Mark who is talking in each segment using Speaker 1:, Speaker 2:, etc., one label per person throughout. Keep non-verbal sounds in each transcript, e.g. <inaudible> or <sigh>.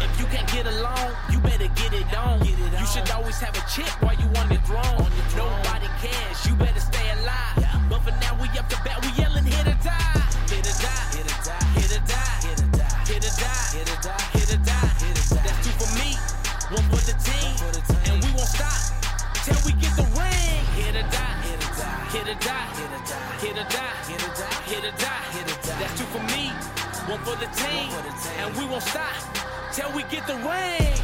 Speaker 1: If you can't get along, you better get it on. you should always have a check while you on the throne. Nobody cares, you better stay alive. But for now, we up to bat, we yelling hit or die. Hit or die, hit or die, hit or die, hit or die, hit or die, hit or die, hit or die, That's two for me, one for the team, and we won't stop till we get the ring. Hit or die, hit or die, hit or die, hit or die, hit or die, hit or die, hit or die, That's two for me, one for the team, and we won't stop till we get the ring.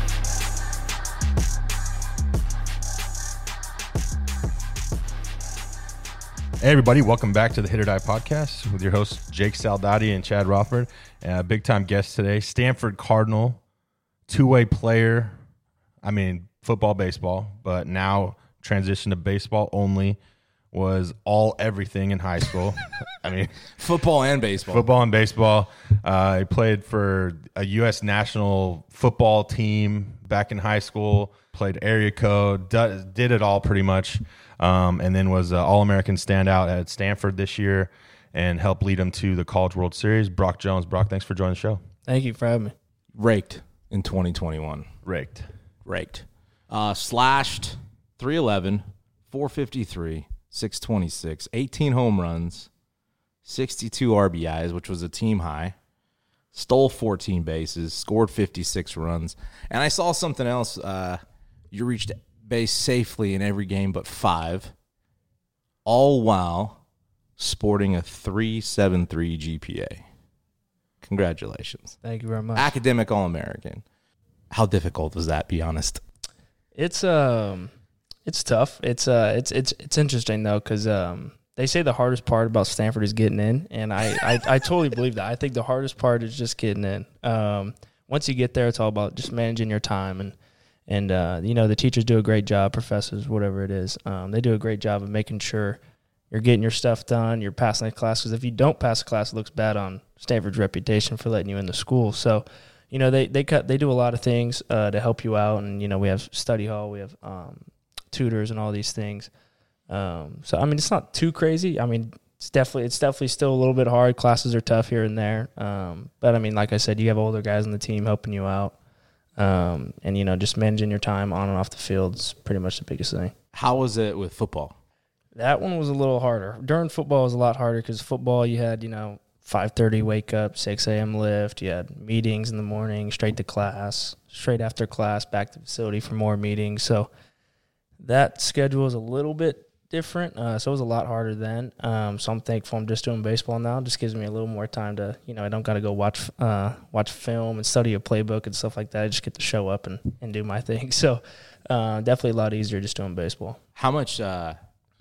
Speaker 2: Hey, everybody, welcome back to the Hit or Die podcast with your hosts, Jake Saldati and Chad Rothford. Uh, big time guest today, Stanford Cardinal, two way player. I mean, football, baseball, but now transition to baseball only, was all everything in high school. <laughs> I mean,
Speaker 3: Football and baseball.
Speaker 2: football and baseball. Uh, he played for a U.S. national football team back in high school. Played area code, do, did it all pretty much, um, and then was an All-American standout at Stanford this year, and helped lead them to the College World Series. Brock Jones, Brock, thanks for joining the show.
Speaker 4: Thank you for having me.
Speaker 3: Raked in 2021.
Speaker 2: Raked.
Speaker 3: Raked. Uh, slashed 311, 453, 626, 18 home runs, 62 RBIs, which was a team high. Stole 14 bases, scored 56 runs. And I saw something else. Uh, you reached base safely in every game but five, all while sporting a 373 GPA. Congratulations.
Speaker 4: Thank you very much.
Speaker 3: academic all American. How difficult was that? Be honest.
Speaker 4: It's um, it's tough. It's uh, it's it's it's interesting though, because um, they say the hardest part about Stanford is getting in, and I, I I totally believe that. I think the hardest part is just getting in. Um, once you get there, it's all about just managing your time and and uh, you know the teachers do a great job, professors, whatever it is, um, they do a great job of making sure you're getting your stuff done, you're passing the class. Because if you don't pass a class, it looks bad on Stanford's reputation for letting you in the school. So, you know, they they cut they do a lot of things uh, to help you out, and you know we have study hall, we have um, tutors, and all these things. Um, so I mean, it's not too crazy. I mean, it's definitely it's definitely still a little bit hard. Classes are tough here and there, um, but I mean, like I said, you have older guys on the team helping you out. Um, and you know, just managing your time on and off the field is pretty much the biggest thing.
Speaker 3: How was it with football?
Speaker 4: That one was a little harder. During football, it was a lot harder because football you had you know five thirty wake up, six a.m. lift. You had meetings in the morning, straight to class, straight after class, back to facility for more meetings. So that schedule is a little bit different. Uh, so it was a lot harder then. Um, so I'm thankful I'm just doing baseball now. It just gives me a little more time to you know I don't got to go watch uh, watch film and study a playbook and stuff like that. I just get to show up and and do my thing. <laughs> So uh, definitely a lot easier just doing baseball.
Speaker 3: How much? Uh,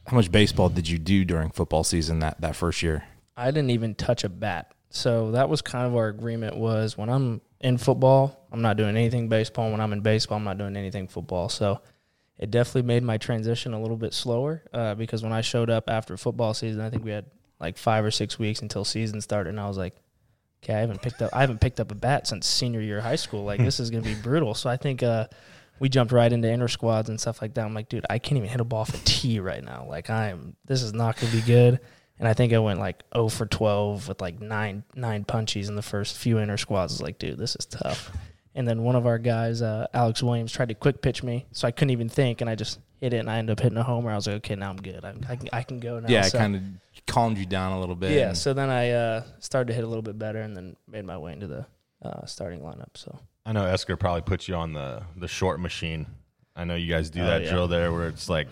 Speaker 3: how much baseball did you do during football season that that first year?
Speaker 4: I didn't even touch a bat. So that was kind of our agreement was when I'm in football, I'm not doing anything baseball. When I'm in baseball, I'm not doing anything football. So it definitely made my transition a little bit slower uh, because when I showed up after football season, I think we had like five or six weeks until season started, and I was like, okay, I haven't picked up I haven't picked up a bat since senior year of high school. Like this is gonna be brutal. So I think uh, we jumped right into inter squads and stuff like that. I'm like, dude, I can't even hit a ball off a tee right now. Like I'm this is not gonna be good. And I think I went like 0 for 12 with like nine nine punchies in the first few inter squads. I was like, dude, this is tough. And then one of our guys, uh, Alex Williams, tried to quick pitch me, so I couldn't even think, and I just hit it, and I ended up hitting a homer. I was like, okay, now I'm good. I, I can I can go now.
Speaker 3: Yeah,
Speaker 4: So-
Speaker 3: it kind of calmed you down a little bit.
Speaker 4: yeah,
Speaker 3: and
Speaker 4: so then I uh, started to hit a little bit better, and then made my way into the uh, starting lineup. So
Speaker 2: I know Esker probably put you on the the short machine. I know you guys do
Speaker 4: Oh,
Speaker 2: that
Speaker 4: yeah.
Speaker 2: drill there where it's like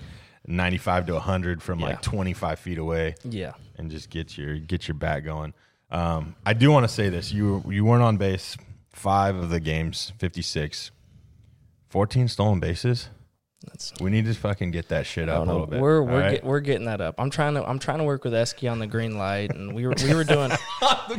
Speaker 2: ninety five to hundred from
Speaker 4: Yeah.
Speaker 2: like twenty five feet away.
Speaker 4: yeah,
Speaker 2: and just get your get your bat going. Um, I do want to say this: you you weren't on base five of the games, 56, 14 stolen bases.
Speaker 4: That's
Speaker 2: We need to fucking get that shit
Speaker 4: I
Speaker 2: up
Speaker 4: don't
Speaker 2: a little
Speaker 4: know.
Speaker 2: bit.
Speaker 4: We're
Speaker 2: all
Speaker 4: we're,
Speaker 2: right?
Speaker 4: get, we're getting that up. I'm trying to I'm trying to work with Esky on the green light, and we were we were doing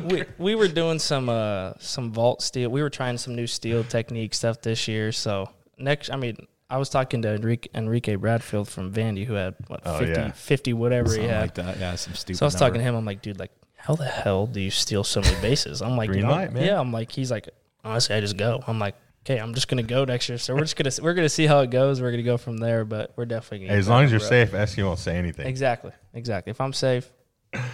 Speaker 4: we, we were doing some uh some vault steel. We were trying some new steel technique stuff this year. So next, I mean, I was talking to Enrique, Enrique Bradfield from Vandy, who had what
Speaker 2: Oh,
Speaker 4: 50,
Speaker 2: yeah.
Speaker 4: 50 whatever he
Speaker 3: Something
Speaker 4: had.
Speaker 3: like that. Yeah, some stupid.
Speaker 4: So I was talking to
Speaker 3: number.
Speaker 4: him. I'm like, dude, like, how the hell do you steal so many bases? I'm like,
Speaker 2: Green
Speaker 4: you know,
Speaker 2: light, man.
Speaker 4: Yeah, I'm like, he's like, honestly, I just go. I'm like, okay, I'm just gonna go next year. So we're just gonna we're gonna see how it goes. We're gonna go from there, but we're definitely gonna
Speaker 2: Hey, as
Speaker 4: get
Speaker 2: long
Speaker 4: that
Speaker 2: as you're safe,
Speaker 4: rope.
Speaker 2: Esky won't say anything.
Speaker 4: Exactly, exactly. If I'm safe,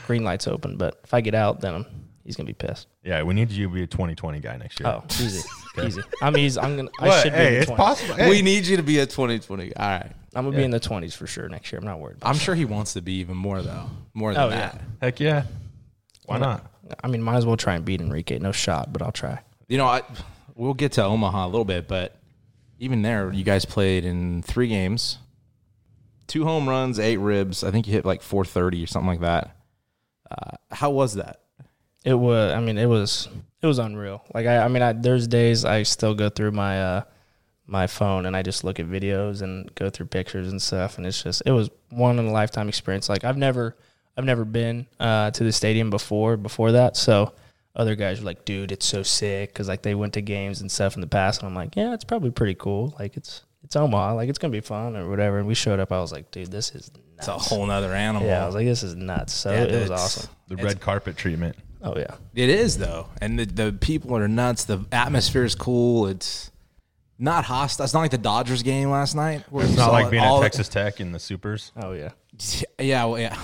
Speaker 4: green light's open. But if I get out, then I'm, he's gonna be pissed.
Speaker 2: Yeah, we need you to be a 2020 guy next year.
Speaker 4: Oh,
Speaker 2: <laughs>
Speaker 4: easy, easy. I'm easy. I'm gonna. I
Speaker 2: What?
Speaker 4: should be.
Speaker 2: hey,
Speaker 4: in the
Speaker 2: it's
Speaker 4: 20s.
Speaker 2: possible. Hey,
Speaker 3: We need you to be a 2020. All right.
Speaker 4: I'm gonna be in the 20s for sure next year. I'm not worried. About
Speaker 3: I'm sure he wants to be even more though. More than
Speaker 4: Oh,
Speaker 3: that.
Speaker 2: heck yeah. Why not?
Speaker 4: it. I mean, might as well try and beat Enrique. No shot, but I'll try.
Speaker 3: You know, I, we'll get to Omaha a little bit, but even there, you guys played in three games, two home runs, eight ribs. I think you hit like 430 or something like that. Uh, how was that?
Speaker 4: it was i mean it was it was unreal like i, I mean I, there's days i still go through my uh my phone and i just look at videos and go through pictures and stuff and it's just it was one in a lifetime experience like i've never i've never been uh to the stadium before before that so other guys were like dude it's so sick because like they went to games and stuff in the past and i'm like yeah it's probably pretty cool like it's it's omaha like it's gonna be fun or whatever and we showed up i was like dude this is
Speaker 3: It's
Speaker 4: nuts.
Speaker 3: a whole nother animal.
Speaker 4: yeah i was like this is nuts so
Speaker 3: Yeah,
Speaker 4: it was
Speaker 3: it's-
Speaker 4: awesome
Speaker 2: The red carpet treatment.
Speaker 4: oh yeah
Speaker 3: It is though, and the, the people are nuts. The atmosphere is cool. It's not hostile. It's not like the Dodgers game last night. Where
Speaker 2: It's
Speaker 3: you
Speaker 2: not
Speaker 3: saw
Speaker 2: like being at
Speaker 3: all-
Speaker 2: Texas Tech in the supers.
Speaker 4: oh yeah
Speaker 3: <laughs> Yeah, well, yeah.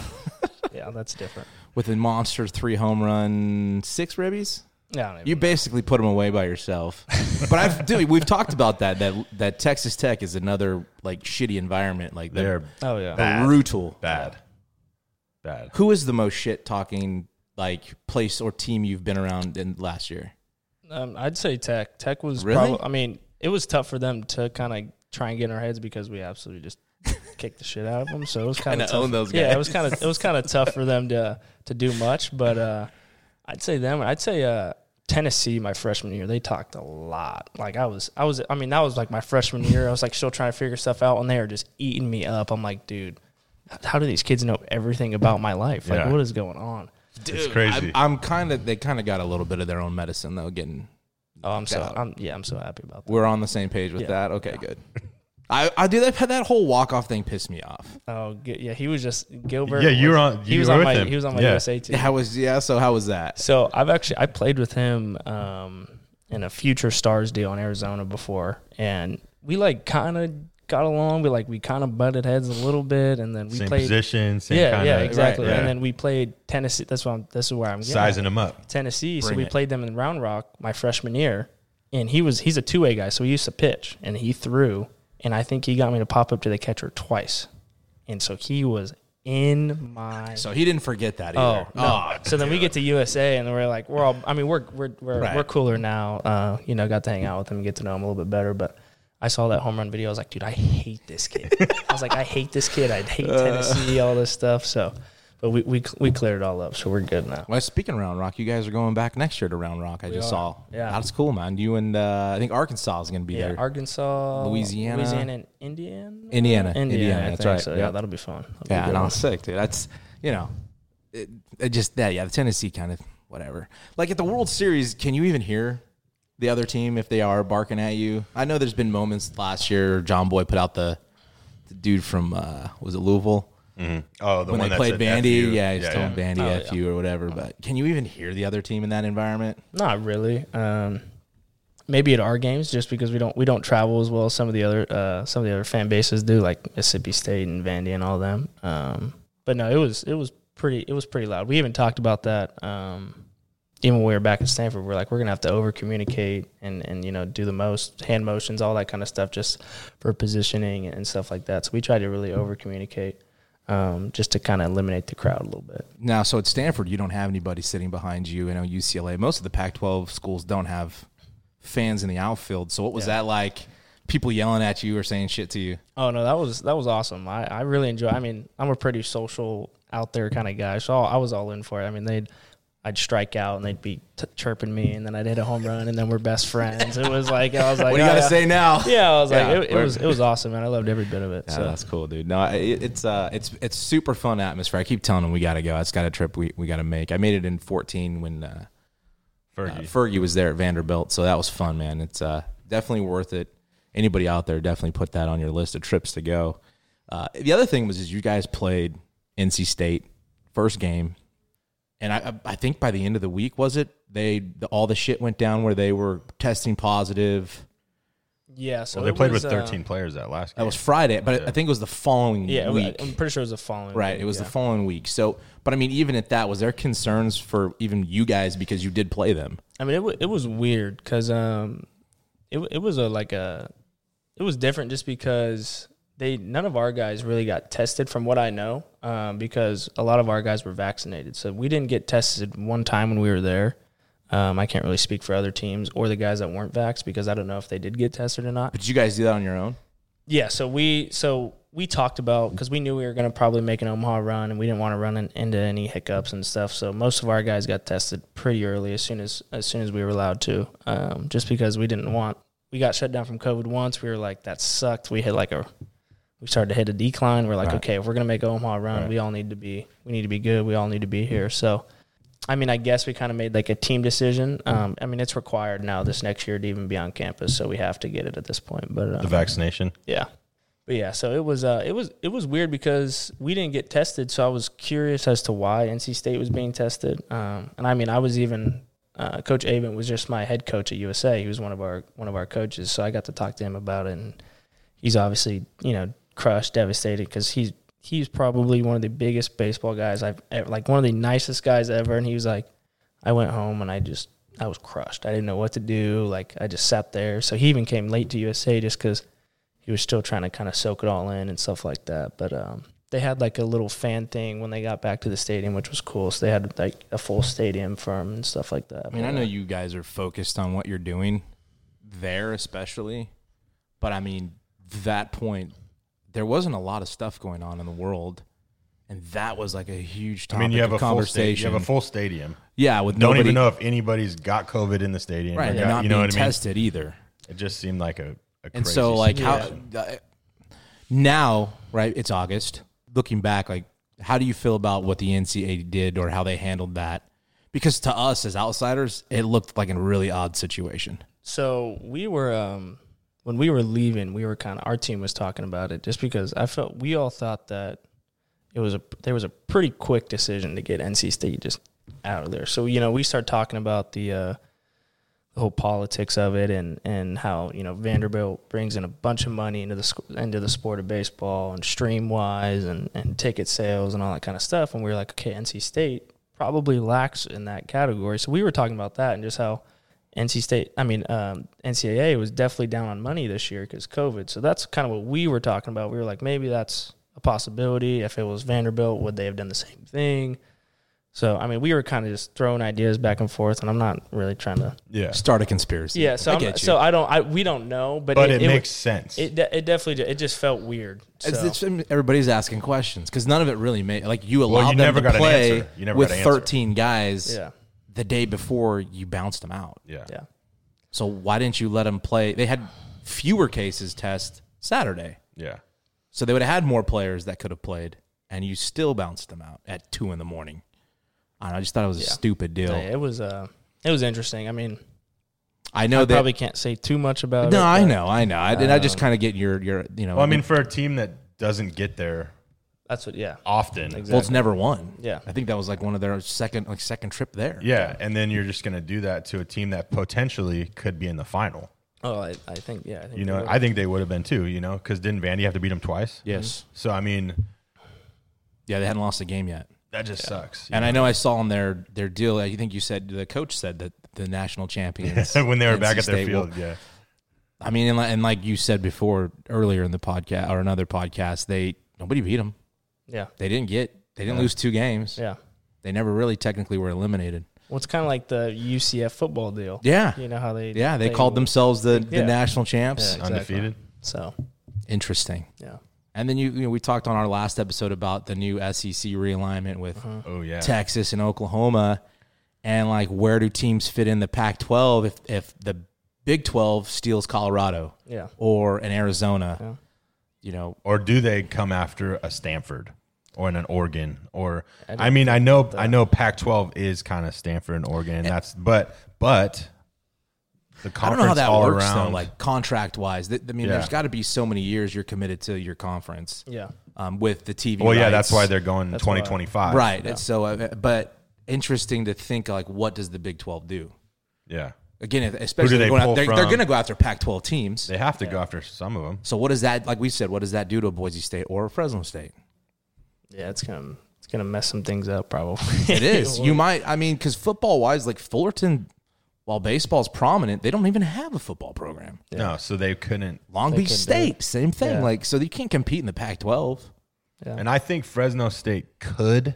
Speaker 4: yeah that's different
Speaker 3: With the monster three home run, six ribbies.
Speaker 4: Yeah, I don't even-
Speaker 3: You basically put them away by yourself. but I've dude, we've talked about that. That that Texas Tech is another like shitty environment. Like
Speaker 2: They're
Speaker 3: they're
Speaker 4: Oh yeah.
Speaker 2: bad.
Speaker 3: brutal.
Speaker 2: Bad. Bad.
Speaker 3: Who is the most shit talking like place or team you've been around in last year?
Speaker 4: Um, I'd say Tech. Tech was
Speaker 3: Really?
Speaker 4: probably. I mean, it was tough for them to kind of try and get in our heads because we absolutely
Speaker 3: <laughs>
Speaker 4: just kicked the shit out of them. So it was kind
Speaker 3: Kinda
Speaker 4: of
Speaker 3: own those
Speaker 4: Yeah,
Speaker 3: guys.
Speaker 4: it was kind of it
Speaker 3: <laughs>
Speaker 4: was kind of tough for them to to do much. But uh, I'd say them. I'd say uh, Tennessee. My freshman year, they talked a lot. Like I was, I was. I mean, that was like my freshman year. I was like still trying to figure stuff out, and they are just eating me up. I'm like, dude, h- how do these kids know everything about my life? Like,
Speaker 2: Yeah.
Speaker 4: what is going on?
Speaker 2: it's crazy.
Speaker 3: I'm, I'm kind of they kind of got a little bit of their own medicine though. Getting
Speaker 4: Oh, I'm so.
Speaker 3: God.
Speaker 4: I'm yeah. I'm so happy about that.
Speaker 3: we're on the same page with
Speaker 4: Yeah.
Speaker 3: that. Okay, good. I I do that. That whole walk off thing pissed me off.
Speaker 4: Oh ge- yeah, he was just Gilbert.
Speaker 2: Yeah, you
Speaker 4: was-
Speaker 2: were on-
Speaker 4: He
Speaker 2: you
Speaker 4: was
Speaker 2: were
Speaker 4: on
Speaker 2: with
Speaker 4: my.
Speaker 2: him.
Speaker 4: He was on my
Speaker 2: Yeah.
Speaker 4: USA team.
Speaker 3: How was yeah? So how was that?
Speaker 4: So I've actually I played with him um, in a future stars deal in Arizona before, and we like kind of got along. We like we kind of butted heads a little bit, and then we
Speaker 2: same
Speaker 4: played.
Speaker 2: position, same
Speaker 4: yeah,
Speaker 2: kind
Speaker 4: yeah,
Speaker 2: of
Speaker 4: exactly.
Speaker 3: right.
Speaker 4: And then we played Tennessee. That's why I'm. This is where I'm getting at.
Speaker 2: sizing them up.
Speaker 4: Tennessee. so
Speaker 3: Bring
Speaker 4: we
Speaker 3: it.
Speaker 4: played them in Round Rock my freshman year, and he was he's a two way guy, so he used to pitch and he threw, and I think he got me to pop up to the catcher twice, and so he was in my.
Speaker 3: So he didn't forget that either.
Speaker 4: Oh, no. so then we get to USA, and we're like, we're all. I mean, we're we're we're,
Speaker 3: Right.
Speaker 4: we're cooler now. Uh, you know, got to hang out with him, get to know him a little bit better. But I saw that home run video. I was like, dude, I hate this
Speaker 3: <laughs>
Speaker 4: kid. I was like, I hate this kid. I hate Tennessee, all this stuff. So, but we we we cleared it all up, so we're good now.
Speaker 3: Well, speaking of Round Rock, you guys are going back next year to Round Rock. I just
Speaker 4: are.
Speaker 3: saw.
Speaker 4: Yeah.
Speaker 3: that's cool, man. You and uh, I think Arkansas is going to be
Speaker 4: Yeah,
Speaker 3: there.
Speaker 4: Arkansas,
Speaker 3: Louisiana.
Speaker 4: Louisiana, and Indiana,
Speaker 3: Indiana.
Speaker 4: Indiana.
Speaker 3: Indiana,
Speaker 4: I
Speaker 3: that's
Speaker 4: think.
Speaker 3: right.
Speaker 4: So
Speaker 3: Yeah.
Speaker 4: yeah, that'll be fun. That'll be a
Speaker 3: yeah,
Speaker 4: good
Speaker 3: and I
Speaker 4: one.
Speaker 3: was sick, dude. That's you know, it, it just that yeah, the Tennessee kind of whatever. Like at the World Series, can you even hear the other team if they are barking at you? I know there's been moments last year. John Boy put out the, the dude from uh, was it Louisville
Speaker 2: Oh, the one
Speaker 3: when they
Speaker 2: that
Speaker 3: played
Speaker 2: said
Speaker 3: Vandy?
Speaker 2: F you.
Speaker 3: Yeah, he's
Speaker 2: yeah,
Speaker 3: telling
Speaker 2: yeah.
Speaker 3: Vandy
Speaker 4: Oh,
Speaker 3: F you or whatever. But can you even hear the other team in that environment?
Speaker 4: Not really. Um, maybe at our games, just because we don't we don't travel as well as some of the other uh, some of the other fan bases do, like Mississippi State and Vandy and all them. Um, but no, it was it was pretty it was pretty loud. We even talked about that. Um, even when we were back at Stanford, we are like we're gonna have to over communicate and and you know do the most hand motions, all that kind of stuff, just for positioning and stuff like that. So we tried to really over communicate. Um, just to kind of eliminate the crowd a little bit.
Speaker 3: Now, so at Stanford, you don't have anybody sitting behind you. And at UCLA, most of the Pac-12 schools don't have fans in the outfield. So what was that like? People yelling at you or saying shit to you?
Speaker 4: Oh no, that was that was awesome. I, I really enjoy. I mean, I'm a pretty social out there kind of guy, so I was all in for it. I mean, they, I'd strike out and they'd be t- chirping me, and then I'd hit a home run, and then we're best friends. It was like I was
Speaker 3: <laughs>
Speaker 4: like,
Speaker 3: What do you
Speaker 4: oh,
Speaker 3: got to
Speaker 4: yeah.
Speaker 3: say now?
Speaker 4: <laughs> Yeah, I was
Speaker 3: Yeah,
Speaker 4: like, it, it
Speaker 3: we're-
Speaker 4: was uh, it was awesome, man. I loved every bit of it.
Speaker 3: Yeah,
Speaker 4: so
Speaker 3: that's cool, dude. No, it, it's uh, it's it's super fun atmosphere. I keep telling them we gotta go. That's got a trip we, we gotta make. I made it in fourteen when uh, uh,
Speaker 2: Fergie.
Speaker 3: Fergie was there at Vanderbilt, so that was fun, man. It's uh, definitely worth it. Anybody out there, definitely put that on your list of trips to go. Uh, the other thing was is you guys played NC State first game, and I I- I think by the end of the week was it they the, all the shit went down where they were testing positive.
Speaker 4: yeah, so
Speaker 2: well, they
Speaker 4: it
Speaker 2: played
Speaker 4: was,
Speaker 2: with
Speaker 4: uh,
Speaker 2: 13 players that last game.
Speaker 3: That was Friday, but I think it was the following
Speaker 4: yeah, it was-
Speaker 3: week.
Speaker 4: I'm pretty sure it was the following.
Speaker 3: Right.
Speaker 4: week,
Speaker 3: It was
Speaker 4: yeah.
Speaker 3: the following week. So, but I mean, even at that, was there concerns for even you guys because you did play them?
Speaker 4: I mean, it wa it was weird because um, it wa- it was a like a, it was different just because they none of our guys really got tested from what I know um, because a lot of our guys were vaccinated, so we didn't get tested one time when we were there. Um, I can't really speak for other teams or the guys that weren't vaxxed because I don't know if they did get tested or not.
Speaker 3: But you guys do that on your own?
Speaker 4: Yeah, so we so we talked about because we knew we were going to probably make an Omaha run, and we didn't want to run in, into any hiccups and stuff. So most of our guys got tested pretty early, as soon as as soon as we were allowed to, um, just because we didn't want. We got shut down from COVID once. We were like, that sucked. We hit like a, we started to hit a decline. We're like, okay, if we're gonna make Omaha run, we all need to be, we need to be good. We all need to be here. So, I mean, I guess we kind of made like a team decision. Um, I mean, it's required now this next year to even be on campus, so we have to get it at this point. But um,
Speaker 2: the vaccination.
Speaker 4: yeah. But yeah, so it was uh, it was it was weird because we didn't get tested, so I was curious as to why NC State was being tested. Um, and I mean, I was even uh, Coach Avent was just my head coach at USA. He was one of our one of our coaches, so I got to talk to him about it. And he's obviously you know crushed, devastated because he's he's probably one of the biggest baseball guys I've ever, like one of the nicest guys ever. And he was like, I went home and I just I was crushed. I didn't know what to do. Like I just sat there. So he even came late to USA just because he was still trying to kind of soak it all in and stuff like that. But um, they had like a little fan thing when they got back to the stadium, which was cool. So they had like a full stadium for him and stuff like that.
Speaker 3: I mean, I know you guys are focused on what you're doing there, especially. But I mean, that point, there wasn't a lot of stuff going on in the world. And that was like a huge
Speaker 2: I
Speaker 3: topic
Speaker 2: mean, you have
Speaker 3: of
Speaker 2: a full sta- you
Speaker 3: conversation.
Speaker 2: have a full stadium.
Speaker 3: yeah, with
Speaker 2: Don't
Speaker 3: nobody,
Speaker 2: even know if anybody's got COVID in the stadium.
Speaker 3: right,
Speaker 2: or
Speaker 3: and
Speaker 2: got-
Speaker 3: not
Speaker 2: you know
Speaker 3: being
Speaker 2: what I mean?
Speaker 3: tested either.
Speaker 2: It just seemed like a, a
Speaker 3: And
Speaker 2: crazy
Speaker 3: so, like,
Speaker 4: situation.
Speaker 3: how uh, now, right? It's August. Looking back, like, how do you feel about what the NCAA did or how they handled that? Because to us as outsiders, it looked like a really odd situation.
Speaker 4: So we were um when we were leaving, we were kind of our team was talking about it just because I felt we all thought that it was a there was a pretty quick decision to get NC State just out of there. So you know we start talking about the uh, the whole politics of it and and how you know Vanderbilt brings in a bunch of money into the sc- into the sport of baseball and streamwise and and ticket sales and all that kind of stuff. And we were like, okay, NC State probably lacks in that category. So we were talking about that and just how. NC State, I mean um, NCAA was definitely down on money this year because COVID. So that's kind of what we were talking about. We were like, maybe that's a possibility. If it was Vanderbilt, would they have done the same thing? So I mean, we were kind of just throwing ideas back and forth, and I'm not really trying to.
Speaker 2: yeah,
Speaker 3: Start a conspiracy.
Speaker 4: Yeah, so
Speaker 3: I
Speaker 4: I'm-
Speaker 3: get you.
Speaker 4: so I don't, I we don't know, but
Speaker 2: but it,
Speaker 4: wa-
Speaker 2: makes sense.
Speaker 4: It de- it definitely ju- it just felt weird. So.
Speaker 3: It's- it's- everybody's asking questions because none of it really made like you allowed
Speaker 2: you
Speaker 3: them
Speaker 2: never
Speaker 3: to
Speaker 2: got an
Speaker 3: play
Speaker 2: answer. You never
Speaker 3: with
Speaker 2: got an answer.
Speaker 3: 13 guys
Speaker 4: yeah,
Speaker 3: the day before you bounced them out.
Speaker 2: yeah.
Speaker 4: yeah,
Speaker 3: So why didn't you let them play? They had fewer cases test Saturday.
Speaker 2: yeah,
Speaker 3: So they would have had more players that could have played, and you still bounced them out at two in the morning. I, don't know, I just thought it was a
Speaker 4: Yeah.
Speaker 3: stupid deal.
Speaker 4: Yeah, it was uh, it was interesting. I mean,
Speaker 3: I know
Speaker 4: I
Speaker 3: that.
Speaker 4: probably Um, can't say too much about it.
Speaker 3: no, I
Speaker 4: but
Speaker 3: know, I know, I, and I just kind of get your your you know.
Speaker 2: Well, I mean, for a team that doesn't get there
Speaker 4: That's what. Yeah,
Speaker 2: often,
Speaker 3: Bolt's never won.
Speaker 4: Yeah.
Speaker 3: I think that was like one of their second like second trip there.
Speaker 2: yeah, and then you're just going to do that to a team that potentially could be in the final.
Speaker 4: Oh, I, I think yeah. I think
Speaker 2: You
Speaker 4: they
Speaker 2: know,
Speaker 4: were.
Speaker 2: I think they would have been too. You know, because didn't Vandy have to beat them twice?
Speaker 3: Yes.
Speaker 2: So I mean,
Speaker 3: Mm-hmm. Yeah, they hadn't lost a game yet.
Speaker 2: that just sucks.
Speaker 3: And I know I saw on their their deal. I think you said the coach said that the national
Speaker 2: <laughs>
Speaker 3: champions
Speaker 2: when they were
Speaker 3: NC
Speaker 2: back at their
Speaker 3: State will-
Speaker 2: field, yeah,
Speaker 3: I mean, and like, and like you said before earlier in the podcast or another podcast, they nobody beat them.
Speaker 4: yeah,
Speaker 3: They didn't get. They didn't lose two games.
Speaker 4: yeah.
Speaker 3: They never really technically were eliminated.
Speaker 4: Well, it's kind of like the UCF football deal.
Speaker 3: Yeah.
Speaker 4: You know how they
Speaker 3: Yeah, they, called themselves the, the
Speaker 4: Yeah.
Speaker 3: national champs.
Speaker 4: Yeah.
Speaker 2: undefeated.
Speaker 4: So
Speaker 3: Interesting.
Speaker 4: yeah,
Speaker 3: And then you, you know, we talked on our last episode about the new SEC E realignment with
Speaker 2: Oh yeah,
Speaker 3: Texas and Oklahoma, and like where do teams fit in the Pac 12 if, if the Big 12 steals Colorado
Speaker 4: Yeah.
Speaker 3: or an Arizona? You know,
Speaker 2: or do they come after a Stanford or an Oregon or I, mean I know I know Pac-12 is kind of Stanford and Oregon and that's but but the
Speaker 3: I don't
Speaker 2: conference
Speaker 3: know how that
Speaker 2: all
Speaker 3: works
Speaker 2: around
Speaker 3: though, like contract wise. I mean,
Speaker 2: Yeah.
Speaker 3: there's got to be so many years you're committed to your conference
Speaker 4: Yeah.
Speaker 3: um, with the TV.
Speaker 2: well yeah that's
Speaker 3: rights.
Speaker 2: why they're going 2025
Speaker 3: right. It's so, uh, but interesting to think like, what does the Big 12 do?
Speaker 2: yeah
Speaker 3: Again, if- especially
Speaker 2: they
Speaker 3: they're going
Speaker 2: pull
Speaker 3: out, they're, they're
Speaker 2: from?
Speaker 3: going to go after Pac-12 teams.
Speaker 2: they have to go after some of them
Speaker 3: So what does that, like we said, what does that do to a Boise State or a Fresno State?
Speaker 4: Yeah, it's gonna it's gonna mess some things up probably.
Speaker 3: <laughs> It
Speaker 4: <laughs>
Speaker 3: is. you might. I mean, because football wise, like Fullerton, while baseball's prominent, they don't even have a football program.
Speaker 2: no so they couldn't
Speaker 3: Long Beach State, same thing.
Speaker 4: Yeah.
Speaker 3: Like, so you can't compete in the Pac-12.
Speaker 2: and I think Fresno State could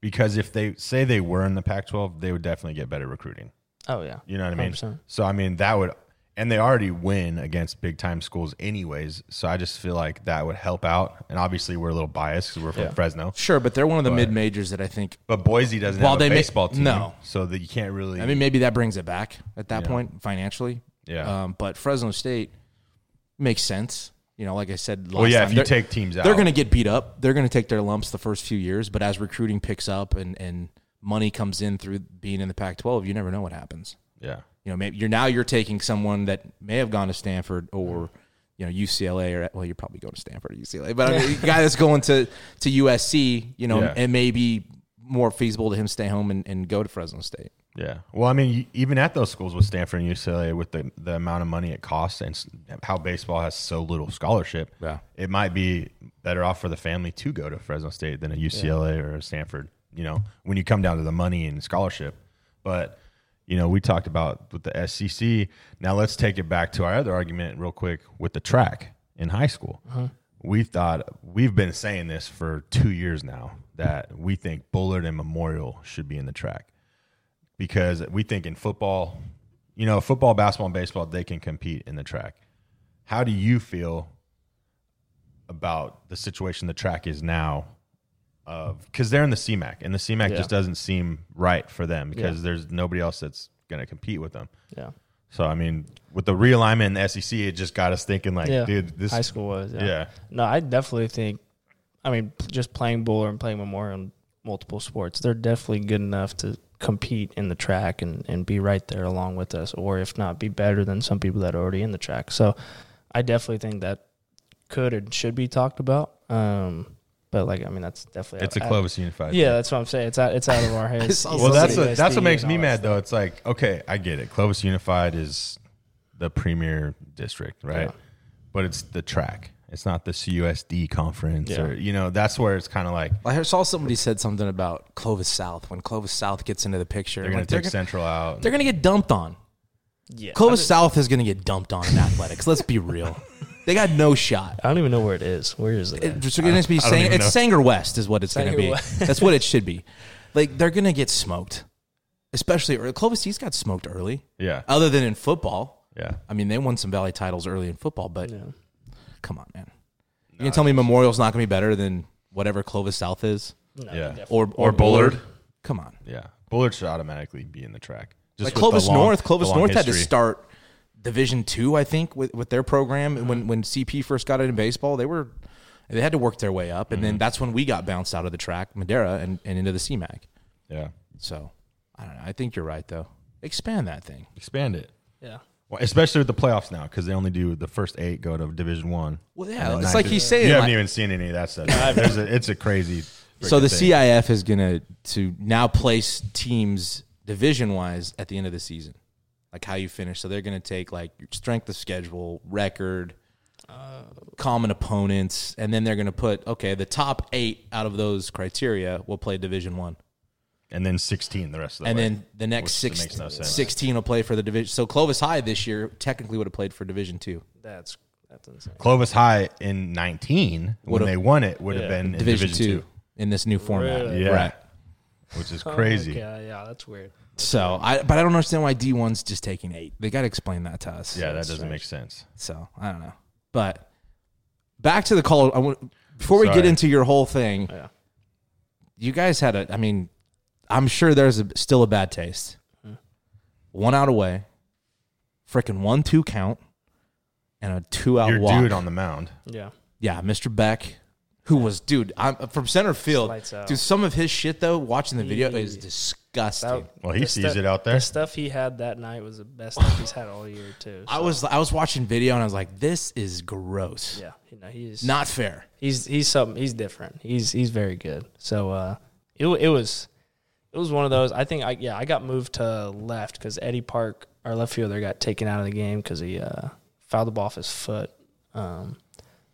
Speaker 2: because if they say they were in the Pac-12 they would definitely get better recruiting
Speaker 4: oh yeah.
Speaker 2: You know what I mean?
Speaker 4: 100%.
Speaker 2: So I mean that would and they already win against big time schools anyways. So I just feel like that would help out. And obviously we're a little biased because we're from Fresno.
Speaker 3: Sure, but they're one of the mid majors that I think.
Speaker 2: But Boise doesn't
Speaker 3: Well,
Speaker 2: have
Speaker 3: they
Speaker 2: a
Speaker 3: may-
Speaker 2: baseball team.
Speaker 3: no.
Speaker 2: So that you can't really
Speaker 3: I mean, maybe that brings it back at that point financially.
Speaker 2: Yeah.
Speaker 3: Um, but Fresno State makes sense. You know, like I said. Last
Speaker 2: Well yeah,
Speaker 3: time,
Speaker 2: if you
Speaker 3: they're-
Speaker 2: take teams out
Speaker 3: they're going to get beat up. They're going to take their lumps the first few years, but as recruiting picks up and and money comes in through being in the Pac-12, you never know what happens.
Speaker 2: Yeah.
Speaker 3: You know, maybe you're now you're taking someone that may have gone to Stanford
Speaker 2: Mm-hmm.
Speaker 3: or you know UCLA or well, you're probably going to Stanford or UCLA, but I mean, a guy that's going to to USC, you know,
Speaker 2: Yeah.
Speaker 3: it may be more feasible to him stay home and, and go to Fresno State.
Speaker 2: Yeah. Well, I mean, you- even at those schools with Stanford and UCLA, with the, the amount of money it costs and s- how baseball has so little scholarship,
Speaker 3: Yeah.
Speaker 2: it might be better off for the family to go to Fresno State than a UCLA or a Stanford, you know, when you come down to the money and scholarship. But, you know, we talked about with the SEC. Now let's take it back to our other argument real quick with the track in high school. We thought we've been saying this for two years now that we think Bullard and Memorial should be in the track because we think in football, you know, football, basketball, and baseball, they can compete in the track. How do you feel about the situation the track is now? Of because they're in the CMAC, and the CMAC
Speaker 4: Yeah.
Speaker 2: just doesn't seem right for them because there's nobody else that's going to compete with them.
Speaker 4: Yeah.
Speaker 2: So I mean, with the realignment in the SEC, it just got us thinking, like,
Speaker 4: yeah.
Speaker 2: dude, this
Speaker 4: high school was. Yeah.
Speaker 2: Yeah.
Speaker 4: No, I definitely think. I mean, p- just playing bowler and playing memorial and multiple sports, they're definitely good enough to compete in the track and, and be right there along with us, or if not, be better than some people that are already in the track. So, I definitely think that could and should be talked about. Um, but like, I mean, that's definitely
Speaker 2: it's a Clovis Unified.
Speaker 4: Yeah, that's what I'm saying. It's out, it's out of our hands.
Speaker 3: saw
Speaker 4: You
Speaker 2: Well,
Speaker 4: know,
Speaker 2: that's
Speaker 4: the
Speaker 2: what, that's
Speaker 4: USD
Speaker 2: what makes
Speaker 4: and
Speaker 2: me
Speaker 4: all that
Speaker 2: mad
Speaker 4: stuff.
Speaker 2: though. It's like, okay, I get it. Clovis Unified is the premier district, right? But it's the track. It's not the CUSD conference, or you know, that's where it's kind of like
Speaker 3: I saw somebody said something about Clovis South when Clovis South gets into the picture.
Speaker 2: they're going to take Central out.
Speaker 3: they're gonna get dumped on.
Speaker 4: Yeah.
Speaker 3: Clovis South is gonna get dumped on in athletics. Let's
Speaker 2: <laughs>
Speaker 3: be real. They got no shot.
Speaker 4: I don't even know where it is. Where is it? at?
Speaker 3: It's gonna be
Speaker 2: don't
Speaker 3: Sang-
Speaker 2: even
Speaker 3: it's
Speaker 2: know.
Speaker 3: Sanger West is what it's
Speaker 4: Sanger
Speaker 3: gonna be.
Speaker 4: West.
Speaker 3: That's what it
Speaker 2: <laughs>
Speaker 3: should be. Like they're gonna get smoked, especially early. Clovis East got smoked early.
Speaker 2: Yeah.
Speaker 3: Other than in football,
Speaker 2: yeah,
Speaker 3: I mean they won some valley titles early in football, but come on, man. You can
Speaker 2: No,
Speaker 3: tell me Memorial's not gonna be better than whatever Clovis South is,
Speaker 2: yeah,
Speaker 3: or
Speaker 2: Or Bullard.
Speaker 3: Come on.
Speaker 2: yeah. Bullard should automatically be in the track. Just
Speaker 3: like
Speaker 2: with the
Speaker 3: Clovis
Speaker 2: long-
Speaker 3: North,
Speaker 2: the
Speaker 3: Clovis
Speaker 2: long
Speaker 3: North had to
Speaker 2: history.
Speaker 3: start Division Two, I think, with, with their program.
Speaker 2: Uh-huh.
Speaker 3: And when when CP first got in baseball, they were they had to work their way up, and
Speaker 2: Mm-hmm.
Speaker 3: then that's when we got bounced out of the track, Madeira, and, and into the CMAC.
Speaker 2: Yeah,
Speaker 3: So I don't know. I think you're right though. Expand that thing.
Speaker 2: expand it,
Speaker 4: Yeah.
Speaker 2: well, especially with the playoffs now because they only do the first eight go to Division One.
Speaker 3: Well, yeah,
Speaker 2: And the
Speaker 3: it's
Speaker 2: ninth
Speaker 3: like
Speaker 2: is-
Speaker 3: he's saying,
Speaker 2: You haven't
Speaker 3: like-
Speaker 2: even seen any of that
Speaker 3: <laughs>
Speaker 2: stuff. There's a, it's a crazy.
Speaker 3: So
Speaker 2: freaking
Speaker 3: the
Speaker 2: thing.
Speaker 3: CIF is gonna to now place teams division wise at the end of the season, like how you finish. So they're gonna take like your strength of schedule, record, common opponents, and then they're gonna put okay the top eight out of those criteria will play Division One,
Speaker 2: and then sixteen the rest of the
Speaker 3: and
Speaker 2: way.
Speaker 3: then the next
Speaker 2: Which
Speaker 3: six,
Speaker 2: makes no sense.
Speaker 3: 16 will play for the division. So Clovis High this year technically would have played for Division Two,
Speaker 4: That's that's insane.
Speaker 2: Clovis High in 19 when
Speaker 3: Would've-
Speaker 2: they won it would have been in
Speaker 3: Division,
Speaker 2: Division,
Speaker 3: Two in this new format.
Speaker 2: Two. Yeah. Which is crazy.
Speaker 4: Yeah, Oh, yeah, that's weird.
Speaker 3: So I, but I don't understand why D one's just taking eight. They got to explain that to us.
Speaker 2: Yeah, that doesn't make sense.
Speaker 3: So I don't know. But back to the call. I want before we get
Speaker 2: Sorry.
Speaker 3: into your whole thing.
Speaker 4: Yeah.
Speaker 3: You guys had a. I mean, I'm sure there's a, still a bad taste.
Speaker 2: Mm-hmm.
Speaker 3: One out away, freaking one two count, and a two out
Speaker 2: Your
Speaker 3: walk.
Speaker 2: dude on the mound.
Speaker 4: Yeah.
Speaker 3: yeah, Mr. Beck, who was dude I'm, uh, from center field.
Speaker 4: Lights out.
Speaker 3: Dude, some of his shit though, watching the video is disgusting.
Speaker 2: Oh, Well, he
Speaker 4: the
Speaker 2: sees it out there.
Speaker 4: The stuff he had that night was the best stuff he's had all year too.
Speaker 3: I was I was watching video and I was like, this is gross.
Speaker 4: yeah, you know he's
Speaker 3: Not fair.
Speaker 4: he's he's something he's different. He's he's very good. So uh, it wa- it was it was one of those. I think I yeah I got moved to left because Eddie Park our left fielder got taken out of the game because he uh, fouled the ball off his foot, um,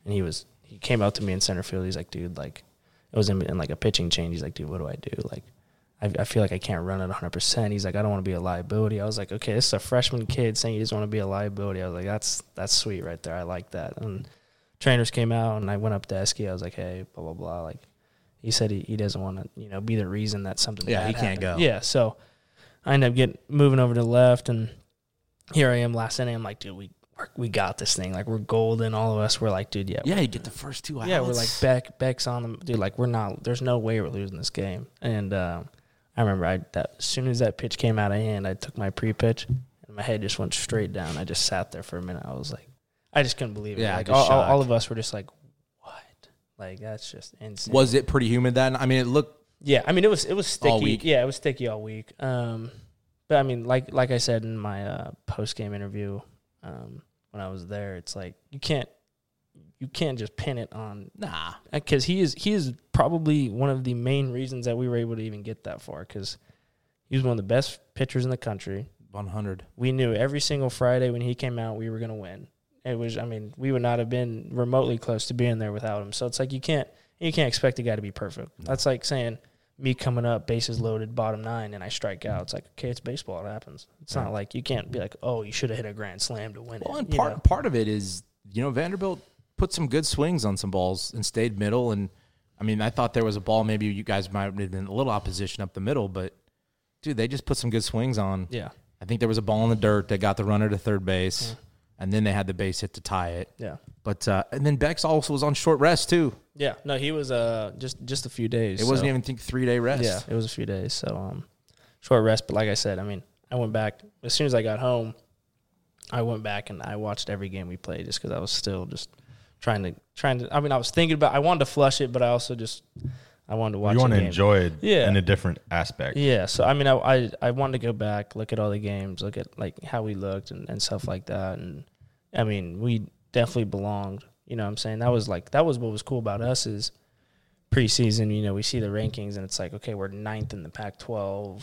Speaker 4: and he was he came up to me in center field. He's like, dude, like it was in, in like a pitching change. He's like, dude, what do I do? Like. I, I feel like I can't run at 100%. He's like, I don't want to be a liability. I was like, okay, this is a freshman kid saying he doesn't want to be a liability. I was like, that's that's sweet right there. I like that. And trainers came out and I went up to Esky. I was like, hey, blah blah blah. Like he said he, he doesn't want to, you know, be the reason that something.
Speaker 3: Yeah,
Speaker 4: bad
Speaker 3: he can't
Speaker 4: happened.
Speaker 3: go.
Speaker 4: Yeah, so I ended up getting moving over to the left, and here I am last inning. I'm like, dude, we we're- we got this thing. Like we're golden. All of us. We're like, dude, yeah,
Speaker 3: Yeah, you get the first two outs.
Speaker 4: yeah, we're like Beck. Beck's on them, dude. Like we're not. There's no way we're losing this game. And um, I remember I that as soon as that pitch came out of hand, I took my pre-pitch and my head just went straight down. I just sat there for a minute. I was like, I just couldn't believe it.
Speaker 3: Yeah,
Speaker 4: like
Speaker 3: just
Speaker 4: all, all,
Speaker 3: shocked.
Speaker 4: all of us were just like, what? Like that's just insane.
Speaker 3: Was it pretty humid then? I mean, it looked
Speaker 4: Yeah, I mean it was it was sticky.
Speaker 3: All week.
Speaker 4: Yeah, it was sticky all week. Um, but I mean, like like I said in my uh, post game interview, um, when I was there, it's like you can't you can't just pin it on
Speaker 3: nah.
Speaker 4: because he is he is probably one of the main reasons that we were able to even get that far because he was one of the best pitchers in the country.
Speaker 3: 100.
Speaker 4: We knew every single Friday when he came out we were going to win. It was I mean we would not have been remotely close to being there without him. So it's like you can't you can't expect a guy to be perfect. That's like saying me coming up bases loaded bottom nine and I strike out. It's like okay it's baseball it happens. It's not like you can't be like oh you should have hit a grand slam to win
Speaker 3: Well,
Speaker 4: it.
Speaker 3: and
Speaker 4: you
Speaker 3: part
Speaker 4: know?
Speaker 3: part of it is you know Vanderbilt put some good swings on some balls and stayed middle. And I mean, I thought there was a ball maybe you guys might have been a little opposition up the middle, but dude, they just put some good swings on.
Speaker 4: Yeah.
Speaker 3: I think there was a ball in the dirt that got the runner to third base, and then they had the base hit to tie it.
Speaker 4: Yeah.
Speaker 3: But uh, and then Bex also was on short rest too.
Speaker 4: Yeah. No, he was uh just just a few days.
Speaker 3: It wasn't
Speaker 4: so-
Speaker 3: even I think three day rest.
Speaker 4: Yeah, it was a few days, so um, short rest. But like I said, I mean, I went back as soon as I got home. I went back and I watched every game we played just because I was still just trying to trying to. I mean, I was thinking about. I wanted to flush it, but I also just I wanted to watch.
Speaker 2: You want
Speaker 4: the
Speaker 2: to
Speaker 4: game.
Speaker 2: enjoy it
Speaker 4: Yeah.
Speaker 2: in a different aspect.
Speaker 4: Yeah, so I mean, I, I I wanted to go back, look at all the games, look at like how we looked and, and stuff like that, and I mean, we definitely belonged. You know, what I'm saying that was like that was what was cool about us is preseason. You know, we see the rankings and it's like, okay, we're ninth in the Pac-12,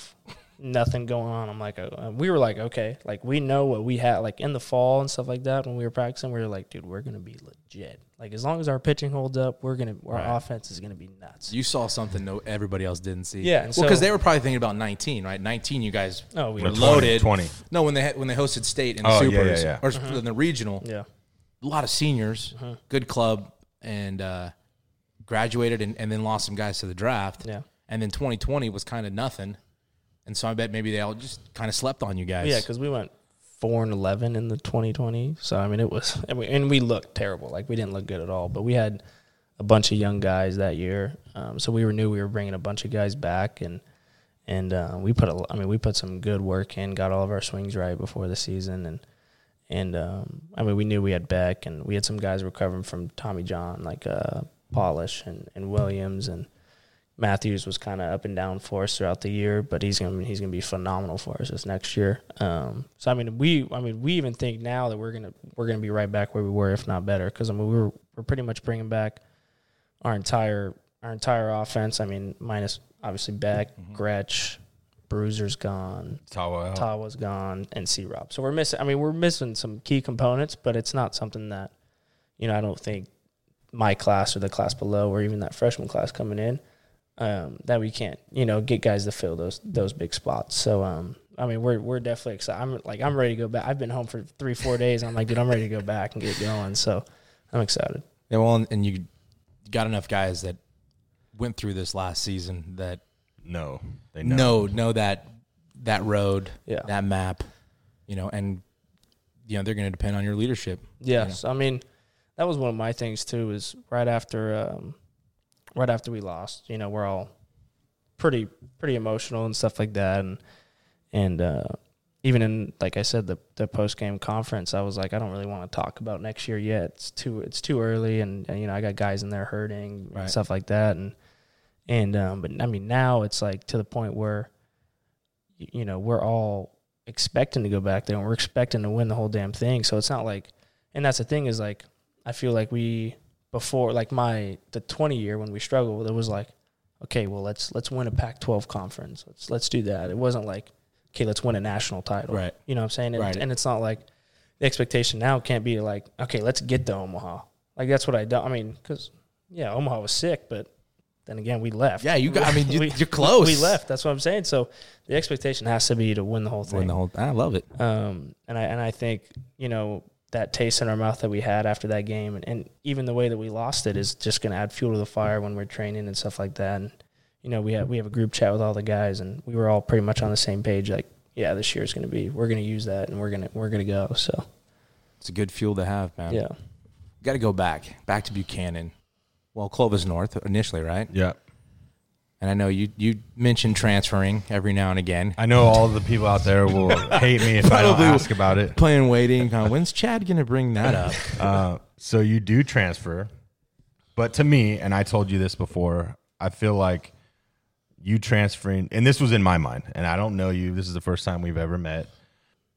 Speaker 4: nothing going on. I'm like, uh, we were like, okay, like we know what we had. Like in the fall and stuff like that, when we were practicing, we were like, dude, we're gonna be legit. Like as long as our pitching holds up, we're gonna our offense is gonna be nuts.
Speaker 3: You saw something no everybody else didn't see.
Speaker 4: Yeah,
Speaker 3: well,
Speaker 4: and
Speaker 3: because
Speaker 4: so-
Speaker 3: they were probably thinking about 19, right? 19, you guys
Speaker 4: Oh, we
Speaker 3: were
Speaker 4: were
Speaker 2: 20,
Speaker 3: loaded.
Speaker 2: 20.
Speaker 3: No, when they had, when they hosted state in
Speaker 2: Oh, yeah,
Speaker 3: supers
Speaker 2: yeah, yeah.
Speaker 3: or in the regional,
Speaker 4: Mm-hmm. yeah. Mm-hmm.
Speaker 3: a lot of seniors, good club, and uh, graduated and, and then lost some guys to the draft.
Speaker 4: Yeah.
Speaker 3: and then 2020 was kind of nothing, and so I bet maybe they all just kind of slept on you guys.
Speaker 4: Yeah, because we went four and eleven in the 2020. So I mean, it was <laughs> and we, and we looked terrible. Like we didn't look good at all. But we had a bunch of young guys that year, um, so we were knew we were bringing a bunch of guys back, and and uh, we put a l- I mean we put some good work in, got all of our swings right before the season, and and um, I mean we knew we had Beck, and we had some guys recovering from Tommy John, like uh, Polish and, and Williams, and Matthews was kind of up and down for us throughout the year, but he's gonna he's gonna be phenomenal for us this next year. Um, so I mean, we I mean we even think now that we're gonna we're gonna be right back where we were, if not better, because I mean we were we're pretty much bringing back our entire our entire offense. I mean, minus obviously Beck, Gretsch, Bruiser's gone,
Speaker 2: Tawa uh, out.
Speaker 4: Tawa's gone, and C Rob. So we're missing. I mean, we're missing some key components, but it's not something that you know. I don't think my class or the class below, or even that freshman class coming in, um, that we can't you know get guys to fill those those big spots. So um, I mean, we're we're definitely excited. I'm like I'm ready to go back. I've been home for three four days. I'm like, dude, I'm ready to go back and get going. So I'm excited.
Speaker 3: Yeah, well, and, and you got enough guys that went through this last season that
Speaker 2: No, they know.
Speaker 3: know know that that road,
Speaker 4: Yeah.
Speaker 3: that map, you know, and you know they're going to depend on your leadership.
Speaker 4: Yes, I mean that was one of my things too. Is right after, um, right after we lost, you know, we're all pretty pretty emotional and stuff like that. And and uh, even in like I said, the the post game conference, I was like, I don't really want to talk about next year yet. It's too it's too early, and, and, you know I got guys in there hurting and stuff like that. And and um, but I mean now it's like to the point where y- you know we're all expecting to go back there and we're expecting to win the whole damn thing. So it's not like, and that's the thing is like I feel like we before like my the 20 year when we struggled it was like okay well let's let's win a Pac 12 conference let's let's do that it wasn't like okay let's win a national title
Speaker 3: Right.
Speaker 4: you know what I'm saying and,
Speaker 3: Right.
Speaker 4: and it's not like the expectation now can't be like okay let's get to Omaha like that's what I do I mean because yeah Omaha was sick but then again we left
Speaker 3: Yeah, you got- I mean, you-
Speaker 4: <laughs> We-
Speaker 3: you're close.
Speaker 4: we left that's what I'm saying so the expectation has to be to win the whole thing
Speaker 3: Win the whole. I love it.
Speaker 4: um, and I and I think you know that taste in our mouth that we had after that game, and, and even the way that we lost it is just going to add fuel to the fire when we're training and stuff like that. And you know we have we have a group chat with all the guys, and we were all pretty much on the same page. Like, yeah, this year is going to be we're going to use that, and we're gonna we're gonna go. So
Speaker 3: It's a good fuel to have, man.
Speaker 4: yeah,
Speaker 3: Got to go back, back to Buchanan. Well, Clovis North initially, right?
Speaker 2: Yeah.
Speaker 3: And I know you you mentioned transferring every now and again.
Speaker 2: I know all the people out there will hate me if I don't
Speaker 3: Probably.
Speaker 2: ask about it.
Speaker 3: Playing waiting. Uh, when's Chad gonna bring that <laughs> up?
Speaker 2: Uh, so you do transfer, but to me, and I told you this before, I feel like you transferring, and this was in my mind, and I don't know you. This is the first time we've ever met.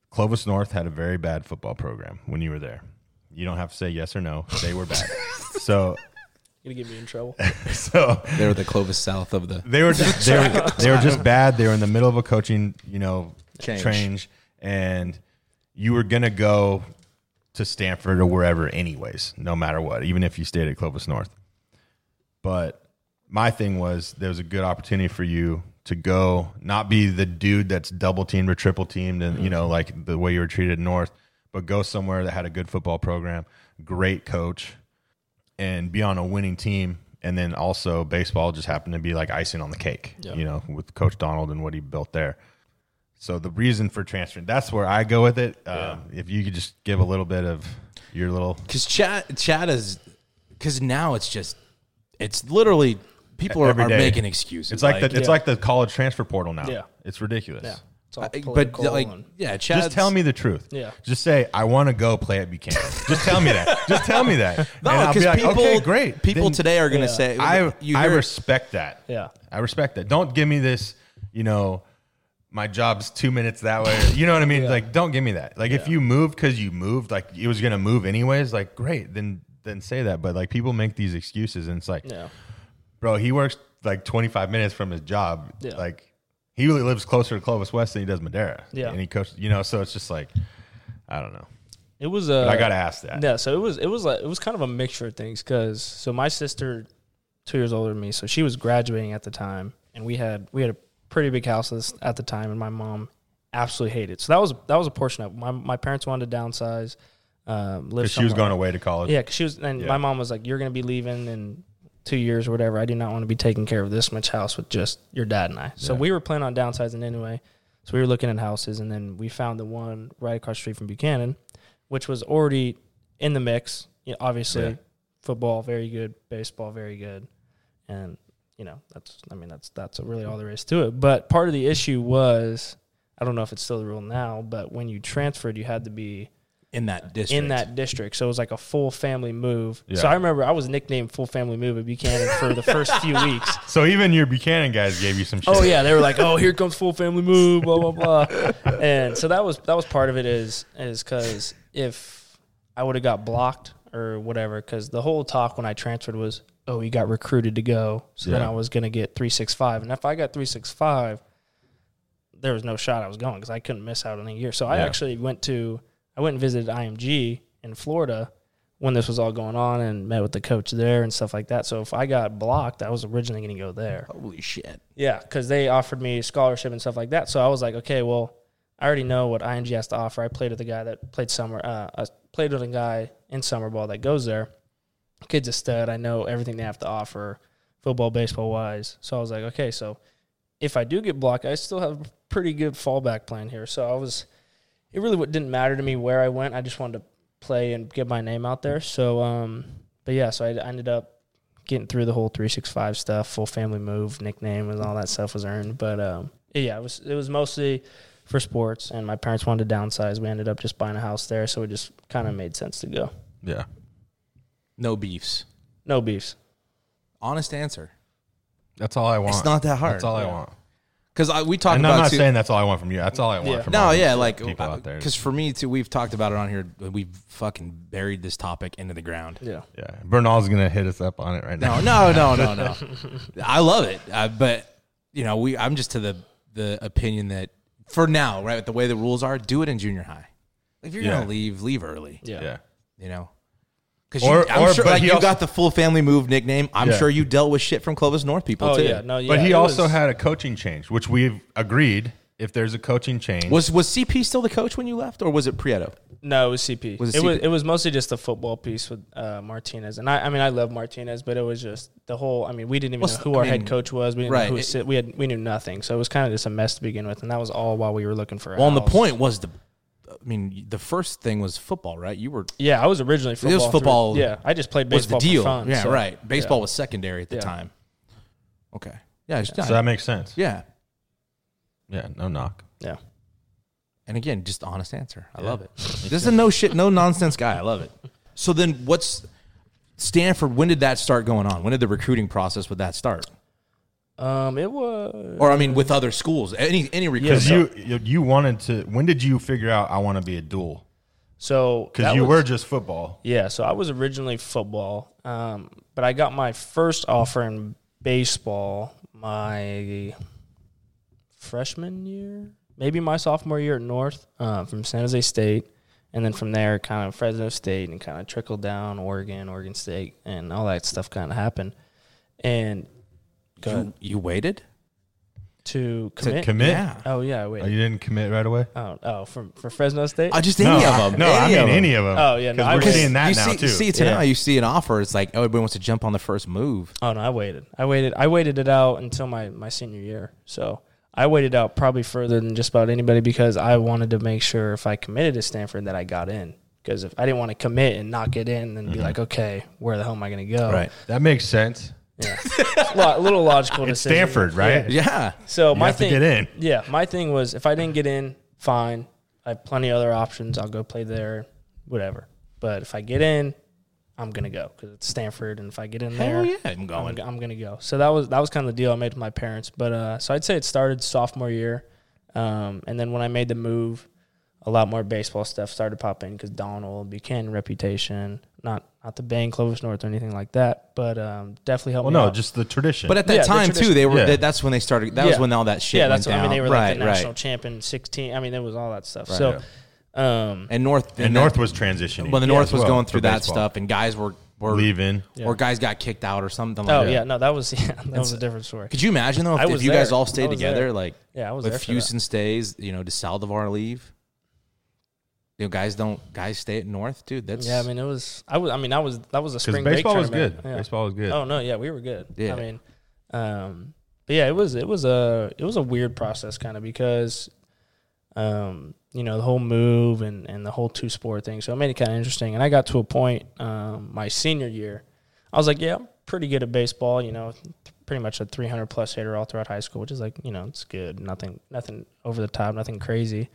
Speaker 2: Clovis North had a very bad football program when you were there. You don't have to say yes or no. They were bad. so,
Speaker 4: gonna get me in trouble.
Speaker 2: so
Speaker 3: they were the Clovis South of the.
Speaker 2: they were just they were, they were <laughs> just bad. They were in the middle of a coaching, you know,
Speaker 3: Change.
Speaker 2: change. and you were gonna go to Stanford or wherever, anyways, no matter what, even if you stayed at Clovis North. But my thing was there was a good opportunity for you to go, not be the dude that's double teamed or triple teamed, and you know, like the way you were treated at North, but go somewhere that had a good football program, great coach, and be on a winning team. And then also baseball just happened to be like icing on the cake, you know, with Coach Donald and what he built there. So the reason for transferring, that's where I go with it. Um, if you could just give a little bit of your little,
Speaker 3: Because Chad Chad is because now it's just it's literally people are,
Speaker 2: E-, Every
Speaker 3: are
Speaker 2: day.
Speaker 3: making excuses.
Speaker 2: it's like, the, it's
Speaker 4: yeah.
Speaker 2: like the college transfer portal now.
Speaker 4: Yeah.
Speaker 2: It's ridiculous.
Speaker 4: yeah, it's all
Speaker 3: I- but
Speaker 4: political
Speaker 3: like
Speaker 4: and-
Speaker 3: yeah, Chad.
Speaker 2: Just tell me the truth.
Speaker 4: Yeah.
Speaker 2: Just say I want to go play at Buchanan. just tell me that. Just tell me that. And
Speaker 3: <laughs> No,
Speaker 2: I'll be
Speaker 3: because
Speaker 2: like,
Speaker 3: people
Speaker 2: okay, great.
Speaker 3: People
Speaker 2: Then-
Speaker 3: today are gonna
Speaker 4: Yeah.
Speaker 3: say
Speaker 2: I
Speaker 3: you
Speaker 2: I
Speaker 3: hear-
Speaker 2: respect that.
Speaker 4: Yeah.
Speaker 2: I respect that. Don't give me this, you know, my job's two minutes that way. You know what I mean? Like, don't give me that. Like, if you moved because you moved, like it was gonna move anyways. Like, great, then then say that. But like, people make these excuses, and it's like,
Speaker 4: yeah,
Speaker 2: bro, he works like 25 minutes from his job.
Speaker 4: Yeah.
Speaker 2: Like, he really lives closer to Clovis West than he does Madeira.
Speaker 4: Yeah.
Speaker 2: and he coached. You know, so it's just like, I don't know.
Speaker 4: it was. Uh,
Speaker 2: But I gotta ask that.
Speaker 4: Yeah, so it was it was like it was kind of a mixture of things because so my sister, two years older than me, so she was graduating at the time, and we had we had a pretty big house this- at the time, and my mom absolutely hated. So that was that was a portion of it. my my parents wanted to downsize, um, live.
Speaker 2: 'Cause she was
Speaker 4: somewhere.
Speaker 2: going away to college.
Speaker 4: Yeah, 'cause she was, and
Speaker 2: Yeah.
Speaker 4: my mom was like, "You're going to be leaving in two years or whatever. I do not want to be taking care of this much house with just your dad and I." So we were planning on downsizing anyway. So we were looking at houses, and then we found the one right across the street from Buchanan, which was already in the mix. You know, obviously,
Speaker 2: Yeah.
Speaker 4: football very good, baseball very good, and you know that's I mean that's that's really all there is to it. But part of the issue was. I don't know if it's still the rule now, but when you transferred, you had to be
Speaker 3: in that district
Speaker 4: in that district. So it was like a full family move.
Speaker 2: Yeah.
Speaker 4: So I remember I was nicknamed Full Family Move at Buchanan for the first few weeks.
Speaker 2: So even your Buchanan guys gave you some. shit.
Speaker 4: Oh yeah, they were like,
Speaker 2: <laughs>
Speaker 4: "Oh, here comes Full Family Move," blah blah blah. And so that was that was part of it is is because if I would have got blocked or whatever, because the whole talk when I transferred was, "Oh, you got recruited to go," so then
Speaker 2: Yeah.
Speaker 4: I was gonna get three six five, and if I got three six five, there was no shot I was going because I couldn't miss out on a year. So I
Speaker 2: Yeah.
Speaker 4: actually went to I went and visited IMG in Florida when this was all going on and met with the coach there and stuff like that. So if I got blocked, I was originally going to go there.
Speaker 3: holy shit.
Speaker 4: Yeah, because they offered me scholarship and stuff like that. So I was like, okay, well, I already know what ING has to offer. I played with a guy that played summer, uh, I played with a guy in summer ball that goes there. Kid's a stud. I know everything they have to offer, football, baseball wise. So I was like, okay, so if I do get blocked, I still have a pretty good fallback plan here. So I was, it really wa- didn't matter to me where I went. I just wanted to play and get my name out there. So, um, but yeah, so I I ended up getting through the whole 365 stuff, full family move, nickname, and all that stuff was earned. But um, yeah, it was it was mostly for sports, and my parents wanted to downsize. We ended up just buying a house there, so it just kind of made sense to go.
Speaker 2: Yeah.
Speaker 3: No beefs.
Speaker 4: No beefs.
Speaker 3: Honest answer.
Speaker 2: That's all I want.
Speaker 3: not that hard.
Speaker 2: That's all I want.
Speaker 3: Because we talked
Speaker 2: And
Speaker 3: about
Speaker 2: I'm not
Speaker 3: too-
Speaker 2: saying that's all I want from you. That's all I want
Speaker 4: Yeah.
Speaker 2: from
Speaker 3: No,
Speaker 2: all these
Speaker 3: yeah, like
Speaker 2: people out there.
Speaker 3: because for me too, we've talked about it on here. We've fucking buried this topic into the ground.
Speaker 4: Yeah.
Speaker 2: Yeah, Bernal's gonna hit us up on it right now.
Speaker 3: No, no, no, no,
Speaker 4: <laughs>
Speaker 3: no. I love it, uh, but you know, we. I'm just to the the opinion that for now, right, with the way the rules are, do it in junior high. If you're
Speaker 2: Yeah.
Speaker 3: gonna leave, leave early.
Speaker 4: Yeah.
Speaker 2: <laughs> Yeah,
Speaker 3: You know. Because
Speaker 2: Or-
Speaker 3: I'm
Speaker 2: or-
Speaker 3: sure,
Speaker 2: but
Speaker 3: like
Speaker 2: he
Speaker 3: you
Speaker 2: also-
Speaker 3: got the full family move nickname. I'm
Speaker 2: Yeah.
Speaker 3: sure you dealt with shit from Clovis North people
Speaker 4: Oh
Speaker 3: too.
Speaker 4: yeah. No. Yeah.
Speaker 2: but he
Speaker 4: it
Speaker 2: also
Speaker 4: was-
Speaker 2: had a coaching change, which we've agreed. If there's a coaching change,
Speaker 3: Was was CP still the coach when you left, or was it Prieto?
Speaker 4: No, it was CP.
Speaker 3: Was it
Speaker 4: it, was
Speaker 3: CP?
Speaker 4: it was mostly just the football piece with uh, Martinez, and I, I mean I love Martinez, but it was just the whole. I mean we didn't even
Speaker 3: Well,
Speaker 4: know who
Speaker 3: I
Speaker 4: our
Speaker 3: mean,
Speaker 4: head coach was. We didn't
Speaker 3: right,
Speaker 4: know who
Speaker 3: it-
Speaker 4: sit, we had we knew nothing, so it was kind of just a mess to begin with, and that was all while we were looking for. a
Speaker 3: Well, and the
Speaker 4: house.
Speaker 3: point was the, I mean, the first thing was football, right? You were
Speaker 4: Yeah, I was originally football. through-
Speaker 3: football
Speaker 4: yeah, I just played
Speaker 3: was
Speaker 4: baseball
Speaker 3: the deal,
Speaker 4: for fun.
Speaker 3: yeah,
Speaker 4: so-
Speaker 3: right? Baseball was secondary at the
Speaker 4: Yeah.
Speaker 3: time. Okay, yeah, it's
Speaker 2: so that makes sense.
Speaker 3: yeah.
Speaker 2: Yeah, no knock.
Speaker 4: Yeah.
Speaker 3: And again, just honest answer. I
Speaker 2: <laughs>
Speaker 3: love it. This is a no shit, no nonsense guy. I love it. So then, what's Stanford? When did that start going on? When did the recruiting process with that start?
Speaker 4: Um, it was.
Speaker 3: Or I mean, with other schools, any any recruiting?
Speaker 2: Because you you you wanted to. When did you figure out I want to be a dual?
Speaker 4: So
Speaker 2: Because
Speaker 4: that
Speaker 2: you
Speaker 4: was-
Speaker 2: were just football.
Speaker 4: Yeah, so I was originally football, um, but I got my first offer in baseball my freshman year, maybe my sophomore year at North uh, from San Jose State, and then from there, kind of Fresno State, and kind of trickled down Oregon, Oregon State, and all that stuff kind of happened. And
Speaker 3: you, you waited.
Speaker 4: to
Speaker 2: To
Speaker 4: commit,
Speaker 2: commit?
Speaker 3: Yeah.
Speaker 4: oh yeah,
Speaker 2: Oh,
Speaker 4: wait,
Speaker 2: you didn't commit right away.
Speaker 4: oh, oh from for Fresno State,
Speaker 3: I Uh, just any
Speaker 2: no,
Speaker 3: of them.
Speaker 2: No, I mean any of them.
Speaker 4: Oh, yeah, no,
Speaker 2: because
Speaker 4: I
Speaker 2: we're
Speaker 4: was-
Speaker 2: seeing that
Speaker 3: you
Speaker 2: now
Speaker 3: see,
Speaker 2: too.
Speaker 3: See to now, you see an offer. It's like oh, everybody wants to jump on the first move.
Speaker 4: Oh no, I waited. I waited. I waited it out until my my senior year. So I waited out probably further than just about anybody because I wanted to make sure if I committed to Stanford that I got in. Because if I didn't want to commit and not get in, then
Speaker 2: Mm-hmm.
Speaker 4: be like, okay, where the hell am I going to go?
Speaker 2: that makes sense.
Speaker 4: Lo- little logical
Speaker 2: It's
Speaker 4: decision.
Speaker 2: Stanford, right?
Speaker 3: Yeah.
Speaker 4: So my
Speaker 2: have to
Speaker 4: thing,
Speaker 2: get in.
Speaker 4: Yeah, my thing was if I didn't get in, fine. I have plenty of other options. I'll go play there, whatever. But if I get in, I'm gonna go because it's Stanford, and if I get in
Speaker 3: Hell
Speaker 4: there,
Speaker 3: yeah, I'm going.
Speaker 4: I'm, I'm gonna go. So that was that was kind of the deal I made with my parents. But uh, so I'd say it started sophomore year, um, and then when I made the move, a lot more baseball stuff started popping because Donald Buchanan reputation, not not the Bang Clovis North or anything like that, but um, definitely helped.
Speaker 2: Well,
Speaker 4: me
Speaker 2: no,
Speaker 4: out.
Speaker 2: just the tradition.
Speaker 3: But at that
Speaker 4: Yeah, the
Speaker 3: time too,
Speaker 4: tradition-
Speaker 3: they were.
Speaker 2: Yeah.
Speaker 3: That, that's when they started. That was
Speaker 4: Yeah.
Speaker 3: when all that shit.
Speaker 4: Yeah, that's
Speaker 3: went
Speaker 4: what, I mean.
Speaker 3: down.
Speaker 4: They were
Speaker 3: right,
Speaker 4: like the national
Speaker 3: right.
Speaker 4: champion sixteen. I mean, there was all that stuff. so, um,
Speaker 3: And North
Speaker 2: and
Speaker 3: that-
Speaker 2: North was transitioning
Speaker 3: when the North
Speaker 2: as
Speaker 3: was
Speaker 2: well
Speaker 3: going
Speaker 2: for
Speaker 3: through that
Speaker 2: baseball.
Speaker 3: stuff, and guys were were
Speaker 2: leaving.
Speaker 3: or guys got kicked out or something.
Speaker 4: oh
Speaker 3: like
Speaker 4: yeah.
Speaker 3: that.
Speaker 4: no, that was <laughs> yeah, that was a different story.
Speaker 3: Could you imagine though
Speaker 4: I
Speaker 3: if, if
Speaker 4: was
Speaker 3: you guys
Speaker 4: there.
Speaker 3: all
Speaker 4: I
Speaker 3: stayed
Speaker 4: was
Speaker 3: together,
Speaker 4: there.
Speaker 3: like
Speaker 4: Yeah, I was
Speaker 3: if
Speaker 4: there for that.
Speaker 3: Houston stays, you know, does Saldivar leave? You know, guys don't guys stay at North, dude. That's
Speaker 4: yeah, I mean, it was. I was. I mean, that was that was a
Speaker 2: Because
Speaker 4: spring break
Speaker 2: baseball was good.
Speaker 4: tournament. Yeah.
Speaker 2: Baseball was good.
Speaker 4: Oh no, yeah, we were good.
Speaker 3: Yeah.
Speaker 4: I mean, um, but yeah, it was it was a it was a weird process kind of because, um, you know, the whole move and and the whole two sport thing. So it made it kind of interesting. And I got to a point um, my senior year, I was like, yeah, I'm pretty good at baseball. You know, th- pretty much a 300 plus hitter all throughout high school, which is like you know it's good. Nothing nothing over the top, nothing crazy.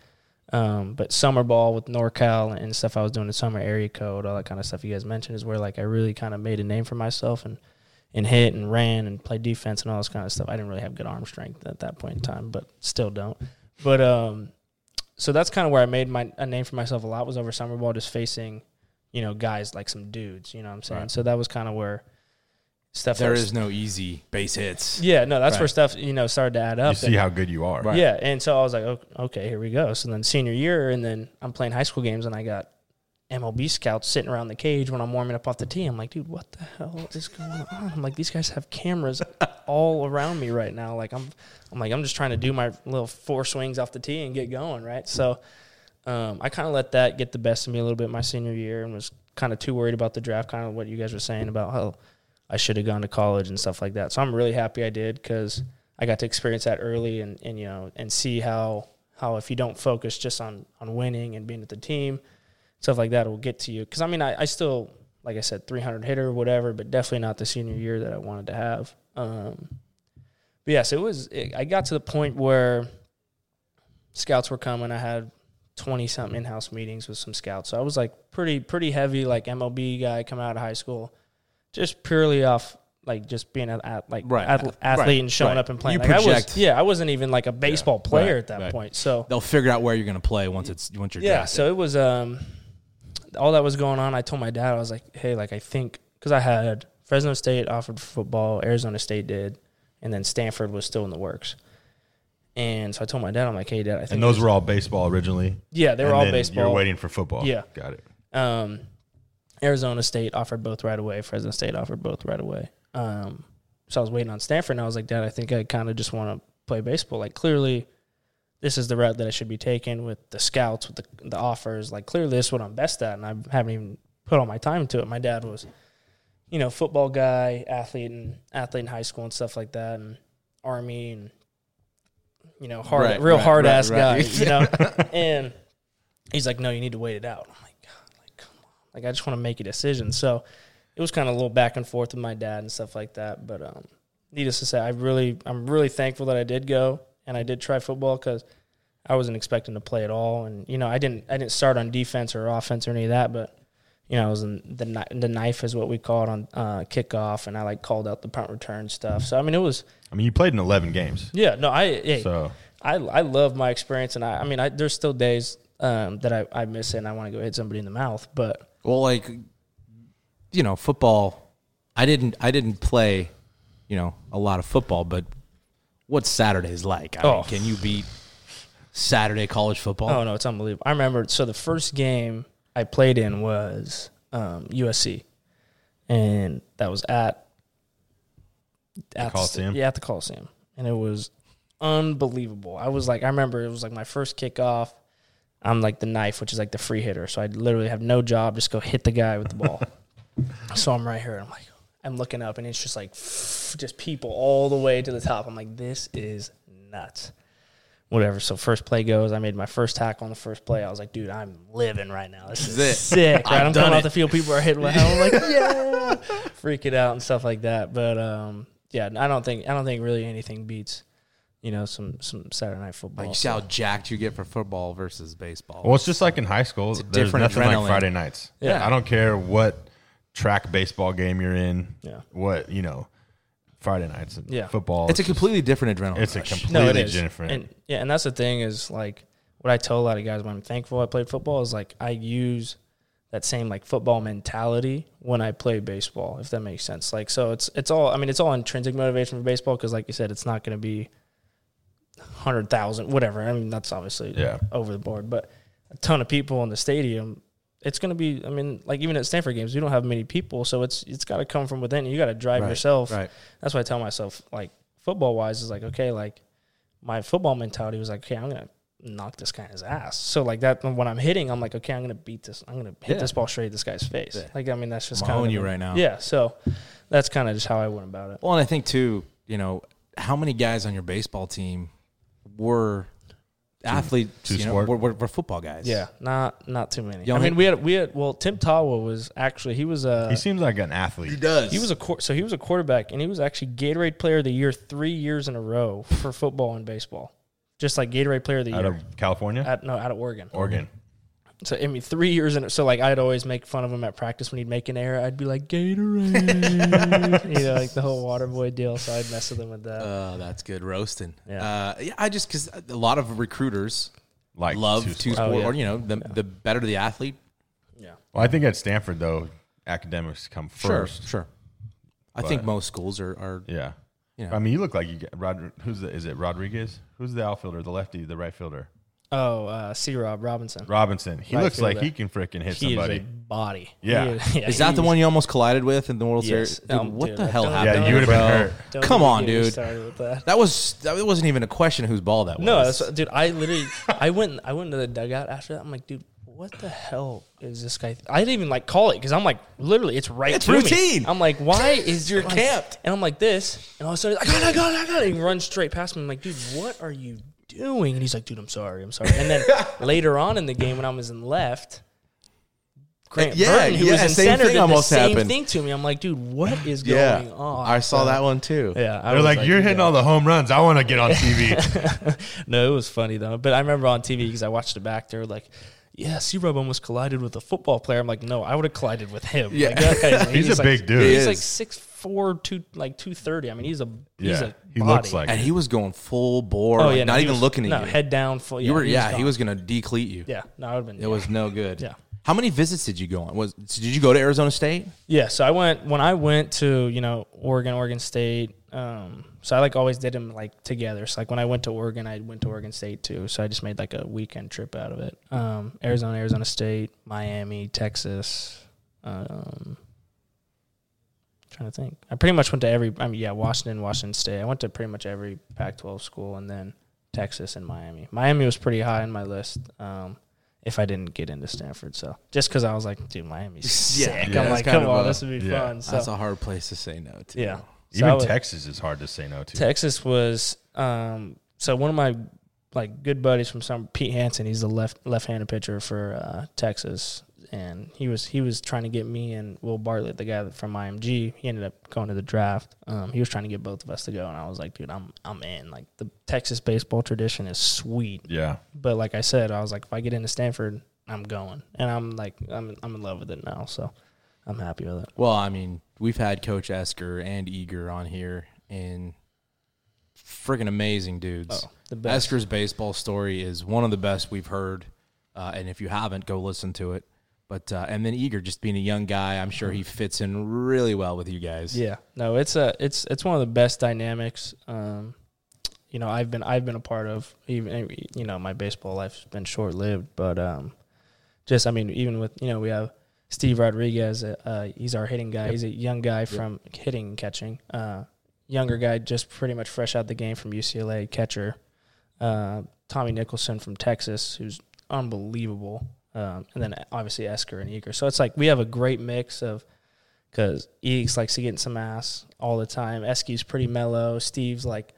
Speaker 4: Um, but summer ball with NorCal and stuff I was doing in summer area code, all that kind of stuff you guys mentioned is where like I really kind of made a name for myself and and hit and ran and played defense and all this kind of stuff. I didn't really have good arm strength at that point in time, but still don't. But um, so that's kind of where I made my a name for myself a lot was over summer ball, just facing, you know, guys like some dudes. You know what I'm saying? So that was kind of where stuff.
Speaker 3: there
Speaker 4: was-
Speaker 3: is no easy base hits.
Speaker 4: Yeah, no, that's where
Speaker 3: Right.
Speaker 4: stuff you know started to add up.
Speaker 2: You see how good you are.
Speaker 4: Yeah, and so I was like, "Oh, okay, here we go. So then senior year, and then I'm playing high school games, and I got MLB scouts sitting around the cage when I'm warming up off the tee. I'm like, dude, what the hell is going on? I'm like, these guys have cameras all around me right now. Like I'm, I'm like, I'm just trying to do my little four swings off the tee and get going, right? So um, I kind of let that get the best of me a little bit my senior year and was kind of too worried about the draft, kind of what you guys were saying about how I should have gone to college and stuff like that. So I'm really happy I did because I got to experience that early and, and you know and see how how if you don't focus just on on winning and being with the team, stuff like that will get to you. Because I mean I, I still like I said, 300 hitter, whatever, but definitely not the senior year that I wanted to have. Um, but yes, it was. It, I got to the point where scouts were coming. I had 20 something in house meetings with some scouts. So I was like pretty, pretty heavy, like MLB guy coming out of high school, just purely off like just being an at, like
Speaker 3: Right.
Speaker 4: ath-
Speaker 3: Right.
Speaker 4: athlete and showing
Speaker 3: Right.
Speaker 4: up and playing.
Speaker 3: You
Speaker 4: like I was,
Speaker 3: project.
Speaker 4: yeah, I wasn't even like a baseball player
Speaker 3: Right.
Speaker 4: at that
Speaker 3: Right.
Speaker 4: point. So
Speaker 3: They'll figure out where you're going to play once it's once you're
Speaker 4: yeah,
Speaker 3: drafted.
Speaker 4: so it was um, all that was going on. I told my dad, I was like, hey, like I think because I had Fresno State offered football, Arizona State did, and then Stanford was still in the works. And so I told my dad, I'm like, hey, dad, I think
Speaker 2: And those
Speaker 4: there's-
Speaker 2: were all baseball originally.
Speaker 4: yeah, they were
Speaker 2: And
Speaker 4: all
Speaker 2: then
Speaker 4: baseball.
Speaker 2: You're waiting for football.
Speaker 4: Yeah.
Speaker 2: Got it.
Speaker 4: Um, Arizona State offered both right away. Fresno State offered both right away. Um, so I was waiting on Stanford, and I was like, Dad, I think I kind of just want to play baseball. Like, clearly, this is the route that I should be taking with the scouts, with the, the offers. Like, clearly, this is what I'm best at, and I haven't even put all my time into it. My dad was, you know, football guy, athlete, and athlete in high school and stuff like that, and army, and you know, hard,
Speaker 3: Right,
Speaker 4: real
Speaker 3: right,
Speaker 4: hard ass
Speaker 3: right, right.
Speaker 4: guy,
Speaker 3: <laughs>
Speaker 4: you know, and he's like, no, you need to wait it out. I'm like, God, like, come on. Like, I just want to make a decision. So it was kind of a little back and forth with my dad and stuff like that. But um, needless to say, I really, I'm really thankful that I did go and I did try football because I wasn't expecting to play at all. And, you know, I didn't, I didn't start on defense or offense or any of that, but, you know, I was in the, kni- the knife is what we call it on uh, kickoff. And I like called out the punt return stuff. So, I mean, it was,
Speaker 2: I mean, you played in 11 games.
Speaker 4: yeah, no, I, yeah,
Speaker 2: So
Speaker 4: I, I love my experience, and I, I mean, I, there's still days um, that I, I miss it, and I want to go hit somebody in the mouth. But
Speaker 3: Well, like you know, football. I didn't. I didn't play. You know, a lot of football, but what's Saturdays like? I mean,
Speaker 4: Oh.
Speaker 3: can you beat Saturday college football?
Speaker 4: oh no, it's unbelievable. I remember. So the first game I played in was um, USC, and that was at at
Speaker 2: Coliseum?
Speaker 4: yeah, at the Coliseum, and it was unbelievable. I was like, I remember it was like my first kickoff. I'm like the knife, which is like the free hitter. So I literally have no job, just go hit the guy with the ball. so I'm right here. And I'm like, I'm looking up, and it's just like, <sniffs> just people all the way to the top. I'm like, this is nuts. Whatever. So first play goes. I made my first tackle on the first play. I was like, dude, I'm living right now. This is
Speaker 3: This is it.
Speaker 4: sick. Right?
Speaker 3: I've
Speaker 4: I'm
Speaker 3: done
Speaker 4: coming
Speaker 3: it.
Speaker 4: off the field. People are hitting. my head.
Speaker 3: <laughs>
Speaker 4: I'm like, yeah, freaking out and stuff like that. But um, yeah, I don't think I don't think really anything beats, you know, some some Saturday night football.
Speaker 3: Like you see how jacked you get for football versus baseball.
Speaker 2: Well, it's just like in high school.
Speaker 3: a
Speaker 2: There's
Speaker 3: different
Speaker 2: nothing
Speaker 3: adrenaline.
Speaker 2: like Friday nights.
Speaker 4: Yeah.
Speaker 2: I don't care what track baseball game you're in.
Speaker 4: Yeah.
Speaker 2: What you know, Friday nights.
Speaker 4: Yeah.
Speaker 2: Football.
Speaker 3: it's a
Speaker 2: is just-
Speaker 3: completely different adrenaline.
Speaker 2: It's a
Speaker 3: rush.
Speaker 2: completely
Speaker 4: no, it is.
Speaker 2: different.
Speaker 4: And yeah, and that's the thing is like what I tell a lot of guys when I'm thankful I played football is like I use that same like football mentality when I play baseball, if that makes sense. Like so it's it's all I mean it's all intrinsic motivation for baseball because like you said, it's not gonna be hundred thousand, whatever. I mean that's obviously
Speaker 2: Yeah.
Speaker 4: over the board, but a ton of people in the stadium it's going to be i mean like even at stanford games we don't have many people so it's it's got to come from within you got to drive
Speaker 3: Right,
Speaker 4: yourself
Speaker 3: right.
Speaker 4: that's why i tell myself like football wise is like okay like my football mentality was like okay i'm going to knock this guy's ass so like that when i'm hitting i'm like okay i'm going to beat this i'm going to hit
Speaker 3: Yeah.
Speaker 4: this ball straight at this guy's face like i mean that's just
Speaker 3: I'm
Speaker 4: kind of
Speaker 3: on you right now.
Speaker 4: yeah so that's kind of just how i went about it
Speaker 3: Well, and I think too, you know, how many guys on your baseball team were athletes?
Speaker 2: two
Speaker 3: you know,
Speaker 2: sport?
Speaker 3: were, were, were football guys?
Speaker 4: yeah not not too many
Speaker 3: Y'all
Speaker 4: i mean
Speaker 3: hit-
Speaker 4: we had we had well tim tawa was actually he was uh
Speaker 2: he seems like an athlete.
Speaker 3: he does.
Speaker 4: He was a quar- so he was a quarterback, and he was actually Gatorade Player of the Year three years in a row for football and baseball, just like Gatorade Player of the
Speaker 2: out
Speaker 4: Year.
Speaker 2: of California,
Speaker 4: At, no, out of Oregon.
Speaker 2: Oregon.
Speaker 4: So I mean, three years in. So like, I'd always make fun of him at practice when he'd make an error. I'd be like Gatorade, <laughs> you know, like the whole water boy deal. So I'd mess with him with that.
Speaker 3: Uh, that's good roasting.
Speaker 4: Yeah.
Speaker 3: Uh, yeah I just because a lot of recruiters
Speaker 2: Like
Speaker 3: love
Speaker 2: two
Speaker 3: two
Speaker 2: sports.
Speaker 3: sport,
Speaker 4: Oh, yeah.
Speaker 3: or you know, the, the better the athlete.
Speaker 2: Well, I think at Stanford though, academics come first.
Speaker 3: sure. I think most schools are, are
Speaker 2: Yeah.
Speaker 3: Yeah.
Speaker 2: I mean, you look like you get Rod. Who's the? Is it Rodriguez? Who's the outfielder? The lefty? The right fielder?
Speaker 4: oh, uh, C. Rob Robinson.
Speaker 2: Robinson. He
Speaker 4: Right
Speaker 2: looks like
Speaker 4: fielder.
Speaker 2: he can freaking hit
Speaker 4: He
Speaker 2: somebody.
Speaker 4: is a body.
Speaker 2: Yeah.
Speaker 4: He yeah,
Speaker 3: Is that the
Speaker 4: he's-
Speaker 3: one you almost collided with in the World
Speaker 4: Yes.
Speaker 3: Series? Dude,
Speaker 4: Um,
Speaker 3: what
Speaker 4: dude,
Speaker 3: the
Speaker 4: I
Speaker 3: hell
Speaker 4: don't-
Speaker 3: happened?
Speaker 2: Yeah, you would've been
Speaker 3: bro?
Speaker 2: hurt.
Speaker 4: Don't
Speaker 3: Come
Speaker 4: even
Speaker 3: on,
Speaker 4: get me
Speaker 3: dude.
Speaker 4: started with that.
Speaker 3: That was that wasn't even a question whose ball that was.
Speaker 4: No, that's what, dude. I literally, I went, I went to the dugout after that. I'm like, dude, what the hell is this guy? I didn't even like call it because I'm like, literally, it's right.
Speaker 3: It's
Speaker 4: to me.
Speaker 3: routine.
Speaker 4: I'm
Speaker 3: <laughs>
Speaker 4: like, why is
Speaker 3: You're
Speaker 4: like-
Speaker 3: camped.
Speaker 4: And I'm like this, and all of a sudden, I got it, I got it, I got it. And he runs straight past me. I'm like, dude, what are you doing?
Speaker 3: <laughs>
Speaker 4: And he's like, dude, I'm sorry, I'm sorry. And then later on in the game, when I was in left, Grant
Speaker 3: Yeah,
Speaker 4: Burton, who
Speaker 3: yeah,
Speaker 4: was in
Speaker 3: same
Speaker 4: center,
Speaker 3: thing
Speaker 4: did
Speaker 3: almost
Speaker 4: the same
Speaker 3: happened.
Speaker 4: thing to me. I'm like, dude, what is
Speaker 3: Yeah,
Speaker 4: going on?
Speaker 3: I saw
Speaker 4: So-
Speaker 3: that one too.
Speaker 4: Yeah, I
Speaker 2: They're
Speaker 4: was
Speaker 2: like, you're hitting
Speaker 4: yeah.
Speaker 2: all the home runs. I want to
Speaker 4: <laughs>
Speaker 2: get on TV.
Speaker 4: No, it was funny though. But I remember on TV because I watched it back. They were like, "Yeah, C-Rob almost collided with a football player." I'm like, "No, I would have collided with him."
Speaker 3: Yeah.
Speaker 4: Like,
Speaker 2: <laughs>
Speaker 4: that guy's-
Speaker 2: He's a
Speaker 4: like-
Speaker 2: big dude.
Speaker 3: He
Speaker 4: He's
Speaker 3: is.
Speaker 4: like six four, two like two thirty. I mean, he's a he's
Speaker 2: yeah,
Speaker 4: a
Speaker 2: he looks
Speaker 4: body.
Speaker 2: like
Speaker 3: And
Speaker 2: it.
Speaker 3: he was going full bore,
Speaker 4: oh
Speaker 3: like,
Speaker 4: yeah, no,
Speaker 3: not
Speaker 4: he
Speaker 3: even
Speaker 4: was-
Speaker 3: looking at
Speaker 4: no,
Speaker 3: you.
Speaker 4: head down, full.
Speaker 3: you were, yeah,
Speaker 4: gone.
Speaker 3: he was gonna decleat you.
Speaker 4: Yeah, no, I would have been.
Speaker 3: It was no good.
Speaker 4: Yeah.
Speaker 3: How many visits did you go on? Was did you go to Arizona State?
Speaker 4: Yeah, so I went when I went to you know Oregon, Oregon State. Um, so I like always did them like together. So like when I went to Oregon, I went to Oregon State too. So I just made like a weekend trip out of it. Um, Arizona, Arizona State, Miami, Texas. Um, trying to think, I pretty much went to every. I mean, yeah, Washington, Washington State. I went to pretty much every Pac-12 school, and then Texas and Miami. Miami was pretty high on my list. Um, if I didn't get into Stanford, so just because I was like, dude,
Speaker 3: <laughs>
Speaker 4: Miami's
Speaker 3: Yeah,
Speaker 4: sick.
Speaker 3: yeah,
Speaker 4: I'm
Speaker 3: that's
Speaker 4: like,
Speaker 3: kind
Speaker 4: come
Speaker 3: of
Speaker 4: on,
Speaker 3: a-
Speaker 4: this would be
Speaker 2: yeah,
Speaker 4: fun. So
Speaker 3: That's a hard place to say no to.
Speaker 4: yeah, So I
Speaker 2: Even
Speaker 4: was-
Speaker 2: Texas is hard to say no to.
Speaker 4: Texas was um, so one of my like good buddies from some Pete Hansen. He's the left left-handed pitcher for uh, Texas, and he was he was trying to get me and Will Bartlett, the guy that- from IMG. He ended up going to the draft. Um, he was trying to get both of us to go, and I was like, dude, I'm I'm in. Like the Texas baseball tradition is sweet,
Speaker 2: yeah,
Speaker 4: but like I said, I was like, if I get into Stanford, I'm going, and I'm like, I'm I'm in love with it now, so I'm happy with it.
Speaker 3: Well, I mean, we've had Coach Esker and Eager on here, and freaking amazing dudes.
Speaker 4: Oh, the best.
Speaker 3: Esker's baseball story is one of the best we've heard, uh, and if you haven't, go listen to it. But uh, and then Eager, just being a young guy, I'm sure he fits in really well with you guys.
Speaker 4: Yeah, no, it's a it's it's one of the best dynamics. Um, you know, I've been I've been a part of even you know my baseball life's been short lived, but um, just I mean even with you know we have Steve Rodriguez, uh, uh, he's our hitting guy. He's a young guy from hitting and catching. Uh, younger guy, just pretty much fresh out the game from UCLA, catcher. Uh, Tommy Nicholson from Texas, who's unbelievable. Um, and then obviously Esker and Eager. So it's like we have a great mix of because Eeks likes to get in some ass all the time. Esky's pretty mellow. Steve's like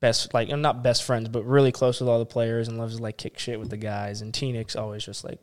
Speaker 4: best, like I'm not best friends, but really close with all the players and loves to like kick shit with the guys. And Teenix always just like,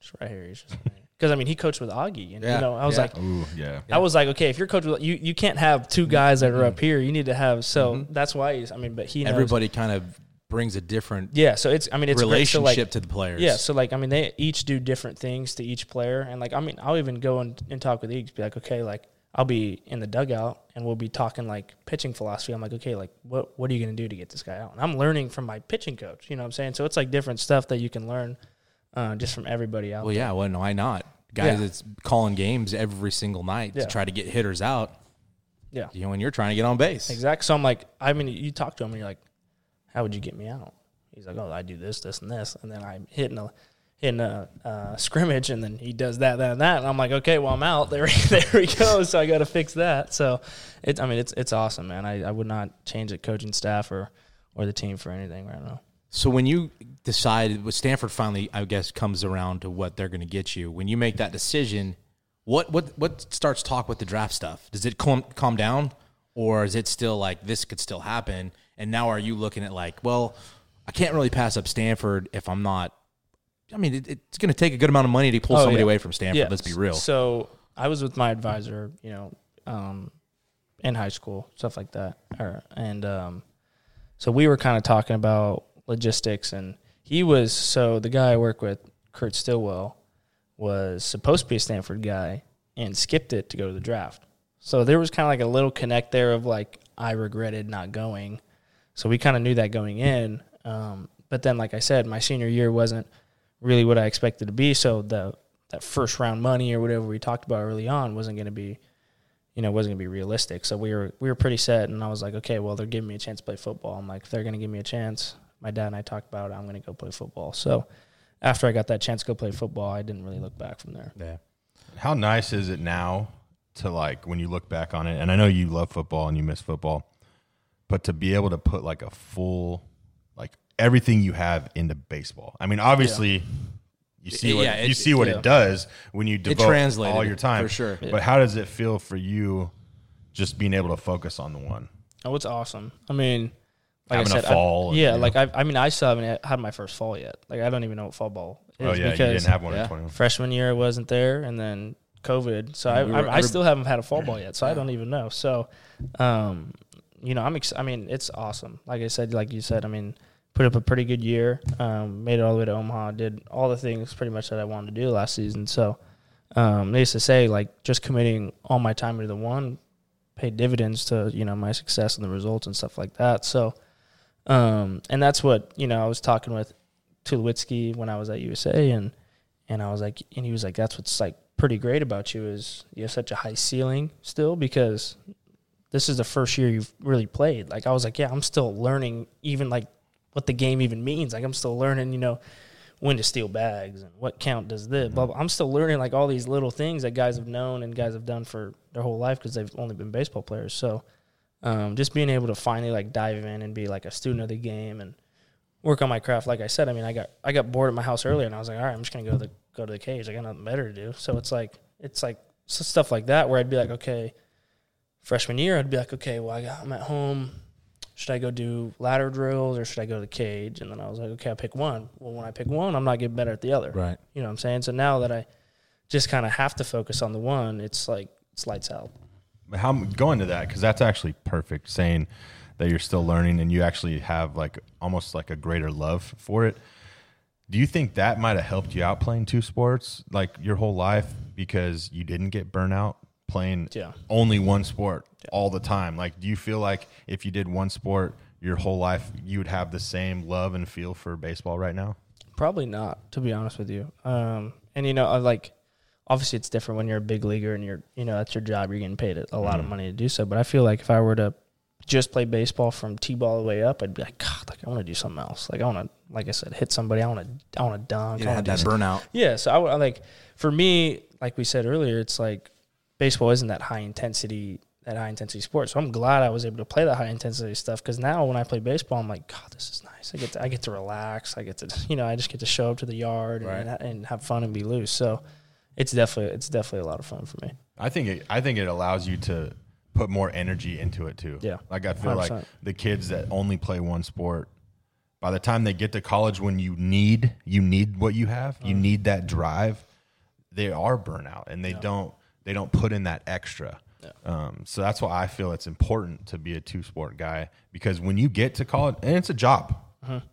Speaker 4: just right here. He's just <laughs> because I mean he coached with Augie, and
Speaker 3: Yeah,
Speaker 4: you know I was
Speaker 3: yeah.
Speaker 4: like.
Speaker 2: ooh, yeah.
Speaker 4: I was like, okay, if you're coach, with- you you can't have two guys that are up here. You need to have so that's why he's. I mean, but he knows.
Speaker 3: Mm-hmm. everybody kind of brings a different
Speaker 4: Yeah, so it's. I mean, it's great. So,
Speaker 3: relationship
Speaker 4: like,
Speaker 3: to the players.
Speaker 4: yeah, so like I mean, they each do different things to each player, and like I mean, I'll even go and, and talk with each, be like, okay, like I'll be in the dugout and we'll be talking like pitching philosophy. I'm like, okay, like what what are you gonna do to get this guy out? And I'm learning from my pitching coach. You know what I'm saying? So it's like different stuff that you can learn uh, just from everybody out.
Speaker 3: Well, yeah. Well, why not? Guys
Speaker 4: Yeah.
Speaker 3: that's calling games every single night
Speaker 4: Yeah.
Speaker 3: to try to get hitters out.
Speaker 4: there. yeah,
Speaker 3: You know, when you're trying to get on base.
Speaker 4: exactly. So I'm like, I mean, you talk to him and you're like, how would you get me out? He's like, oh, I do this, this, and this, and then I'm hitting a hitting a uh, scrimmage, and then he does that, that, and that, and I'm like, okay, well, I'm out. <laughs> There, there we go. So I got to fix that. So, it, I mean, it's it's awesome, man. I, I would not change it, coaching staff or or the team for anything right now.
Speaker 3: So when you decide, well, Stanford finally, I guess, comes around to what they're going to get you. When you make that decision, what what what starts talk with the draft stuff? Does it calm calm down, or is it still like this could still happen? And now are you looking at like, well, I can't really pass up Stanford if I'm not. I mean, it, it's going to take a good amount of money to pull
Speaker 4: Oh,
Speaker 3: somebody
Speaker 4: yeah.
Speaker 3: away from Stanford. Let's be real.
Speaker 4: So I was with my advisor, you know, um, in high school, stuff like that. Or, and um, so we were kind of talking about logistics, and he was so the guy I work with, Kurt Stillwell, was supposed to be a Stanford guy and skipped it to go to the draft. So there was kind of like a little connect there of like I regretted not going. So we kind of knew that going in. Um, but then, like I said, my senior year wasn't really what I expected to be. So the that first round money or whatever we talked about early on wasn't going to be, you know, wasn't going to be realistic. So we were we were pretty set, and I was like, okay, well, they're giving me a chance to play football. I'm like, if they're going to give me a chance, my dad and I talked about it. I'm going to go play football. So after I got that chance to go play football, I didn't really look back from there.
Speaker 3: yeah.
Speaker 2: How nice is it now to like when you look back on it? And I know you love football and you miss football, but to be able to put like a full, like everything you have into baseball. I mean, obviously, you see
Speaker 3: It-
Speaker 2: what
Speaker 3: yeah, it-
Speaker 2: you see what
Speaker 4: yeah.
Speaker 2: it does when you devote
Speaker 3: translated
Speaker 2: all your
Speaker 3: it,
Speaker 2: time
Speaker 3: for sure.
Speaker 2: But how does it feel for you, just being able to focus on the one?
Speaker 4: Oh, it's awesome. I mean, like
Speaker 2: Having a
Speaker 4: I said, I-
Speaker 2: fall and,
Speaker 4: yeah,
Speaker 2: you know.
Speaker 4: like I, I mean, I still haven't had my first fall yet. Like I don't even know what fall ball is
Speaker 2: oh yeah, you
Speaker 4: because
Speaker 2: didn't have one
Speaker 3: yeah.
Speaker 2: at 21.
Speaker 4: freshman year I wasn't there, and then COVID. So I,
Speaker 3: we were-
Speaker 4: I, I still haven't had a fall ball yet, so I don't even know. So, um, you know, I'm. Ex- I mean, it's awesome. Like I said, like you said, I mean, put up a pretty good year. Um, made it all the way to Omaha. Did all the things pretty much that I wanted to do last season. So, um, needless to say, like just committing all my time into the one paid dividends to you know my success and the results and stuff like that. So, um, and that's what you know I was talking with Tulowitzki when I was at USA, and and I was like, and he was like, that's what's like pretty great about you is you have such a high ceiling still because this is the first year you've really played. Like I was like, yeah, I'm still learning even like what the game even means. Like I'm still learning, you know, when to steal bags and what count does this. Blah, blah. I'm still learning like all these little things that guys have known and guys have done for their whole life because they've only been baseball players. So um, just being able to finally like dive in and be like a student of the game and work on my craft. Like I said, I mean, I got I got bored at my house earlier, and I was like, all right, I'm just gonna go to the go to the cage. I got nothing better to do. So it's like it's like s- stuff like that where I'd be like, okay, freshman year, I'd be like, okay, well, I got, I'm at home. Should I go do ladder drills or should I go to the cage? And then I was like, okay, I pick one. Well, when I pick one, I'm not getting better at the other.
Speaker 3: Right.
Speaker 4: You know what I'm saying? So now that I just kind of have to focus on the one, it's like it's lights out.
Speaker 2: how going to that because that's actually perfect saying that you're still learning and you actually have like almost like a greater love for it do you think that might have helped you out playing two sports like your whole life because you didn't get burnout playing
Speaker 4: Yeah.
Speaker 2: only one sport all the time like do you feel like if you did one sport your whole life you would have the same love and feel for baseball right now
Speaker 4: Probably not, to be honest with you. Um, and you know, I like obviously it's different when you're a big leaguer and you're you know that's your job. You're getting paid a lot
Speaker 3: Mm-hmm.
Speaker 4: of money to do so. But I feel like if I were to just play baseball from t-ball all the way up, I'd be like, God, like I want to do something else. Like I want to, like I said, hit somebody. I want to, I want to dunk.
Speaker 3: You
Speaker 4: I
Speaker 3: didn't
Speaker 4: want
Speaker 3: have
Speaker 4: to
Speaker 3: that burnout.
Speaker 4: yeah, so I would- I like for me, like we said earlier, it's like baseball isn't that high intensity that high intensity sport. So I'm glad I was able to play that high intensity stuff because now when I play baseball, I'm like, God, this is nice. I get to, I get to relax. I get to you know I just get to show up to the yard and,
Speaker 3: Right.
Speaker 4: and have fun and be loose. So it's definitely it's definitely a lot of fun for me.
Speaker 2: I think it, I think it allows you to put more energy into it too.
Speaker 4: Yeah.
Speaker 2: like I feel like
Speaker 4: 100%.
Speaker 2: the kids that only play one sport, by the time they get to college, when you need you need what you have, you need that drive. They are burnout, and they don't they don't put in that extra. Um, so that's why I feel it's important to be a two sport guy because when you get to college, and it's a job.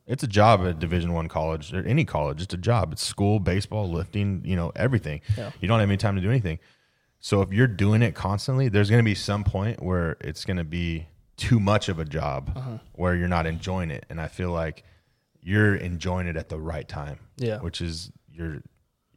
Speaker 2: It's a job at Division One college or any college. It's a job. It's school, baseball, lifting. You know everything. You don't have any time to do anything. So if you're doing it constantly, there's going to be some point where it's going to be too much of a job where you're not enjoying it. And I feel like you're enjoying it at the right time.
Speaker 4: Yeah.
Speaker 2: Which is you're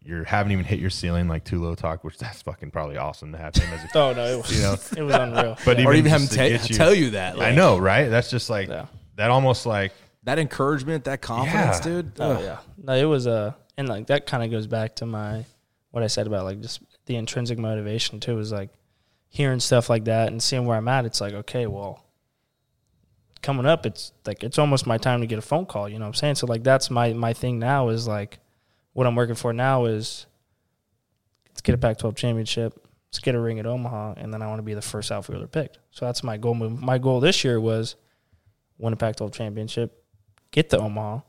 Speaker 2: you haven't even hit your ceiling like Tulo talk, which that's fucking probably awesome to have him as a <laughs>
Speaker 4: Oh no, it was <laughs> it was unreal.
Speaker 2: but
Speaker 3: Or even have
Speaker 2: just
Speaker 3: him
Speaker 2: to
Speaker 3: ta-
Speaker 2: get
Speaker 3: tell you that.
Speaker 2: I
Speaker 3: like,
Speaker 2: know, right? That's just like
Speaker 4: Yeah.
Speaker 2: that almost like
Speaker 3: That encouragement, that confidence,
Speaker 2: Yeah.
Speaker 3: dude.
Speaker 4: Oh
Speaker 3: Ugh.
Speaker 4: yeah, no, it was uh, and like that kind of goes back to my what I said about like just the intrinsic motivation too. Is like hearing stuff like that and seeing where I'm at. It's like okay, well, coming up, it's like it's almost my time to get a phone call. You know what I'm saying? So like that's my my thing now is like what I'm working for now is let's get a Pac-12 championship, let's get a ring at Omaha, and then I want to be the first outfielder picked. So that's my goal. Move. My goal this year was win a Pac-12 championship, get to Omaha,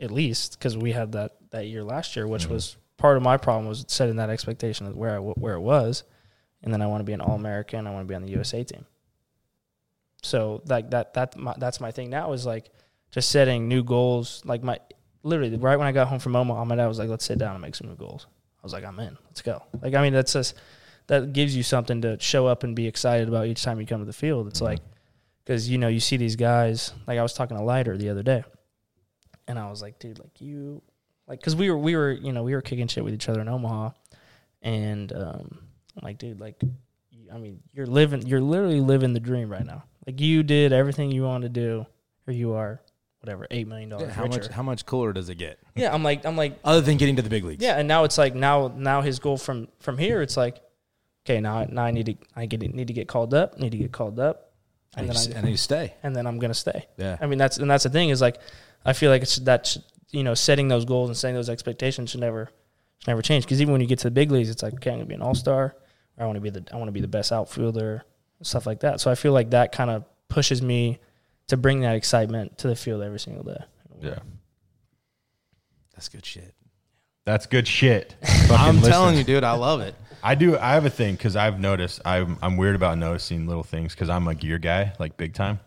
Speaker 4: at least because we had that that year last year, which was part of my problem was setting that expectation of where I, where it was, and then I want to be an All American. I want to be on the USA team. So like that that my, that's my thing now is like just setting new goals. Like my literally right when I got home from Omaha, my dad was like, "Let's sit down and make some new goals." I was like, "I'm in. Let's go." Like I mean, that's just that gives you something to show up and be excited about each time you come to the field.
Speaker 3: Mm-hmm.
Speaker 4: It's like because you know you see these guys. Like I was talking to Lighter the other day and I was like, dude, like you, like, cause we were we were you know we were kicking shit with each other in Omaha, and um, I'm like, dude, like, you- I mean, you're living, you're literally living the dream right now. Like you did everything you wanted to do, or you are whatever eight million dollars
Speaker 3: uh, How much? How much cooler does it get?
Speaker 4: yeah, I'm like, I'm like,
Speaker 3: Other than getting to the big leagues.
Speaker 4: yeah, and now it's like now now his goal from from here, it's like, okay, now now I need to I get need to get called up, need to get called up,
Speaker 3: And,
Speaker 4: and then
Speaker 3: you,
Speaker 4: I
Speaker 3: and you stay.
Speaker 4: and then I'm gonna stay.
Speaker 3: Yeah.
Speaker 4: I mean that's and that's the thing is like I feel like it's that sh- you know setting those goals and setting those expectations should never should never change because even when you get to the big leagues, it's like okay, I'm gonna be an all star. I want to be the I want to be the best outfielder, stuff like that. So I feel like that kind of pushes me to bring that excitement to the field every single day.
Speaker 2: yeah.
Speaker 3: That's good shit.
Speaker 2: That's good shit. Fucking
Speaker 3: <laughs> I'm
Speaker 2: listen.
Speaker 3: telling you, dude, I love
Speaker 4: <laughs>
Speaker 3: it.
Speaker 2: I do. I have a thing because I've noticed. I'm I'm weird about noticing little things because I'm a gear guy, like big time.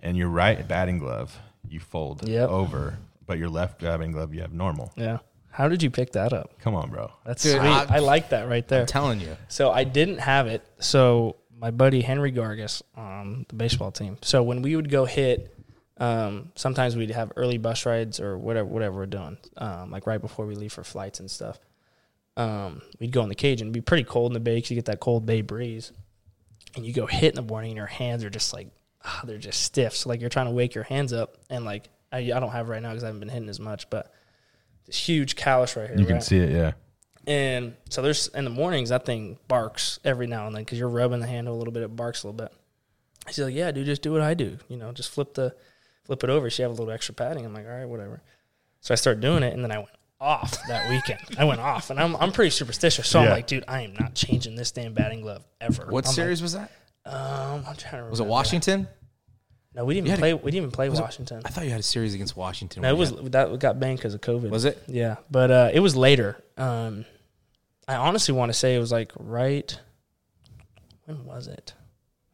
Speaker 2: And you're right, batting glove, you fold
Speaker 4: Yep.
Speaker 2: over, but your left batting glove, you have normal.
Speaker 4: Yeah. How did you pick that up?
Speaker 2: Come on, bro.
Speaker 4: That's
Speaker 3: Dude,
Speaker 4: sweet.
Speaker 3: I-
Speaker 4: I, like that right there.
Speaker 3: I'm telling you.
Speaker 4: So I didn't have it. So my buddy Henry Gargas on the baseball team. So when we would go hit, um, sometimes we'd have early bus rides or whatever whatever we're doing, um, like right before we leave for flights and stuff. Um, we'd go in the cage and it'd be pretty cold in the bay because you get that cold bay breeze. And you go hit in the morning and your hands are just like, ah, they're just stiff. So like you're trying to wake your hands up and like, I, I don't have it right now because I haven't been hitting as much, but this huge callus right here.
Speaker 2: You can
Speaker 4: right?
Speaker 2: see it. Yeah.
Speaker 4: And so there's in the mornings that thing barks every now and then because you're rubbing the handle a little bit, it barks a little bit. She's like, "Yeah, dude, just do what I do. You know, just flip the flip it over. She have a little extra padding." I'm like, "All right, whatever." So I start doing it, and then I went off that weekend. I went off, and I'm I'm pretty superstitious, so I'm
Speaker 2: Yeah.
Speaker 4: like, "Dude, I am not changing this damn batting glove ever."
Speaker 3: What
Speaker 4: I'm
Speaker 3: series was that?
Speaker 4: Like, um, I'm trying to remember.
Speaker 3: Was it Washington?
Speaker 4: No, we didn't
Speaker 3: You had
Speaker 4: even play. we didn't even play Washington.
Speaker 3: I thought you had a series against Washington.
Speaker 4: No, it
Speaker 3: when
Speaker 4: was
Speaker 3: you
Speaker 4: that got banned because of COVID.
Speaker 3: Was it?
Speaker 4: Yeah, but uh, it was later. Um, I honestly want to say it was like right. When was it?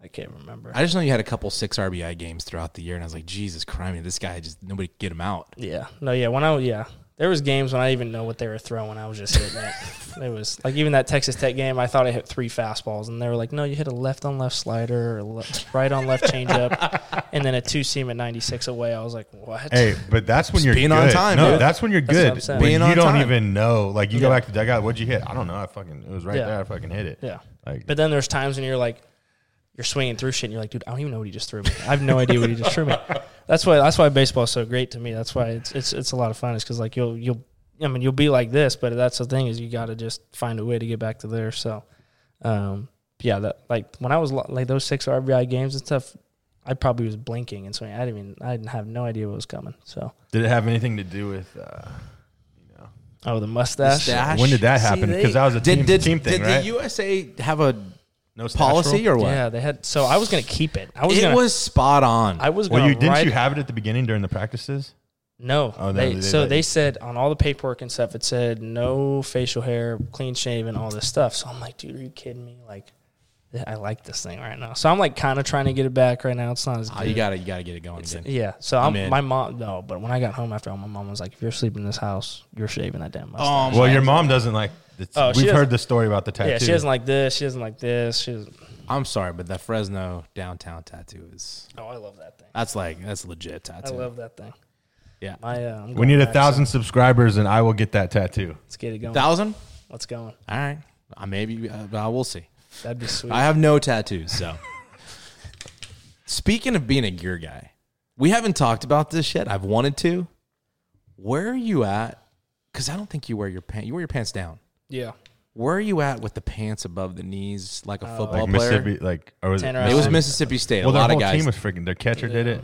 Speaker 4: I can't remember.
Speaker 3: had- I just know you had a couple six RBI games throughout the year, and I was like, Jesus Christ, this guy just nobody could get him out.
Speaker 4: yeah, no, yeah. When I yeah, there was games when I didn't even know what they were throwing. I was just hitting it. it was like even that Texas Tech game. I thought I hit three fastballs, and they were like, "No, you hit a left on left slider, or left, right on left changeup, and then a two seam at ninety six away." I was like, "What?"
Speaker 2: Hey, but that's when
Speaker 3: Just
Speaker 2: you're
Speaker 3: being
Speaker 2: good.
Speaker 3: on time,
Speaker 2: No,
Speaker 3: dude.
Speaker 2: that's when you're
Speaker 4: That's what
Speaker 2: good.
Speaker 4: I'm saying.
Speaker 2: When
Speaker 3: Being
Speaker 2: you
Speaker 3: on
Speaker 2: don't
Speaker 3: time.
Speaker 2: even know. Like you go
Speaker 4: Yeah.
Speaker 2: back to the dugout. What'd you hit? I don't know. I fucking it was right
Speaker 4: Yeah.
Speaker 2: there. I fucking hit it.
Speaker 4: Yeah.
Speaker 2: Like
Speaker 4: But then there's times when you're like, you're swinging through shit, and you're like, dude, I don't even know what he just threw me. I have no idea what he just threw
Speaker 3: <laughs>
Speaker 4: me. That's why that's why baseball's so great to me. That's why it's it's it's a lot of fun. Is because like you'll you'll I mean you'll be like this, but that's the thing is you got to just find a way to get back to there. So, um, yeah, that like when I was lo- like those six RBI games and stuff, I probably was blinking and swinging. I didn't even I didn't have no idea what was coming. So,
Speaker 2: did it have anything to do with? Uh, you know,
Speaker 4: oh, the mustache.
Speaker 3: Stash.
Speaker 2: when did that happen?
Speaker 3: they-
Speaker 2: Because that was a
Speaker 3: Did
Speaker 2: team,
Speaker 3: did,
Speaker 2: team thing,
Speaker 3: did
Speaker 2: right?
Speaker 3: the USA have a
Speaker 2: no stash
Speaker 3: policy
Speaker 2: rule?
Speaker 3: or what?
Speaker 4: Yeah, they had. So I was gonna keep it. I was
Speaker 3: it
Speaker 4: gonna.
Speaker 3: was spot on.
Speaker 4: I was gonna.
Speaker 2: well, you didn't
Speaker 4: ride-
Speaker 2: you have it at the beginning during the practices?
Speaker 4: No.
Speaker 2: Oh, no,
Speaker 4: they,
Speaker 2: they
Speaker 4: so
Speaker 2: let
Speaker 4: they
Speaker 2: you-
Speaker 4: said on all the paperwork and stuff, it said no facial hair, clean shaven, all this stuff. So I'm like, dude, are you kidding me? Like, th- I like this thing right now. So I'm like kind of trying to get it back right now. It's not as
Speaker 3: Oh,
Speaker 4: good.
Speaker 3: you gotta you gotta get it going again.
Speaker 4: yeah. So
Speaker 3: I'm
Speaker 4: I'm,
Speaker 3: in.
Speaker 4: my mom, no, but when I got home after all, my mom was like, if you're sleeping in this house, you're shaving that damn mustache.
Speaker 3: Oh,
Speaker 2: Well, your mom doesn't like. The
Speaker 4: Oh, she
Speaker 2: we've
Speaker 4: doesn't-
Speaker 2: heard the story about the tattoo.
Speaker 4: yeah, she doesn't like this. She doesn't like this. She doesn't,
Speaker 3: I'm sorry, but that Fresno downtown tattoo is
Speaker 4: oh, I love that thing.
Speaker 3: that's like that's a legit
Speaker 4: I
Speaker 3: tattoo.
Speaker 4: love that thing.
Speaker 3: yeah.
Speaker 4: My, uh, I'm
Speaker 2: we
Speaker 4: going
Speaker 2: need a
Speaker 4: back, so
Speaker 2: thousand subscribers, and I will get that tattoo.
Speaker 4: Let's get it going.
Speaker 3: Thousand?
Speaker 4: Let's go.
Speaker 3: All right. Uh, maybe uh, uh, we'll see.
Speaker 4: That'd be sweet.
Speaker 3: I have no tattoos, so. <laughs> Speaking of being a gear guy, we haven't talked about this yet. I've wanted to. Where are you at? Because I don't think you wear your pants. You wear your pants down.
Speaker 4: yeah.
Speaker 3: Where are you at with the pants above the knees, like a
Speaker 2: Uh,
Speaker 3: football
Speaker 2: Like
Speaker 3: player?
Speaker 2: Mississippi, like or was it,
Speaker 4: Tanner
Speaker 3: It was
Speaker 4: Um,
Speaker 3: Mississippi State.
Speaker 2: Well,
Speaker 3: a
Speaker 2: their
Speaker 3: lot
Speaker 2: whole
Speaker 3: of guys.
Speaker 2: team was freaking. Their catcher did it.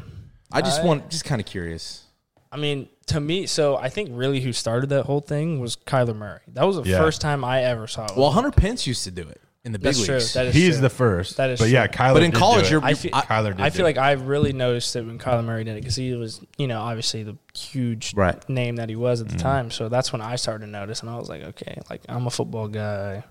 Speaker 3: I just want, just kind of curious.
Speaker 4: I mean, to me, so I think really who started that whole thing was Kyler Murray. That was the
Speaker 2: Yeah.
Speaker 4: first time I ever saw it.
Speaker 3: Well, Hunter Pence used to do it in the big
Speaker 4: that's true.
Speaker 3: leagues.
Speaker 4: That is
Speaker 2: He's
Speaker 4: true.
Speaker 2: the first.
Speaker 4: That is
Speaker 2: But yeah,
Speaker 4: true.
Speaker 2: Kyler.
Speaker 3: But in
Speaker 2: did do
Speaker 3: college,
Speaker 2: it.
Speaker 3: you're-
Speaker 4: I feel,
Speaker 3: I-
Speaker 2: Kyler did
Speaker 4: I
Speaker 2: do
Speaker 4: feel like I really noticed it when Kyler Murray did it because he was, you know, obviously the huge
Speaker 3: Right.
Speaker 4: name that he was at the
Speaker 2: Mm-hmm.
Speaker 4: time. So that's when I started to notice, and I was like, okay, like I'm a
Speaker 2: <laughs>
Speaker 4: football guy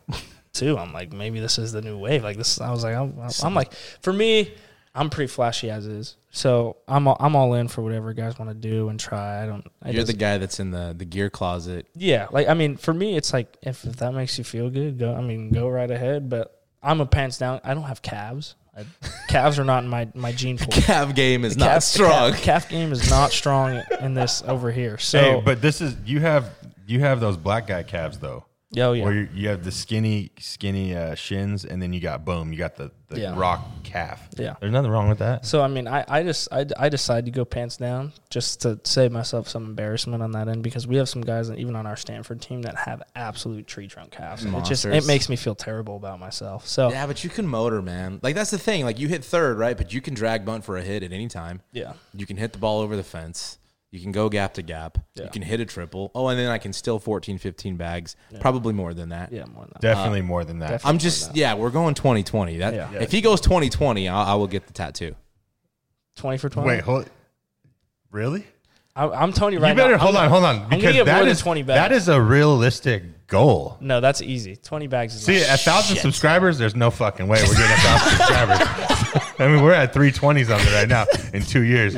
Speaker 4: too. I'm like, maybe this is the new wave. Like this, I was like, I'm, I'm like, for me, I'm pretty flashy as is. So I'm all, I'm all in for whatever guys want to do and try. I don't. It
Speaker 3: You're the
Speaker 4: doesn't-
Speaker 3: guy that's in the, the gear
Speaker 4: <laughs>
Speaker 3: closet.
Speaker 4: Yeah, like I mean, for me, it's like if, if that makes you feel good, go. I mean, go right ahead. But I'm a pants down. I don't have calves. I, calves are not in my my gene pool.
Speaker 3: Cav game is not
Speaker 4: Calf- <laughs>
Speaker 3: strong.
Speaker 4: Calf, calf game is not strong in this over here. So,
Speaker 2: Hey, but this is you have you have those black guy calves though.
Speaker 4: yo, yeah,
Speaker 2: Where you, you have the skinny, skinny uh, shins, and then you got boom, you got the, the
Speaker 4: Yeah.
Speaker 2: rock calf.
Speaker 4: Yeah. Uh,
Speaker 2: there's nothing wrong with that.
Speaker 4: So I mean, I, I just I, I decided to go pants down just to save myself some embarrassment on that end because we have some guys that even on our Stanford team that have absolute tree trunk calves. And It just it
Speaker 3: Monsters.
Speaker 4: makes me feel terrible about myself. So
Speaker 3: Yeah, but you can motor, man. Like that's the thing. Like you hit third, right? But you can drag bunt for a hit at any time.
Speaker 4: yeah.
Speaker 3: You can hit the ball over the fence. You can go gap to gap.
Speaker 4: Yeah.
Speaker 3: You can hit a triple. Oh, and then I can still 14, 15 bags. Probably more than that.
Speaker 4: yeah, more than that.
Speaker 2: Definitely more than that.
Speaker 4: definitely.
Speaker 3: I'm just yeah, we're going 2020. That
Speaker 4: Yeah.
Speaker 3: if he goes 2020, I, I will get the tattoo.
Speaker 4: twenty for twenty.
Speaker 2: Wait, hold. Really?
Speaker 4: I, I'm telling you right
Speaker 2: you better
Speaker 4: now.
Speaker 2: hold on,
Speaker 4: I'm-
Speaker 2: hold on.
Speaker 4: I'm gonna
Speaker 2: Because
Speaker 4: get
Speaker 2: that
Speaker 4: more
Speaker 2: is
Speaker 4: than 20 bags.
Speaker 2: that is a realistic goal.
Speaker 4: No, that's easy. Twenty bags is
Speaker 2: See,
Speaker 4: not
Speaker 2: a thousand
Speaker 4: shit.
Speaker 2: subscribers, there's no fucking way we're getting a
Speaker 4: <laughs>
Speaker 2: thousand subscribers. I mean, we're at 320s on it right now in two years.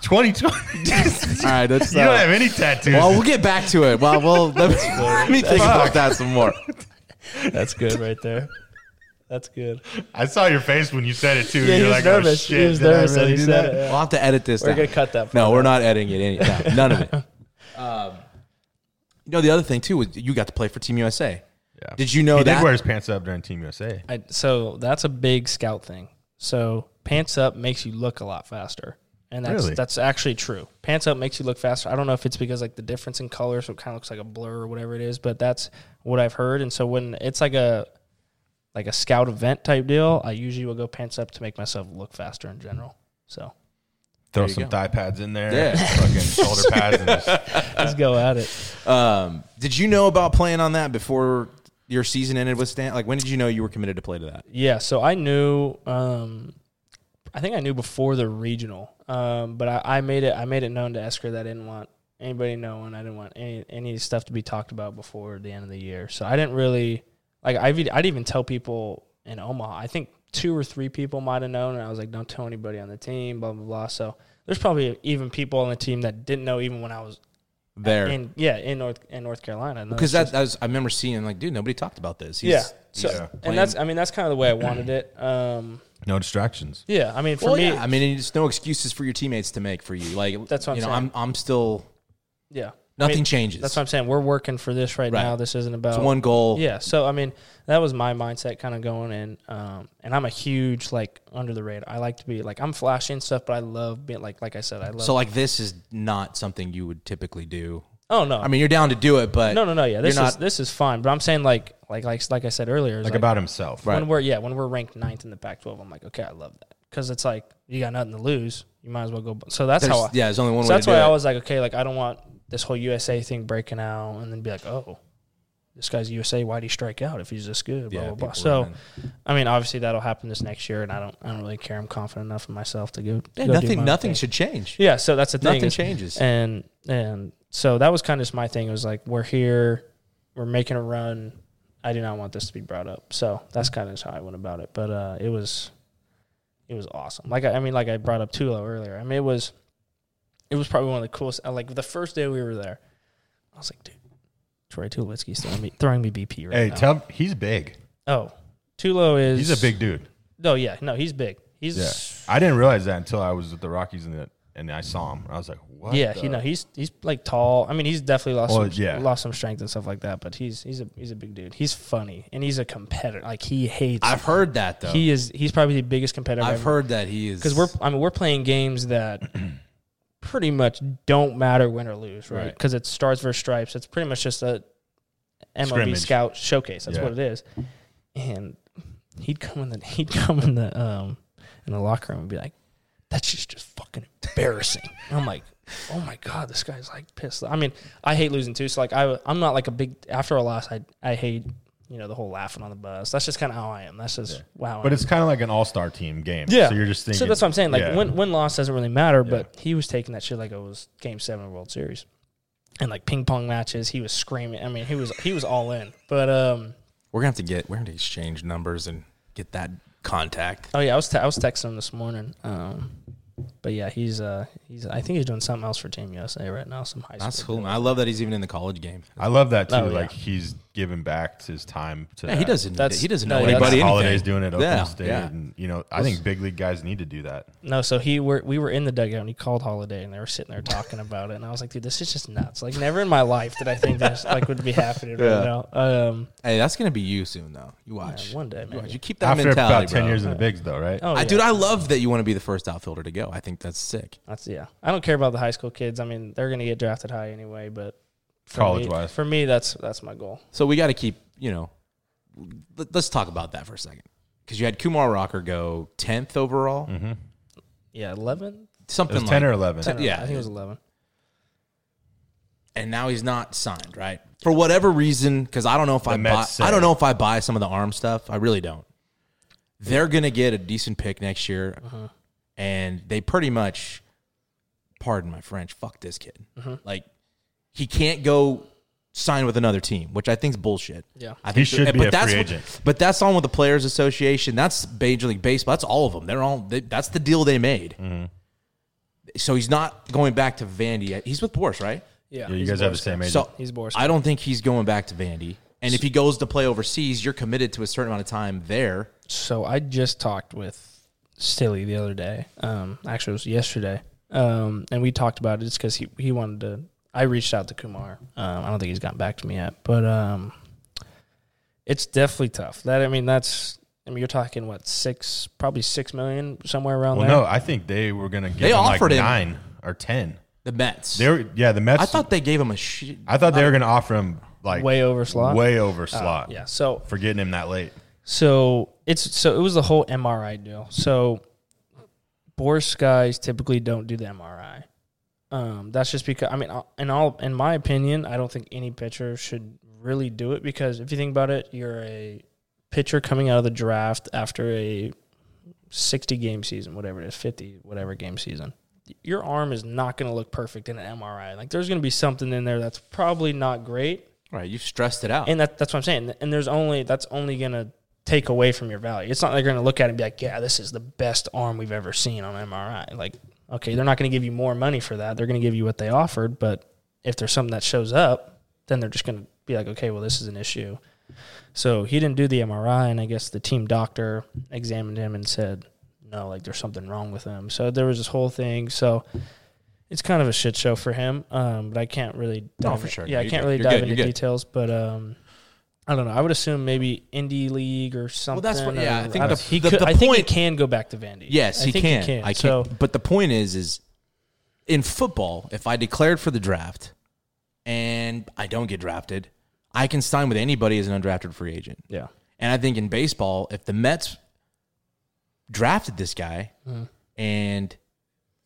Speaker 2: 2020. <laughs>
Speaker 3: All right, that's
Speaker 4: <laughs>
Speaker 3: uh,
Speaker 2: you don't have any tattoos.
Speaker 3: Well, we'll get back to it. Well, well, let me, let me think about that some more.
Speaker 4: That's good right there. That's good.
Speaker 2: I saw your face when you said it too.
Speaker 4: Yeah, he
Speaker 2: You're
Speaker 4: was
Speaker 2: like,
Speaker 4: nervous.
Speaker 2: oh
Speaker 4: He
Speaker 2: shit.
Speaker 4: was
Speaker 2: did I
Speaker 4: nervous when
Speaker 2: really
Speaker 4: he
Speaker 2: do
Speaker 4: said
Speaker 2: that?
Speaker 4: it.
Speaker 3: We'll have to edit this.
Speaker 4: We're
Speaker 3: down.
Speaker 4: gonna cut that
Speaker 3: No,
Speaker 4: part
Speaker 3: we're not editing it. Any, no,
Speaker 4: <laughs>
Speaker 3: none of it. Um, you know, the other thing too was you got to play for Team USA.
Speaker 2: Yeah.
Speaker 3: Did you know
Speaker 2: he
Speaker 3: that?
Speaker 2: did wear his pants up during Team USA.
Speaker 4: I, so that's a big scout thing. So pants up makes you look a lot faster, and that's
Speaker 2: Really?
Speaker 4: that's actually true. Pants up makes you look faster. I don't know if it's because like the difference in color, so it kind of looks like a blur or whatever it is, but that's what I've heard. And so when it's like a like a scout event type deal, I usually will go pants up to make myself look faster in general. <laughs> So
Speaker 2: Throw
Speaker 3: you
Speaker 2: some
Speaker 3: go.
Speaker 2: thigh pads in there.
Speaker 3: Yeah.
Speaker 2: <laughs> Fucking shoulder pads. And just,
Speaker 4: let's go at it.
Speaker 3: um, did you know about playing on that before your season ended with Stan? Like, when did you know you were committed to play to that?
Speaker 4: Yeah. So I knew. um I think I knew before the regional, um, but I, I made it. I made it known to Esker that I didn't want anybody knowing. I didn't want any any stuff to be talked about before the end of the year. So I didn't really like. I've, e- I'd even tell people in Omaha. I think two or three people might have known, and I was like, "Don't tell anybody on the team." Blah blah blah. So there's probably even people on the team that didn't know even when I was
Speaker 3: There,
Speaker 4: in yeah in North in North Carolina. And
Speaker 3: because
Speaker 4: that's
Speaker 3: that, that was I remember seeing like, dude, nobody talked about this. He's-
Speaker 4: yeah.
Speaker 3: he's
Speaker 4: So
Speaker 3: playing-
Speaker 4: and that's I mean that's kind of the way I wanted it. Um,
Speaker 2: no distractions.
Speaker 4: yeah. I mean for
Speaker 3: Well,
Speaker 4: me,
Speaker 3: yeah, I mean, it's no excuses for your teammates to make for you. Like,
Speaker 4: That's what I'm
Speaker 3: you know,
Speaker 4: saying.
Speaker 3: I'm I'm still
Speaker 4: yeah. I
Speaker 3: nothing
Speaker 4: mean,
Speaker 3: changes.
Speaker 4: That's what I'm saying. We're working for this right,
Speaker 3: Right.
Speaker 4: now. This isn't about
Speaker 3: It's one goal.
Speaker 4: Oh. Yeah. So I mean, that was my mindset kind of going in. Um, and I'm a huge like under the radar. I like to be like I'm flashy and stuff, but I love being like like I said, I love.
Speaker 3: So like, this is not something you would typically do.
Speaker 4: oh no,
Speaker 3: I mean, you're down to do it, but
Speaker 4: no, no, no. Yeah, this
Speaker 3: you're
Speaker 4: is this is fine. But I'm saying like like like like I said earlier, is
Speaker 2: Like, about himself.
Speaker 3: Right.
Speaker 4: when we're yeah when we're ranked ninth in the Pac-12, I'm like okay, I love that because it's like you got nothing to lose. You might as well go. So that's
Speaker 3: There's-
Speaker 4: how I,
Speaker 3: yeah, there's only one
Speaker 4: So
Speaker 3: way
Speaker 4: that's
Speaker 3: to do
Speaker 4: why
Speaker 3: it.
Speaker 4: I was like, okay, like I don't want this whole USA thing breaking out and then be like, oh, this guy's USA. Why'd he strike out if he's this good? Blah
Speaker 3: Yeah,
Speaker 4: blah blah.
Speaker 3: people
Speaker 4: So,
Speaker 3: aren't-
Speaker 4: I mean, obviously that'll happen this next year, and I don't, I don't really care. I'm confident enough in myself to go.
Speaker 3: Yeah,
Speaker 4: go do my
Speaker 3: nothing
Speaker 4: own
Speaker 3: nothing
Speaker 4: thing.
Speaker 3: should change.
Speaker 4: Yeah, so that's the thing.
Speaker 3: Nothing
Speaker 4: is-
Speaker 3: changes.
Speaker 4: And and so that was kind of just my thing. It was like we're here, we're making a run. I do not want this to be brought up. So that's kind of just how I went about it. But uh, it was it was awesome. Like I, I mean, like I brought up Tulo earlier. I mean, it was it was probably one of the coolest. uh, Like the first day we were there, I was like, dude, Troy Tulowitzki's throwing me throwing me BP right
Speaker 2: Hey,
Speaker 4: now.
Speaker 2: tell he's big.
Speaker 4: oh, Tulo is
Speaker 2: He's a big dude.
Speaker 4: No, yeah, no, he's big. He's
Speaker 2: Yeah. I didn't realize that until I was with the Rockies and, the, and I saw him. I was like, what?
Speaker 4: yeah,
Speaker 2: the-
Speaker 4: you know, he's he's like tall. I mean, he's definitely lost
Speaker 2: Well,
Speaker 4: some,
Speaker 2: yeah.
Speaker 4: lost some strength and stuff like that. But he's he's a he's a big dude. He's funny and he's a competitor. Like he hates.
Speaker 3: I've heard that though.
Speaker 4: he is he's probably the biggest competitor.
Speaker 3: I've heard that he is
Speaker 4: because we're I mean we're playing
Speaker 2: <clears throat>
Speaker 4: games that pretty much don't matter win or lose, right?
Speaker 3: Right.
Speaker 4: Because it's stars versus stripes. It's pretty much just a MLB
Speaker 2: Scrimmage.
Speaker 4: scout showcase. That's
Speaker 2: Yeah.
Speaker 4: what it is. And he'd come in the he'd come in the um in the locker room and be like, "That's just just fucking embarrassing." And I'm like. Oh my god, this guy's like pissed. I mean, I hate losing too. So like, I I'm not like a big after a loss. I I hate you know the whole laughing on the bus. That's just kind of how I am. That's just wow.
Speaker 2: But it's kind of like an all star team game. <laughs>
Speaker 4: Yeah.
Speaker 2: So you're just thinking.
Speaker 4: So that's what I'm saying. Like
Speaker 2: yeah.
Speaker 4: win win loss doesn't really matter, but he was taking that shit like it was game seven of the World Series. And like ping pong matches, he was screaming. I mean, he was he was all in. But um
Speaker 3: we're gonna have to get we're gonna exchange numbers and get that contact.
Speaker 4: oh yeah, I was te- I was texting him this morning. Um but yeah, he's uh he's I think he's doing something else for Team USA right now, some high school.
Speaker 3: That's cool. man. I love that he's even in the college game.
Speaker 2: I love that too.
Speaker 4: Oh, yeah.
Speaker 2: Like he's giving back to his time to.
Speaker 3: Yeah, he
Speaker 2: that.
Speaker 3: doesn't.
Speaker 4: That's-
Speaker 3: he doesn't
Speaker 4: no,
Speaker 3: know
Speaker 4: yeah,
Speaker 3: anybody.
Speaker 4: that's-
Speaker 3: anything.
Speaker 2: Holidays doing it. Open
Speaker 3: Yeah,
Speaker 2: State,
Speaker 3: yeah.
Speaker 2: and you know, I think big league guys need to do that.
Speaker 4: No, so he were we were in the dugout and he called Holiday and they were sitting there talking about it and I was like, dude, this is just nuts. Like never in my life did I think this like
Speaker 3: <laughs>
Speaker 4: would be happening right now. Um
Speaker 3: Hey, that's gonna be you soon though. You watch
Speaker 4: one day,
Speaker 3: You
Speaker 4: maybe.
Speaker 3: watch. You keep that
Speaker 2: After
Speaker 3: mentality.
Speaker 2: about ten
Speaker 3: bro.
Speaker 2: years in the bigs, though, right?
Speaker 4: oh,
Speaker 3: I,
Speaker 4: yeah.
Speaker 3: dude, I love that you want to be the first outfielder to go. I think that's sick.
Speaker 4: That's yeah. I don't care about the high school kids. I mean, they're gonna get drafted high anyway, but for
Speaker 2: College
Speaker 4: me-
Speaker 2: wise.
Speaker 4: for me, that's that's my goal.
Speaker 3: So we got to keep, you know, let, us talk about that for a second. Because you had Kumar Rocker go 10th overall,
Speaker 4: Yeah, eleven.
Speaker 2: Mm-hmm. It
Speaker 3: something
Speaker 2: was
Speaker 3: like
Speaker 2: ten or eleven.
Speaker 3: Yeah.
Speaker 4: I think it was eleven.
Speaker 3: And now he's not signed, right? For whatever reason, because I don't know if I buy,
Speaker 2: Mets
Speaker 3: I don't
Speaker 2: said.
Speaker 3: know if I buy some of the arm stuff. I really don't.
Speaker 2: Uh-huh.
Speaker 3: They're gonna get a decent pick next year, and they pretty much pardon my French, fuck this kid.
Speaker 2: Uh-huh.
Speaker 3: Like he can't go sign with another team, which I think is bullshit.
Speaker 4: Yeah.
Speaker 3: I
Speaker 2: He
Speaker 3: think
Speaker 2: should be a
Speaker 3: that's
Speaker 2: free
Speaker 3: what-
Speaker 2: agent.
Speaker 3: But that's on with the Players Association. That's Major League Baseball. That's all of them. They're all. They, that's the deal they made.
Speaker 2: Mm-hmm.
Speaker 3: So he's not going back to Vandy. Hehe's with Boris, right?
Speaker 4: Yeah,
Speaker 2: Yeah, you
Speaker 4: he's
Speaker 2: guys
Speaker 4: a
Speaker 2: have the
Speaker 4: Boris
Speaker 2: same agent.
Speaker 3: So
Speaker 4: He's Boris.
Speaker 3: I don't think he's going back to Vandy. And if he goes to play overseas, you're committed to a certain amount of time there.
Speaker 4: so I just talked with Stilly the other day. Um, actually, it was yesterday. Um, and we talked about it. It's because he, he wanted to. I reached out to Kumar. Um, I don't think he's gotten back to me yet, but um, it's definitely tough. That I mean, that's I mean, you're talking what six, probably six million somewhere around
Speaker 2: Well,
Speaker 4: there.
Speaker 2: no, I think they were going to give
Speaker 3: They
Speaker 2: him
Speaker 3: offered
Speaker 2: like
Speaker 3: him-
Speaker 2: nine or ten.
Speaker 3: The Mets.
Speaker 2: They were, yeah, the Mets.
Speaker 3: I thought they gave him a shit.
Speaker 2: I thought they were going to offer him like
Speaker 4: Way over slot? Uh,
Speaker 2: way over slot.
Speaker 4: Yeah, so
Speaker 2: for getting him that late.
Speaker 4: So it's so it was the whole MRI deal. So Boris guys typically don't do the MRI. Um, that's just because I mean, uh, in all in my opinion, I don't think any pitcher should really do it because if you think about it, you're a pitcher coming out of the draft after a 60 game season, whatever it is, 50 whatever game season. Your arm is not going to look perfect in an MRI. Like there's going to be something in there that's probably not great.
Speaker 3: Right, you've stressed it out.
Speaker 4: And that, that's what I'm saying. And there's only that's only gonna take away from your value. It's not like they're gonna look at it and be like, yeah, this is the best arm we've ever seen on MRI. Like, okay, they're not gonna give you more money for that. They're gonna give you what they offered. But if there's something that shows up, then they're just gonna be like, okay, well, this is an issue. So he didn't do the MRI, and I guess the team doctor examined him and said, no, like there's something wrong with him. So there was this whole thing. So. It's kind of a shit show for him, um, but I can't really.
Speaker 3: No,
Speaker 4: dive-
Speaker 3: Oh, for sure.
Speaker 4: Yeah, I
Speaker 3: You're
Speaker 4: can't
Speaker 3: good.
Speaker 4: really
Speaker 3: You're
Speaker 4: dive
Speaker 3: good.
Speaker 4: into
Speaker 3: You're good.
Speaker 4: details, but um, I don't know. I would assume maybe indie league or something.
Speaker 3: that's what- yeah,
Speaker 4: or-
Speaker 3: I think
Speaker 4: don't-
Speaker 3: the-
Speaker 4: he
Speaker 3: the-
Speaker 4: could,
Speaker 3: the
Speaker 4: I think he
Speaker 3: point-
Speaker 4: can go back to Vandy.
Speaker 3: yes,
Speaker 4: I
Speaker 3: he
Speaker 4: think
Speaker 3: can.
Speaker 4: He can.
Speaker 3: I
Speaker 4: so
Speaker 3: can. not But the point is, is in football, if I declared for the draft and I don't get drafted, I can sign with anybody as an undrafted free agent.
Speaker 4: yeah,
Speaker 3: And I think in baseball, if the Mets drafted this guy and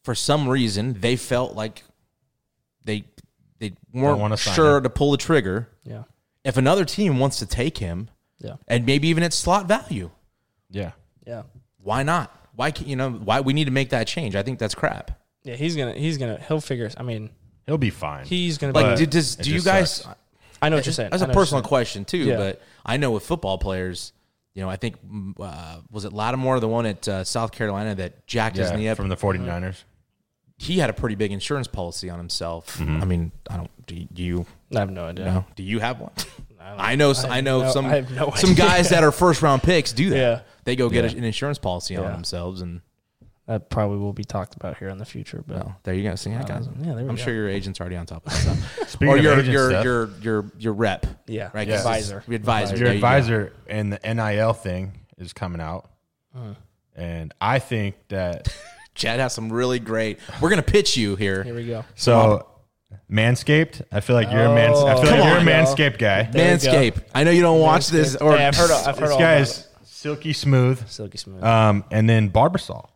Speaker 3: for some reason they felt like they they
Speaker 2: wanna
Speaker 3: weren't
Speaker 2: sign
Speaker 3: sure to pull the trigger,
Speaker 4: yeah,
Speaker 3: if another team wants to take him
Speaker 4: yeah,
Speaker 3: and maybe even at slot value,
Speaker 2: Yeah,
Speaker 4: yeah,
Speaker 3: why not? Why can't you know why we need to make that change? I think that's crap.
Speaker 4: yeah. He's gonna. He's gonna. He'll figure. I mean,
Speaker 2: he'll be fine.
Speaker 4: he's gonna.
Speaker 3: Like,
Speaker 4: Like,
Speaker 3: do, does,
Speaker 2: it
Speaker 3: do you
Speaker 2: just
Speaker 3: guys?
Speaker 2: sucks.
Speaker 4: I know what you're saying.
Speaker 3: That's
Speaker 4: I
Speaker 3: a
Speaker 4: know what you're
Speaker 3: personal
Speaker 4: saying.
Speaker 3: question too,
Speaker 4: Yeah.
Speaker 3: but I know with football players, you know, I think mm, uh, was it Lattimore, the one at uh, South Carolina that jacked his knee
Speaker 2: yeah,
Speaker 3: up
Speaker 2: from the
Speaker 3: <laughs>
Speaker 2: 49ers.
Speaker 3: he had a pretty big insurance policy on himself.
Speaker 2: Mm-hmm.
Speaker 3: I mean, I don't. Do you, do you
Speaker 4: I have no idea.
Speaker 3: know? Do you have one?
Speaker 4: don't-
Speaker 3: I know. I,
Speaker 4: <laughs> I
Speaker 3: know
Speaker 4: have no-
Speaker 3: some.
Speaker 4: I have no
Speaker 3: some
Speaker 4: idea.
Speaker 3: guys that are first round picks do that.
Speaker 4: Yeah.
Speaker 3: They go get a, an insurance policy on
Speaker 4: Yeah.
Speaker 3: themselves, and
Speaker 4: That probably will be talked about here in the future, but
Speaker 3: well, there you go. See, I got.
Speaker 4: Um, yeah, there we
Speaker 3: I'm
Speaker 4: go.
Speaker 3: sure your agent's already on top
Speaker 4: <laughs>
Speaker 3: of that stuff.
Speaker 2: Speaking
Speaker 3: or
Speaker 2: of
Speaker 3: Oh, your
Speaker 2: agent
Speaker 3: your,
Speaker 2: stuff-
Speaker 3: your your your rep.
Speaker 4: Yeah.
Speaker 3: Right.
Speaker 4: Yeah.
Speaker 3: 'Cause it's-
Speaker 4: Advisor.
Speaker 3: Your advisor.
Speaker 2: Your
Speaker 3: there you go.
Speaker 2: advisor and the NIL thing is coming out,
Speaker 4: Hmm.
Speaker 2: and I think that
Speaker 3: Chad has some really great. We're gonna pitch you here.
Speaker 4: here we go.
Speaker 2: so. <laughs> Manscaped. I feel like you're a man. I feel
Speaker 4: Oh,
Speaker 2: like you're a
Speaker 4: come on.
Speaker 2: manscaped guy.
Speaker 4: There we go.
Speaker 3: Manscaped. I know you don't watch this
Speaker 4: Manscaped.
Speaker 3: or
Speaker 4: Hey, I've heard. Of, I've heard
Speaker 2: This
Speaker 4: all
Speaker 2: guy
Speaker 4: about
Speaker 2: is
Speaker 4: it.
Speaker 2: silky smooth.
Speaker 4: silky smooth.
Speaker 3: Uh,
Speaker 2: Um, and then
Speaker 3: <laughs>
Speaker 2: Barbasol.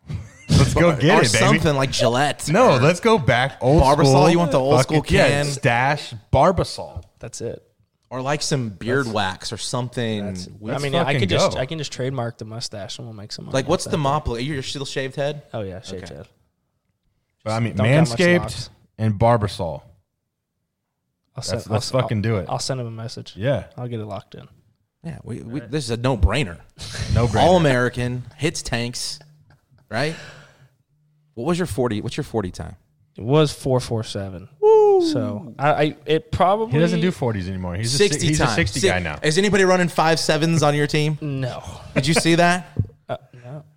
Speaker 2: Let's go get
Speaker 3: or
Speaker 2: it, baby.
Speaker 3: something like Gillette.
Speaker 2: No,
Speaker 3: or-
Speaker 2: let's go back old
Speaker 3: Barbasol,
Speaker 2: school.
Speaker 3: you want the old
Speaker 2: Fuck
Speaker 3: school
Speaker 2: it, yeah,
Speaker 3: can?
Speaker 2: stash Barbasol.
Speaker 4: that's it.
Speaker 3: or like some beard wax or something. weird.
Speaker 4: I mean,
Speaker 2: fucking
Speaker 4: I could just.
Speaker 2: go.
Speaker 4: I can just trademark the mustache, and we'll make some money.
Speaker 3: Like,
Speaker 4: off
Speaker 3: what's
Speaker 4: that.
Speaker 3: the mop? look? You're still shaved head.
Speaker 4: Oh yeah, shaved
Speaker 3: Okay.
Speaker 4: head.
Speaker 2: But I mean,
Speaker 4: Don't got much
Speaker 2: Manscaped
Speaker 4: locks.
Speaker 2: and Barbasol.
Speaker 4: I'll
Speaker 2: That's- let's fucking
Speaker 4: I'll-
Speaker 2: do it.
Speaker 4: I'll send him a message.
Speaker 2: Yeah,
Speaker 4: I'll get it locked in.
Speaker 3: Yeah, we, we, this is a no brainer.
Speaker 2: no
Speaker 3: All
Speaker 2: brainer.
Speaker 3: American hits tanks, right? What was your forty? What's your forty time?
Speaker 4: It was four four seven. So I, I it probably
Speaker 2: He doesn't do 40s anymore. He's a, si-
Speaker 3: Sixty
Speaker 2: he's
Speaker 3: time.
Speaker 2: a 60
Speaker 3: Si-
Speaker 2: guy now.
Speaker 3: Is anybody running five sevens on your team?
Speaker 4: <laughs> no.
Speaker 3: Did you see that?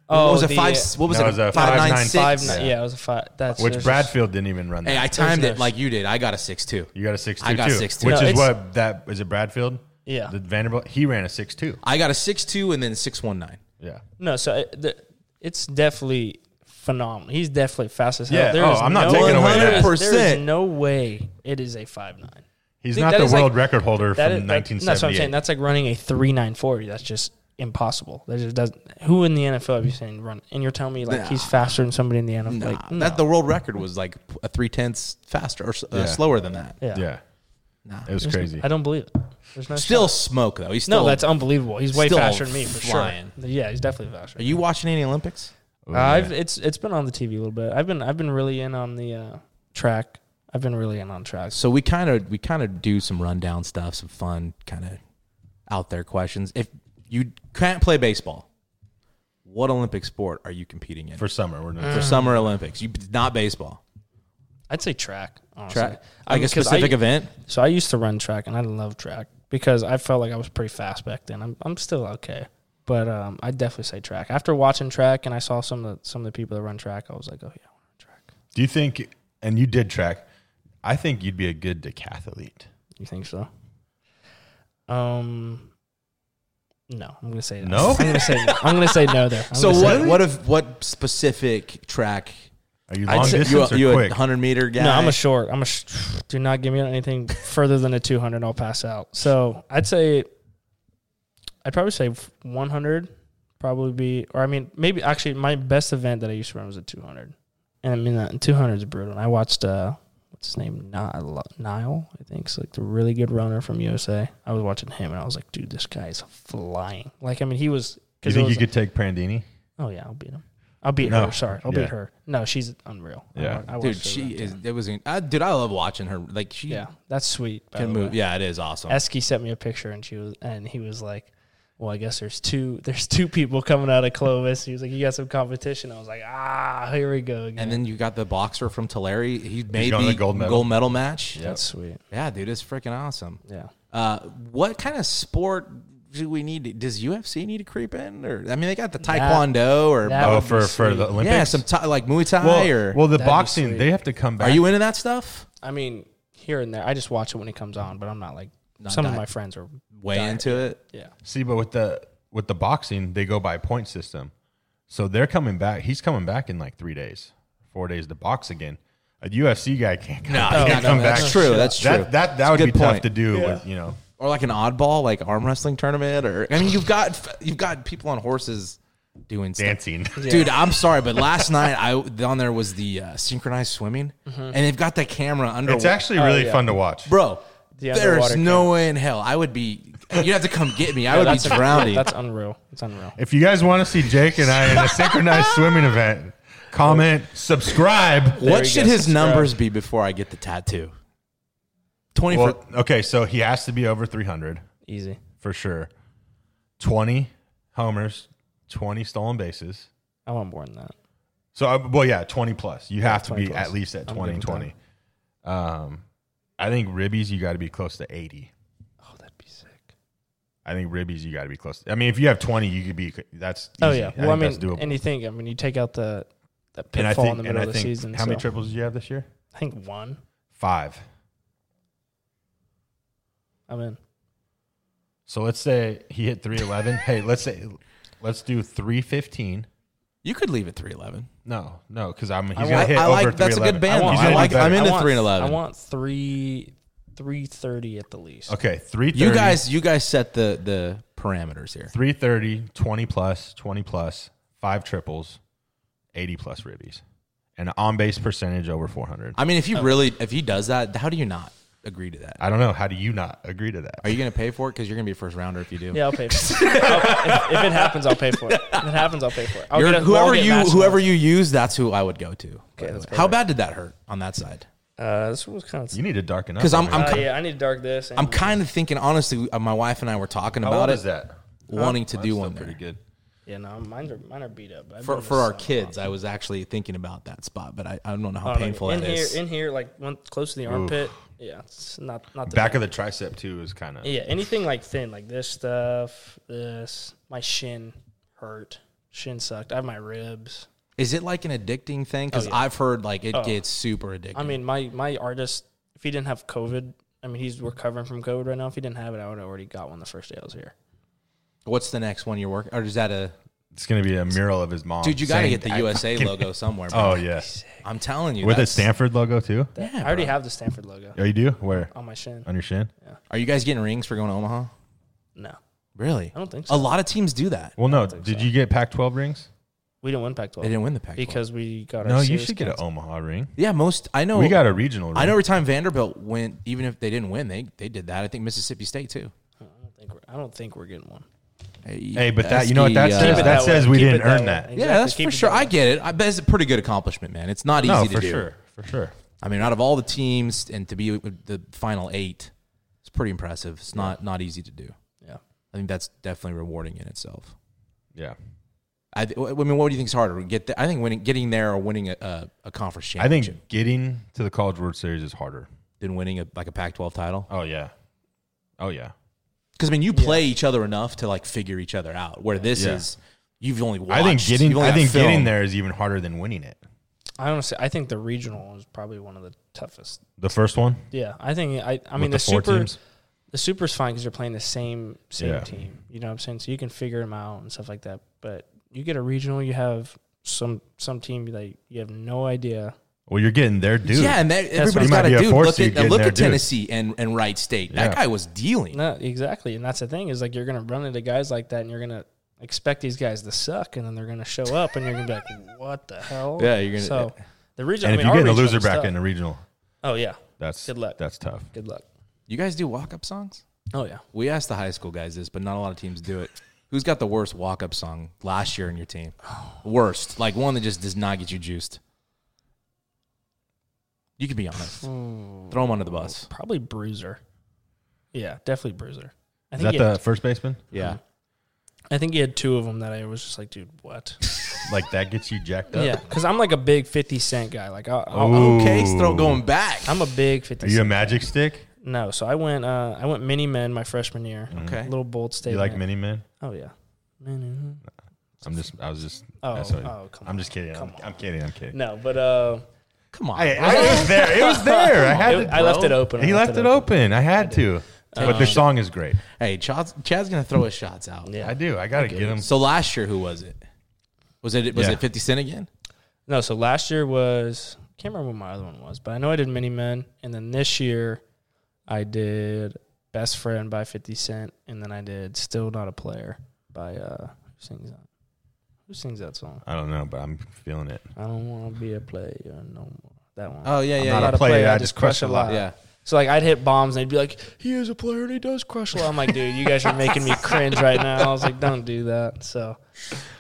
Speaker 4: Oh,
Speaker 3: what was it
Speaker 4: the-
Speaker 3: five? What was
Speaker 2: No,
Speaker 3: it?
Speaker 2: it was a
Speaker 3: five nine
Speaker 2: five, nine,
Speaker 3: six.
Speaker 4: five? Yeah. yeah, it was a five. That's
Speaker 2: Which
Speaker 4: there's-
Speaker 2: Bradfield didn't even run that.
Speaker 3: Hey, I timed it
Speaker 4: there's-
Speaker 3: like you did. I got a six two.
Speaker 2: you got a 6 2
Speaker 3: I got
Speaker 2: too,
Speaker 3: 6'2".
Speaker 2: Which
Speaker 4: No,
Speaker 2: is
Speaker 4: it's-
Speaker 2: what that is it Bradfield?
Speaker 4: Yeah.
Speaker 2: The Vanderbilt. He ran a 6 2.
Speaker 3: I got a six two and then six one nine.
Speaker 2: Yeah.
Speaker 4: No, so it, the, it's definitely phenomenal. He's definitely fast as hell.
Speaker 2: Yeah,
Speaker 4: There
Speaker 2: oh,
Speaker 4: is
Speaker 2: I'm not
Speaker 4: no,
Speaker 2: taking away
Speaker 4: there is-
Speaker 3: that.
Speaker 4: There is
Speaker 3: 100%.
Speaker 4: no way it is a five nine.
Speaker 2: He's
Speaker 4: Dude,
Speaker 2: not
Speaker 4: that
Speaker 2: the
Speaker 4: is like-
Speaker 2: world record holder
Speaker 4: That
Speaker 2: from
Speaker 4: is- that-
Speaker 2: 1978.
Speaker 4: That's what I'm saying. That's like running a three nine forty. That's just impossible. That just doesn't. Who in the NFL have you seen run? And you're telling me like
Speaker 3: Nah.
Speaker 4: he's faster than somebody in the NFL? Like, no.
Speaker 3: That the world record was like a three tenths faster or s- uh,
Speaker 2: Yeah.
Speaker 3: slower than that.
Speaker 4: yeah.
Speaker 2: yeah.
Speaker 3: Nah.
Speaker 2: It was crazy.
Speaker 4: I don't believe it. There's no
Speaker 3: Still smoke though. He's still
Speaker 4: No, that's unbelievable. He's way
Speaker 3: still
Speaker 4: faster than me for
Speaker 3: flying.
Speaker 4: sure. Yeah, he's definitely faster.
Speaker 3: Are you watching any Olympics?
Speaker 4: I've it's it's been on the TV a little bit. I've been I've been really in on the uh, track. I've been really in on track.
Speaker 3: So we kind of we kind of do some rundown stuff, some fun kind of out there questions. If you can't play baseball, what Olympic sport are you competing in
Speaker 2: for summer. We're
Speaker 4: Mm.
Speaker 2: not.
Speaker 3: for Summer Olympics? You not baseball,
Speaker 4: I'd say track. Honestly.
Speaker 3: track,
Speaker 4: I
Speaker 3: like
Speaker 4: mean,
Speaker 3: a
Speaker 4: 'cause I-
Speaker 3: specific event.
Speaker 4: So I used to run track, and I love track because I felt like I was pretty fast back then. I'm I'm still okay, but um, I definitely say track. After watching track, and I saw some of the, some of the people that run track, I was like, oh yeah, I wanna run track.
Speaker 2: Do you think? And you did track. I think you'd be a good decathlete.
Speaker 4: You think so? Um, no, I'm gonna say
Speaker 2: No?
Speaker 4: I'm gonna say no. I'm gonna say no there. I'm
Speaker 3: So
Speaker 4: gonna say
Speaker 3: what? What if what specific track?
Speaker 2: Are you
Speaker 4: I'd
Speaker 2: long
Speaker 4: say-
Speaker 2: distance
Speaker 3: You
Speaker 2: or
Speaker 3: a, you
Speaker 2: quick?
Speaker 3: a hundred meter guy?
Speaker 4: No, I'm a short. I'm a. Sh- <sighs> do not give me anything further than a 200. I'll pass out. So I'd say, I'd probably say 100. Probably be, or I mean, maybe actually, my best event that I used to run was a 200. And I mean, that 200 is brutal. And I watched uh, what's his name, Nile. Nile, I think, is like the really good runner from USA. I was watching him, and I was like, dude, this guy is flying. Like, I mean, he was.
Speaker 2: you
Speaker 4: it
Speaker 2: think
Speaker 4: was-
Speaker 2: you could take Prandini?
Speaker 4: Oh yeah, I'll beat him. I'll beat
Speaker 2: No.
Speaker 4: her. Sorry, I'll
Speaker 2: Yeah.
Speaker 4: beat her. No, she's unreal. I
Speaker 2: Yeah.
Speaker 4: wa- I
Speaker 3: dude.
Speaker 4: watched her
Speaker 3: She
Speaker 4: run, too.
Speaker 3: is. It was. I, dude, I love watching her. Like she
Speaker 4: Yeah, that's sweet. by
Speaker 3: can
Speaker 4: the
Speaker 3: move.
Speaker 4: way.
Speaker 3: Yeah, it is awesome.
Speaker 4: Esky sent me a picture, and she was, and he was like, "Well, I guess there's two, <laughs> there's two people coming out of Clovis." He was like, "You got some competition." I was like, "Ah, here we go again."
Speaker 3: And then you got the boxer from Tulare. He made
Speaker 2: going to
Speaker 3: the
Speaker 2: gold
Speaker 3: gold
Speaker 2: medal.
Speaker 3: medal, match.
Speaker 4: that's sweet.
Speaker 3: Yeah, dude, it's freaking awesome.
Speaker 4: Yeah,
Speaker 3: Uh, what kind of sport do we need? to- does UFC need to creep in? Or I mean, they got the Taekwondo or
Speaker 4: that
Speaker 2: Oh,
Speaker 4: would be
Speaker 2: for for the
Speaker 4: sweet.
Speaker 2: Olympics.
Speaker 3: yeah, some ta- like Muay Thai
Speaker 2: Well,
Speaker 3: or.
Speaker 2: well, the
Speaker 4: That'd be
Speaker 2: boxing
Speaker 4: sweet.
Speaker 2: they have to come back.
Speaker 3: are you into that stuff?
Speaker 4: I mean, here and there, I just watch it when it comes on, but I'm not like some of my friends are.
Speaker 3: Way into it.
Speaker 4: Yeah,
Speaker 2: See, but with the with the boxing, they go by point system. So they're coming back. He's coming back in like three days, four days to box again. A UFC guy can't come,
Speaker 3: no,
Speaker 2: can't
Speaker 3: no,
Speaker 2: come back.
Speaker 3: that's true, that's true.
Speaker 2: That that,
Speaker 3: That's
Speaker 2: that
Speaker 3: a
Speaker 2: would
Speaker 3: good
Speaker 2: be tough
Speaker 3: point.
Speaker 2: to do. With, you know,
Speaker 3: Or like an oddball, like arm wrestling tournament, or I mean, you've got you've got people on horses doing stuff.
Speaker 2: dancing.
Speaker 3: Dude, I'm sorry, but last night I on there was the uh, synchronized swimming,
Speaker 4: Mm-hmm.
Speaker 3: and they've got that camera under.
Speaker 2: It's actually
Speaker 3: Oh,
Speaker 2: really fun to watch.
Speaker 3: bro.
Speaker 4: The
Speaker 3: there's
Speaker 4: underwater
Speaker 3: no way in hell I would be. You'd have to come get me. I would
Speaker 4: that's <laughs>
Speaker 3: be drowning.
Speaker 4: That's unreal. It's unreal.
Speaker 2: If you guys want to see Jake and I in a synchronized
Speaker 4: <laughs>
Speaker 2: swimming event, comment, subscribe.
Speaker 3: what should
Speaker 4: go,
Speaker 3: his
Speaker 4: subscribe.
Speaker 3: numbers be before I get the tattoo? Twenty for
Speaker 2: Well, okay, so he has to be over three hundred.
Speaker 4: Easy.
Speaker 2: for sure. 20 homers, 20 stolen bases.
Speaker 4: I want more than that.
Speaker 2: So, uh, well, yeah, 20 plus. You have to
Speaker 4: 20
Speaker 2: be
Speaker 4: plus.
Speaker 2: at least at
Speaker 4: I'm
Speaker 2: 20
Speaker 4: good
Speaker 2: and
Speaker 4: with
Speaker 2: 20. Um, I think ribbies, you got to be close to 80.
Speaker 4: Oh, that'd be sick.
Speaker 2: I think ribbies, you got to be close. I mean, if you have 20, you could be, that's,
Speaker 4: Oh
Speaker 2: easy.
Speaker 4: yeah.
Speaker 2: I
Speaker 4: well, I
Speaker 2: think
Speaker 4: mean,
Speaker 2: that's doable.
Speaker 4: and you think, I mean, you take out the the
Speaker 2: and I
Speaker 4: pitfall
Speaker 2: think,
Speaker 4: in the
Speaker 2: and
Speaker 4: middle
Speaker 2: I
Speaker 4: of the
Speaker 2: think
Speaker 4: season.
Speaker 2: how many
Speaker 4: so-
Speaker 2: triples did you have this year?
Speaker 4: I think one.
Speaker 2: Five.
Speaker 4: I'm in.
Speaker 2: So let's say he hit 311. hey, let's say, let's do 315.
Speaker 3: you could leave at three eleven.
Speaker 2: No, no, because I'm he's
Speaker 4: I
Speaker 2: gonna
Speaker 4: want-
Speaker 2: hit
Speaker 3: I
Speaker 2: over
Speaker 3: like- that's a good
Speaker 2: 311.
Speaker 3: band,
Speaker 2: He's
Speaker 3: though.
Speaker 2: gonna
Speaker 3: I
Speaker 2: do
Speaker 3: like-
Speaker 2: better.
Speaker 3: I'm into
Speaker 4: I want-
Speaker 3: 311.
Speaker 4: I want three, three thirty at the least.
Speaker 2: Okay, three.
Speaker 3: You guys, you guys set the the parameters here.
Speaker 2: 330, 20 plus, 20 plus, five triples, 80 plus ribbies, and an on base percentage over 400.
Speaker 3: I mean, if you
Speaker 4: Oh.
Speaker 3: really, if he does that, how do you not agree to that?
Speaker 2: I don't know. How do you not agree to that?
Speaker 3: Are you going to pay for it? Because you're going to be a first rounder if you do.
Speaker 4: Yeah, I'll pay for it. I'll- if, if it happens, I'll pay for it. If it happens, I'll pay for it. I'll
Speaker 3: You're-
Speaker 4: get a- well, I'll
Speaker 3: whoever
Speaker 4: get
Speaker 3: you
Speaker 4: matched
Speaker 3: whoever
Speaker 4: with-
Speaker 3: you use, that's who I would go to. by the
Speaker 4: that's
Speaker 3: way. How bad did that hurt on that side?
Speaker 4: Uh, this one was kind of.
Speaker 2: You need to darken up.
Speaker 3: 'Cause I'm-
Speaker 2: over
Speaker 3: I'm
Speaker 2: here.
Speaker 4: Uh, yeah, I need to dark this. and-
Speaker 3: I'm kind of thinking, honestly, uh, my wife and I were talking
Speaker 2: How
Speaker 3: about
Speaker 2: old
Speaker 3: it,
Speaker 2: is that?
Speaker 3: wanting to
Speaker 2: Mine's
Speaker 3: do
Speaker 2: still
Speaker 3: one
Speaker 2: pretty
Speaker 3: there.
Speaker 2: good.
Speaker 4: yeah, no, mine are mine are beat up. I've
Speaker 3: for
Speaker 4: been
Speaker 3: for our
Speaker 4: to some-
Speaker 3: kids. I was actually thinking about that spot, but I, I don't know
Speaker 4: Oh,
Speaker 3: how
Speaker 4: no,
Speaker 3: painful
Speaker 4: in
Speaker 3: it
Speaker 4: here,
Speaker 3: is.
Speaker 4: in here, like one close to the armpit. Yeah, it's not not the
Speaker 2: Back of the tricep too is kind of.
Speaker 4: Yeah, anything like thin, like this stuff, this. My shin hurt. Shin sucked. I have my ribs.
Speaker 3: Is it like an addicting thing? Because I've heard like it gets super addicting.
Speaker 4: Oh, I mean, my my artist, if he didn't have COVID, I mean, he's recovering from COVID right now. If he didn't have it, I would have already got one the first day I was here.
Speaker 3: What's the next one you're working? Or is that a
Speaker 2: It's gonna be a mural of his mom.
Speaker 3: dude? You got to
Speaker 2: saying,
Speaker 3: get the
Speaker 2: "I <laughs>
Speaker 3: USA
Speaker 2: fucking-"
Speaker 3: logo somewhere. Bro.
Speaker 2: Oh yeah,
Speaker 3: I'm telling you,
Speaker 2: with a
Speaker 3: that's-
Speaker 2: Stanford logo too.
Speaker 4: I already have the Stanford logo
Speaker 2: Oh, you do? Where?
Speaker 4: on my shin.
Speaker 2: On your shin?
Speaker 3: Are you guys getting rings for going to Omaha?
Speaker 4: No,
Speaker 3: Really?
Speaker 4: I don't think
Speaker 3: A
Speaker 4: so.
Speaker 3: lot of teams do that.
Speaker 2: Well, no. Did you get Pac-12 rings?
Speaker 4: we didn't win Pac-12.
Speaker 3: They didn't win the pack
Speaker 4: because we got our.
Speaker 2: No, you
Speaker 4: series
Speaker 2: should get an
Speaker 4: canceled.
Speaker 2: Omaha ring.
Speaker 3: yeah, most I know.
Speaker 2: We got a regional ring.
Speaker 3: I know every time Vanderbilt went, even if they didn't win, they they did that. I think Mississippi State too.
Speaker 4: I don't think we're, I don't think we're getting one.
Speaker 2: Hey, but that you know what that
Speaker 3: Esky, uh,
Speaker 2: says?
Speaker 4: it
Speaker 2: That
Speaker 4: that way.
Speaker 2: says we
Speaker 4: Keep it
Speaker 2: didn't
Speaker 4: that
Speaker 2: earn
Speaker 4: way.
Speaker 2: that.
Speaker 3: yeah, that's
Speaker 4: Exactly,
Speaker 3: for
Speaker 4: keep it
Speaker 3: sure.
Speaker 4: that
Speaker 3: I
Speaker 4: way.
Speaker 3: get it. I bet it's a pretty good accomplishment, man. It's not easy
Speaker 2: No,
Speaker 3: to
Speaker 2: for
Speaker 3: do.
Speaker 2: sure, for sure.
Speaker 3: I mean, out of all the teams and to be with the final eight, it's pretty impressive. It's not not easy to do.
Speaker 4: Yeah.
Speaker 3: I think that's definitely rewarding in itself.
Speaker 2: Yeah.
Speaker 3: I, th- I mean, what do you think is harder? Get the, I think winning, getting there or winning a, a, a conference
Speaker 2: I
Speaker 3: championship
Speaker 2: think getting to the College World Series is harder.
Speaker 3: than winning a, like a Pac-12 title.
Speaker 2: Oh yeah. Oh yeah.
Speaker 3: Because I mean, you play each other enough to like figure each other out. Where this
Speaker 2: Yeah.
Speaker 3: is, you've only watched.
Speaker 2: I think
Speaker 3: you've
Speaker 2: getting
Speaker 3: only
Speaker 2: I
Speaker 3: got
Speaker 2: think
Speaker 3: film.
Speaker 2: getting there is even harder than winning it.
Speaker 4: I honestly, I think the regional is probably one of the toughest.
Speaker 2: The first one?
Speaker 4: Yeah, I think I. I mean,
Speaker 2: with
Speaker 4: the,
Speaker 2: four
Speaker 4: super
Speaker 2: teams?
Speaker 4: the super's fine because you're playing the same same
Speaker 2: Yeah.
Speaker 4: team. You know what I'm saying? So you can figure them out and stuff like that. But you get a regional, you have some some team that you have no idea.
Speaker 2: Well, you're getting there, dude.
Speaker 3: Yeah, and that, everybody's
Speaker 2: You
Speaker 3: got
Speaker 2: might
Speaker 3: a
Speaker 2: be a
Speaker 3: dude.
Speaker 2: fourth
Speaker 3: Look
Speaker 2: seed
Speaker 3: at
Speaker 2: getting
Speaker 3: look
Speaker 2: there,
Speaker 3: at
Speaker 2: dude.
Speaker 3: Tennessee and, and Wright State. That
Speaker 2: Yeah.
Speaker 3: guy was dealing.
Speaker 4: No, exactly, and that's the thing is like you're gonna run into guys like that, and you're gonna expect these guys to suck, and then they're gonna show up, and you're gonna be like, <laughs> "What the hell?"
Speaker 3: Yeah, you're gonna-
Speaker 4: So the regional,
Speaker 2: And
Speaker 4: I
Speaker 2: if
Speaker 4: mean,
Speaker 2: you
Speaker 4: our
Speaker 2: get in the
Speaker 4: regional
Speaker 2: loser
Speaker 4: was
Speaker 2: bracket
Speaker 4: tough.
Speaker 2: in the regional,
Speaker 4: oh yeah,
Speaker 2: that's
Speaker 4: Good luck.
Speaker 2: That's tough.
Speaker 4: good luck.
Speaker 3: You guys do walk up songs?
Speaker 4: Oh yeah,
Speaker 3: We asked the high school guys this, but not a lot of teams do it. Who's got the worst walk up song last year in your team? Worst, like one that just does not get you juiced. You can be honest. Throw him under the bus.
Speaker 4: probably Bruiser. Yeah, definitely Bruiser. I
Speaker 2: Is that
Speaker 4: he had-
Speaker 2: the first baseman?
Speaker 3: Yeah,
Speaker 4: I think he had two of them that I was just like, dude, what?
Speaker 2: Like that gets you jacked up.
Speaker 4: <laughs> yeah, because I'm like a big 50 Cent guy. Like, I, I,
Speaker 2: Ooh.
Speaker 3: Okay, it's throw going back.
Speaker 4: I'm a big 50
Speaker 2: Are you a
Speaker 4: Cent.
Speaker 2: magic stick?
Speaker 4: No, so I went. Uh, I went mini men my freshman year.
Speaker 3: Okay.
Speaker 4: little bold
Speaker 2: Mm. You
Speaker 4: statement.
Speaker 2: like mini men?
Speaker 4: Oh yeah. Mini-
Speaker 2: I'm just I was just
Speaker 4: Oh,
Speaker 2: that's what-
Speaker 4: oh, come
Speaker 2: I'm just kidding.
Speaker 4: come
Speaker 2: I'm, I'm kidding. I'm kidding.
Speaker 4: No, but uh,
Speaker 3: Come on,
Speaker 2: I, I- it was there. It was there.
Speaker 4: <laughs>
Speaker 2: I had
Speaker 4: it-
Speaker 2: to,
Speaker 4: I left it open. I
Speaker 2: He left it open. I had to. But the song is great.
Speaker 3: Hey, Chad's, Chad's gonna throw his shots out.
Speaker 4: Yeah.
Speaker 2: I do. I gotta get him.
Speaker 3: So last year, who was it? Was it was
Speaker 2: Yeah.
Speaker 3: it Fifty Cent again?
Speaker 4: No, so last year was I can't remember what my other one was, but I know I did mini men, and then this year I did best friend by 50 Cent, and then I did still not a player by uh, who sings that? Who sings that song?
Speaker 2: I don't know, but I'm feeling it.
Speaker 4: I don't want to be a player no more. That one.
Speaker 3: Oh yeah,
Speaker 2: not
Speaker 3: yeah,
Speaker 2: a
Speaker 3: yeah.
Speaker 4: Not
Speaker 2: player, I just crush a
Speaker 4: Uh,
Speaker 2: lot.
Speaker 3: yeah.
Speaker 4: So like I'd hit bombs and they'd be like, "He is a player and he does crush a lot." I'm like, "Dude, you guys are making me cringe right now." I was like, "Don't do that." So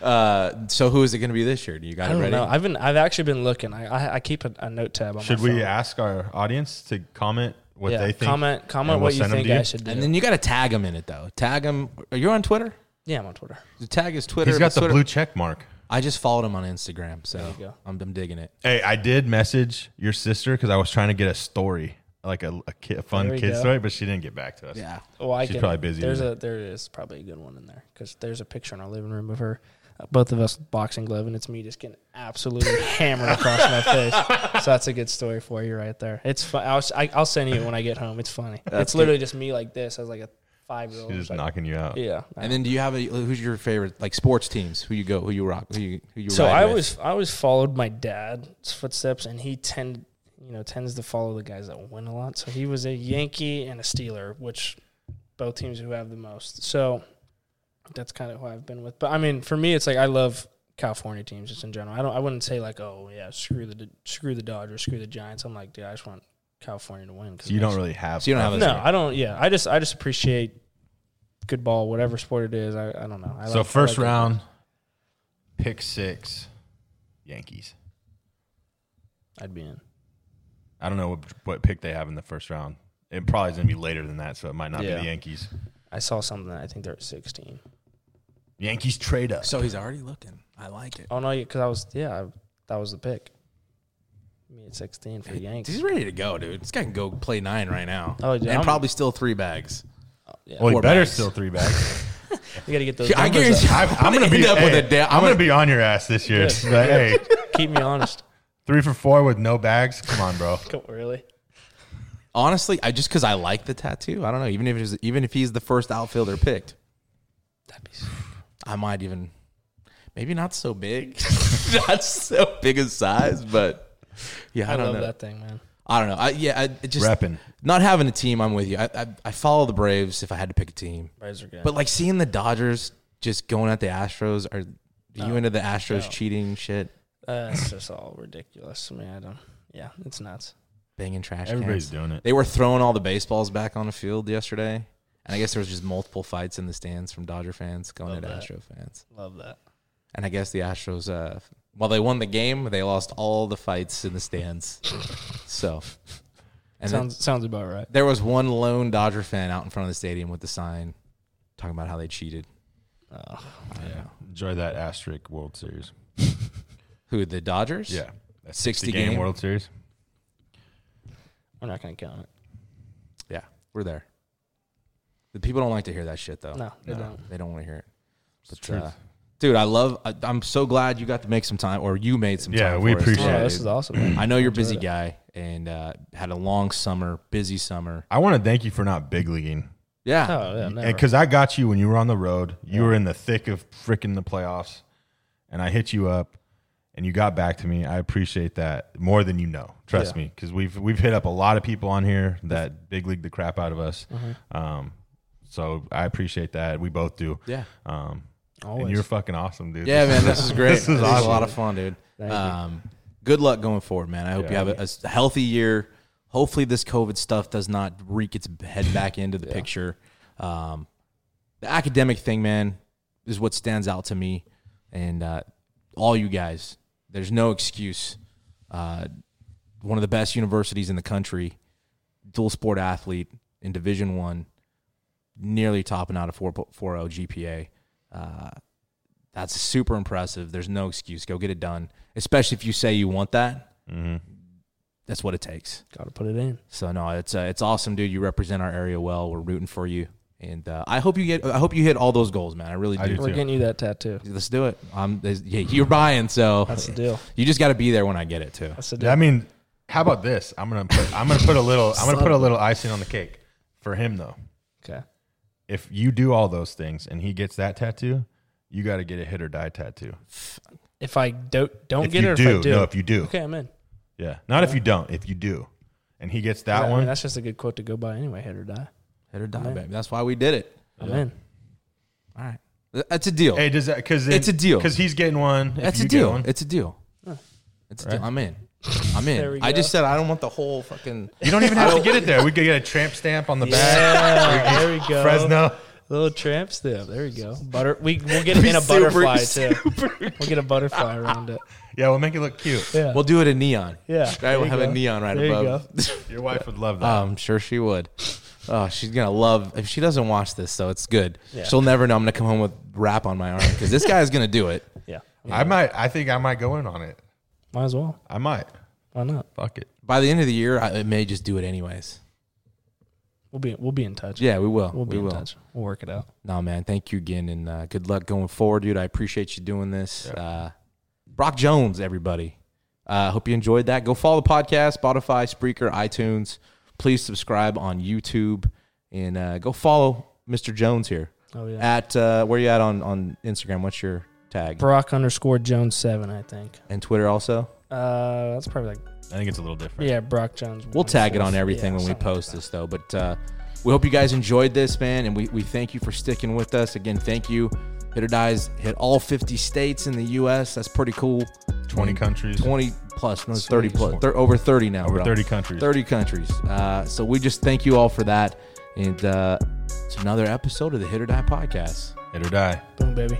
Speaker 3: Uh, so who is it gonna be this year? Do you got
Speaker 4: I
Speaker 3: it
Speaker 4: don't
Speaker 3: ready?
Speaker 4: know. I've been I've actually been looking. I I, I keep a, a note tab. on
Speaker 2: Should
Speaker 4: my
Speaker 2: we
Speaker 4: phone.
Speaker 2: ask our audience to comment what
Speaker 4: yeah,
Speaker 2: they think?
Speaker 4: comment comment
Speaker 2: and we'll
Speaker 4: what you
Speaker 2: send 'em
Speaker 4: think
Speaker 2: to you?
Speaker 4: I should do.
Speaker 3: And then you got to tag him in it though. Tag him. Are you on Twitter?
Speaker 4: yeah, I'm on Twitter.
Speaker 3: The tag is Twitter.
Speaker 2: He's got
Speaker 3: but
Speaker 2: the
Speaker 3: Twitter-
Speaker 2: blue check mark.
Speaker 3: I just followed him on Instagram, so
Speaker 4: you go.
Speaker 3: I'm, I'm digging it.
Speaker 2: Hey, I did message your sister because I was trying to get a story, like a, a, ki- a
Speaker 4: There
Speaker 2: fun
Speaker 4: you
Speaker 2: kid
Speaker 4: go.
Speaker 2: story, but she didn't get back to us.
Speaker 3: Yeah.
Speaker 4: Oh, I
Speaker 2: She's
Speaker 4: can,
Speaker 2: probably busy
Speaker 4: There's
Speaker 2: today.
Speaker 4: a there is probably a good one in there because there's a picture in our living room of her, uh, both of us with boxing glove, and it's me just getting
Speaker 3: <laughs>
Speaker 4: absolutely hammered across my face. So that's a good story for you right there. It's fun. I'll, s- I, will send you it when I get home. It's funny. it's literally just me like this as like a five year
Speaker 2: She's just
Speaker 4: old. Like,
Speaker 2: knocking you out.
Speaker 4: yeah.
Speaker 3: And then do you have a who's your favorite like sports teams? Who you go? Who you rock? Who you who you?
Speaker 4: so
Speaker 3: ride
Speaker 4: I
Speaker 3: with?
Speaker 4: always I always followed my dad's footsteps, and he tend you know tends to follow the guys that win a lot. So he was a Yankee and a Steeler, which both teams who have the most. So that's kind of who I've been with. But I mean, for me, it's like I love California teams just in general. I don't I wouldn't say like oh yeah screw the screw the Dodgers, screw the Giants. I'm like dude, I just want California to win. Cause
Speaker 2: So you
Speaker 4: it
Speaker 2: don't
Speaker 4: makes-
Speaker 2: really have.
Speaker 3: So you don't have a-
Speaker 4: no, I don't. Yeah, I just I just appreciate good ball, whatever sport it is. I, I don't know. I
Speaker 2: So
Speaker 4: like- I
Speaker 2: first
Speaker 4: like it.
Speaker 2: round, pick six, Yankees.
Speaker 4: I'd be in.
Speaker 2: I don't know what, what pick they have in the first round. It probably is going to be later than that, so it might not
Speaker 4: Yeah.
Speaker 2: be the Yankees.
Speaker 4: I saw something. I think they're at 16.
Speaker 2: Yankees trade up.
Speaker 3: So he's already looking. I like it.
Speaker 4: Oh no, because I was yeah, I, that was the pick. Me at sixteen for the
Speaker 3: He's
Speaker 4: Yankees.
Speaker 3: ready to go, dude. This guy can go play nine right now.
Speaker 4: Oh, dude,
Speaker 3: and
Speaker 4: I'm-
Speaker 3: probably still three bags.
Speaker 2: well, he
Speaker 3: four
Speaker 2: better
Speaker 3: bags.
Speaker 2: still three <laughs> bags.
Speaker 4: You gotta get those.
Speaker 3: I
Speaker 4: numbers
Speaker 3: guarantee.
Speaker 4: up.
Speaker 2: I'm
Speaker 3: I'm,
Speaker 2: going to be
Speaker 3: end up
Speaker 2: hey,
Speaker 3: with a. Da-
Speaker 2: I'm going to be on your ass this year. But, hey,
Speaker 4: Keep me honest.
Speaker 2: three for four with no bags. <laughs> Come on, bro.
Speaker 4: Go- really?
Speaker 3: honestly. I just because I like the tattoo. I don't know. Even if it was, even if he's the first outfielder picked,
Speaker 4: That'd be.
Speaker 3: <sighs> I might even maybe not so big, <laughs> not so big a size, but yeah, I,
Speaker 4: I,
Speaker 3: don't
Speaker 4: love
Speaker 3: know.
Speaker 4: that thing, man.
Speaker 3: I don't know. I, yeah, I it just
Speaker 2: Reppin'.
Speaker 3: not having a team. I'm with you. I, I I follow the Braves if I had to pick a team,
Speaker 4: Braves are good.
Speaker 3: but like seeing the Dodgers just going at the Astros. Are, are you into the Astros
Speaker 4: no.
Speaker 3: cheating shit,
Speaker 4: uh, it's just all ridiculous. I mean, I don't. Yeah, it's nuts.
Speaker 3: banging trash?
Speaker 2: Everybody's
Speaker 3: cans?
Speaker 2: doing it.
Speaker 3: They were throwing all the baseballs back on the field yesterday, and I guess there was just multiple fights in the stands from Dodger fans going
Speaker 4: Love
Speaker 3: at
Speaker 4: that.
Speaker 3: Astro fans.
Speaker 4: Love that.
Speaker 3: And I guess
Speaker 4: <laughs>
Speaker 3: the Astros, uh, while they won the game, they lost all the fights in the stands. so. And then
Speaker 4: sounds sounds about right.
Speaker 3: there was one lone Dodger fan out in front of the stadium with the sign talking about how they cheated.
Speaker 2: Yeah. Enjoy that asterisk World Series.
Speaker 3: Who the Dodgers?
Speaker 2: Yeah. That
Speaker 3: 60
Speaker 2: game,
Speaker 3: game.
Speaker 2: World Series.
Speaker 4: We're not gonna count it.
Speaker 3: yeah, we're there. The people don't like to hear that shit though. Uh,
Speaker 4: No, they don't.
Speaker 3: They don't want to hear it. But,
Speaker 2: the truth.
Speaker 3: uh, dude, I love. I, I'm so glad you got to make some time, or you made some
Speaker 2: Yeah,
Speaker 3: time.
Speaker 2: we
Speaker 3: for us
Speaker 4: Oh,
Speaker 3: today,
Speaker 2: appreciate Yeah, it.
Speaker 4: this
Speaker 3: dude.
Speaker 4: is awesome. man.
Speaker 3: I know you're a busy
Speaker 4: Enjoyed it.
Speaker 3: guy and uh, had a long summer, busy summer.
Speaker 2: I want to thank you for not big leaguing.
Speaker 3: Yeah,
Speaker 4: Oh yeah, never.
Speaker 2: Because I got you when you were on the road. You were in the thick of freaking the playoffs. And I hit you up and you got back to me. I appreciate that more than you know. Trust me. me. Because we've, we've hit up a lot of people on here that big league the crap out of us. Um, so I appreciate that. We both do.
Speaker 3: Mm-hmm. yeah,
Speaker 2: Um, and
Speaker 4: Always.
Speaker 2: you're fucking awesome, dude.
Speaker 3: yeah,
Speaker 2: <laughs>
Speaker 3: man. This is great.
Speaker 2: this is awesome.
Speaker 3: a lot of fun, dude. Um, good luck going forward, man. I hope you have a, a s- healthy year. Hopefully, this COVID stuff does not wreak its head back into the picture. Um, the academic thing, man, is what stands out to me, and uh, all you guys. There's no excuse. Uh, one of the best universities in the country, dual sport athlete in Division One, nearly topping out a 4.40 GPA. Uh, that's super impressive. There's no excuse. Go get it done, especially if you say you want that.
Speaker 2: Mhm.
Speaker 3: That's what it takes.
Speaker 4: Got to put it in.
Speaker 3: So no, it's uh, it's awesome, dude. You represent our area well. We're rooting for you, and uh, I hope you get. I hope you hit all those goals, man. I really
Speaker 2: I
Speaker 3: do.
Speaker 2: do
Speaker 4: We're
Speaker 2: too.
Speaker 4: getting you that tattoo.
Speaker 3: Let's do it. I'm. there's- Yeah, you're buying, so
Speaker 4: That's the deal.
Speaker 3: you just got to be there when I get it too.
Speaker 4: That's the deal.
Speaker 2: Yeah, I mean, how about this? I'm gonna put, I'm gonna put a little I'm gonna put a little icing on the cake for him though.
Speaker 4: okay.
Speaker 2: If you do all those things and he gets that tattoo, you got to get a hit or die tattoo.
Speaker 4: If I don't don't
Speaker 2: If
Speaker 4: get
Speaker 2: you
Speaker 4: it, or
Speaker 2: do,
Speaker 4: if I do,
Speaker 2: no, if you do,
Speaker 4: okay, I'm in.
Speaker 2: yeah, not if you don't, if you do, and he gets that
Speaker 4: I mean,
Speaker 2: one.
Speaker 4: that's just a good quote to go by anyway. Hit or die.
Speaker 3: Hit or die, baby. That's why we did it.
Speaker 4: I'm in.
Speaker 3: All right, that's a deal.
Speaker 2: hey, does that because
Speaker 3: It's a deal.
Speaker 2: because he's getting one. if
Speaker 3: that's a
Speaker 2: you get
Speaker 3: deal.
Speaker 2: one.
Speaker 3: It's a deal. It's a deal. I'm in. I'm
Speaker 4: There we
Speaker 3: in. I
Speaker 4: go.
Speaker 3: just said I don't want the whole fucking.
Speaker 2: You don't even have to get it there. We could get a tramp stamp on the
Speaker 4: Yeah, there we go.
Speaker 2: back. Fresno.
Speaker 4: Little tramp stamp. There we go. Butter. We we'll get it in a
Speaker 3: Super,
Speaker 4: butterfly too. We'll get a butterfly around it.
Speaker 2: Yeah, we'll make it look cute.
Speaker 4: Yeah.
Speaker 3: We'll do it in neon.
Speaker 4: Yeah,
Speaker 3: Right,
Speaker 4: there
Speaker 3: we'll
Speaker 4: you
Speaker 3: have a
Speaker 4: go.
Speaker 3: neon right
Speaker 4: There you
Speaker 3: above.
Speaker 2: Your wife would love that.
Speaker 3: I'm Um, sure she would. Oh, she's gonna love if she doesn't watch this, so it's good.
Speaker 4: Yeah.
Speaker 3: She'll never know I'm gonna come home with rap on my arm because this guy's gonna do it.
Speaker 4: yeah.
Speaker 2: I might. I think I might go in on it.
Speaker 4: Might as well.
Speaker 2: I might.
Speaker 4: Why not?
Speaker 2: Fuck it.
Speaker 3: By the end of the year, I, I may just do it anyways.
Speaker 4: We'll be we'll be in touch.
Speaker 3: Yeah, we will.
Speaker 4: We'll be
Speaker 3: we
Speaker 4: in
Speaker 3: will.
Speaker 4: touch. We'll work it out.
Speaker 3: No, man. Thank you again, and uh, good luck going forward, dude. I appreciate you doing this. Uh, Brock Jones, everybody. Uh, hope you enjoyed that. Go follow the podcast, Spotify, Spreaker, iTunes. Please subscribe on YouTube and uh, go follow Mr. Jones here.
Speaker 4: Oh yeah.
Speaker 3: At uh, where you at on on Instagram? What's your tag
Speaker 4: Brock underscore Jones seven, I think.
Speaker 3: and Twitter also?
Speaker 4: Uh, that's probably like
Speaker 2: I think it's a little different.
Speaker 4: yeah, Brock Jones.
Speaker 3: We'll
Speaker 4: one,
Speaker 3: tag it
Speaker 4: four,
Speaker 3: on everything
Speaker 4: yeah,
Speaker 3: when we
Speaker 4: something like
Speaker 3: post this, though. But uh, we hope you guys enjoyed this, man, and we, we thank you for sticking with us. Again, thank you. Hit or Dies hit all 50 states in the U.S. That's pretty cool.
Speaker 2: 20 countries.
Speaker 3: 20 plus, no, 30 plus, thir- over 30 now.
Speaker 2: Over
Speaker 3: bro.
Speaker 2: 30 countries.
Speaker 3: 30 countries. Uh, so we just thank you all for that. And uh, it's another episode of the Hit or Die podcast.
Speaker 2: Hit or die.
Speaker 4: that. Boom, baby.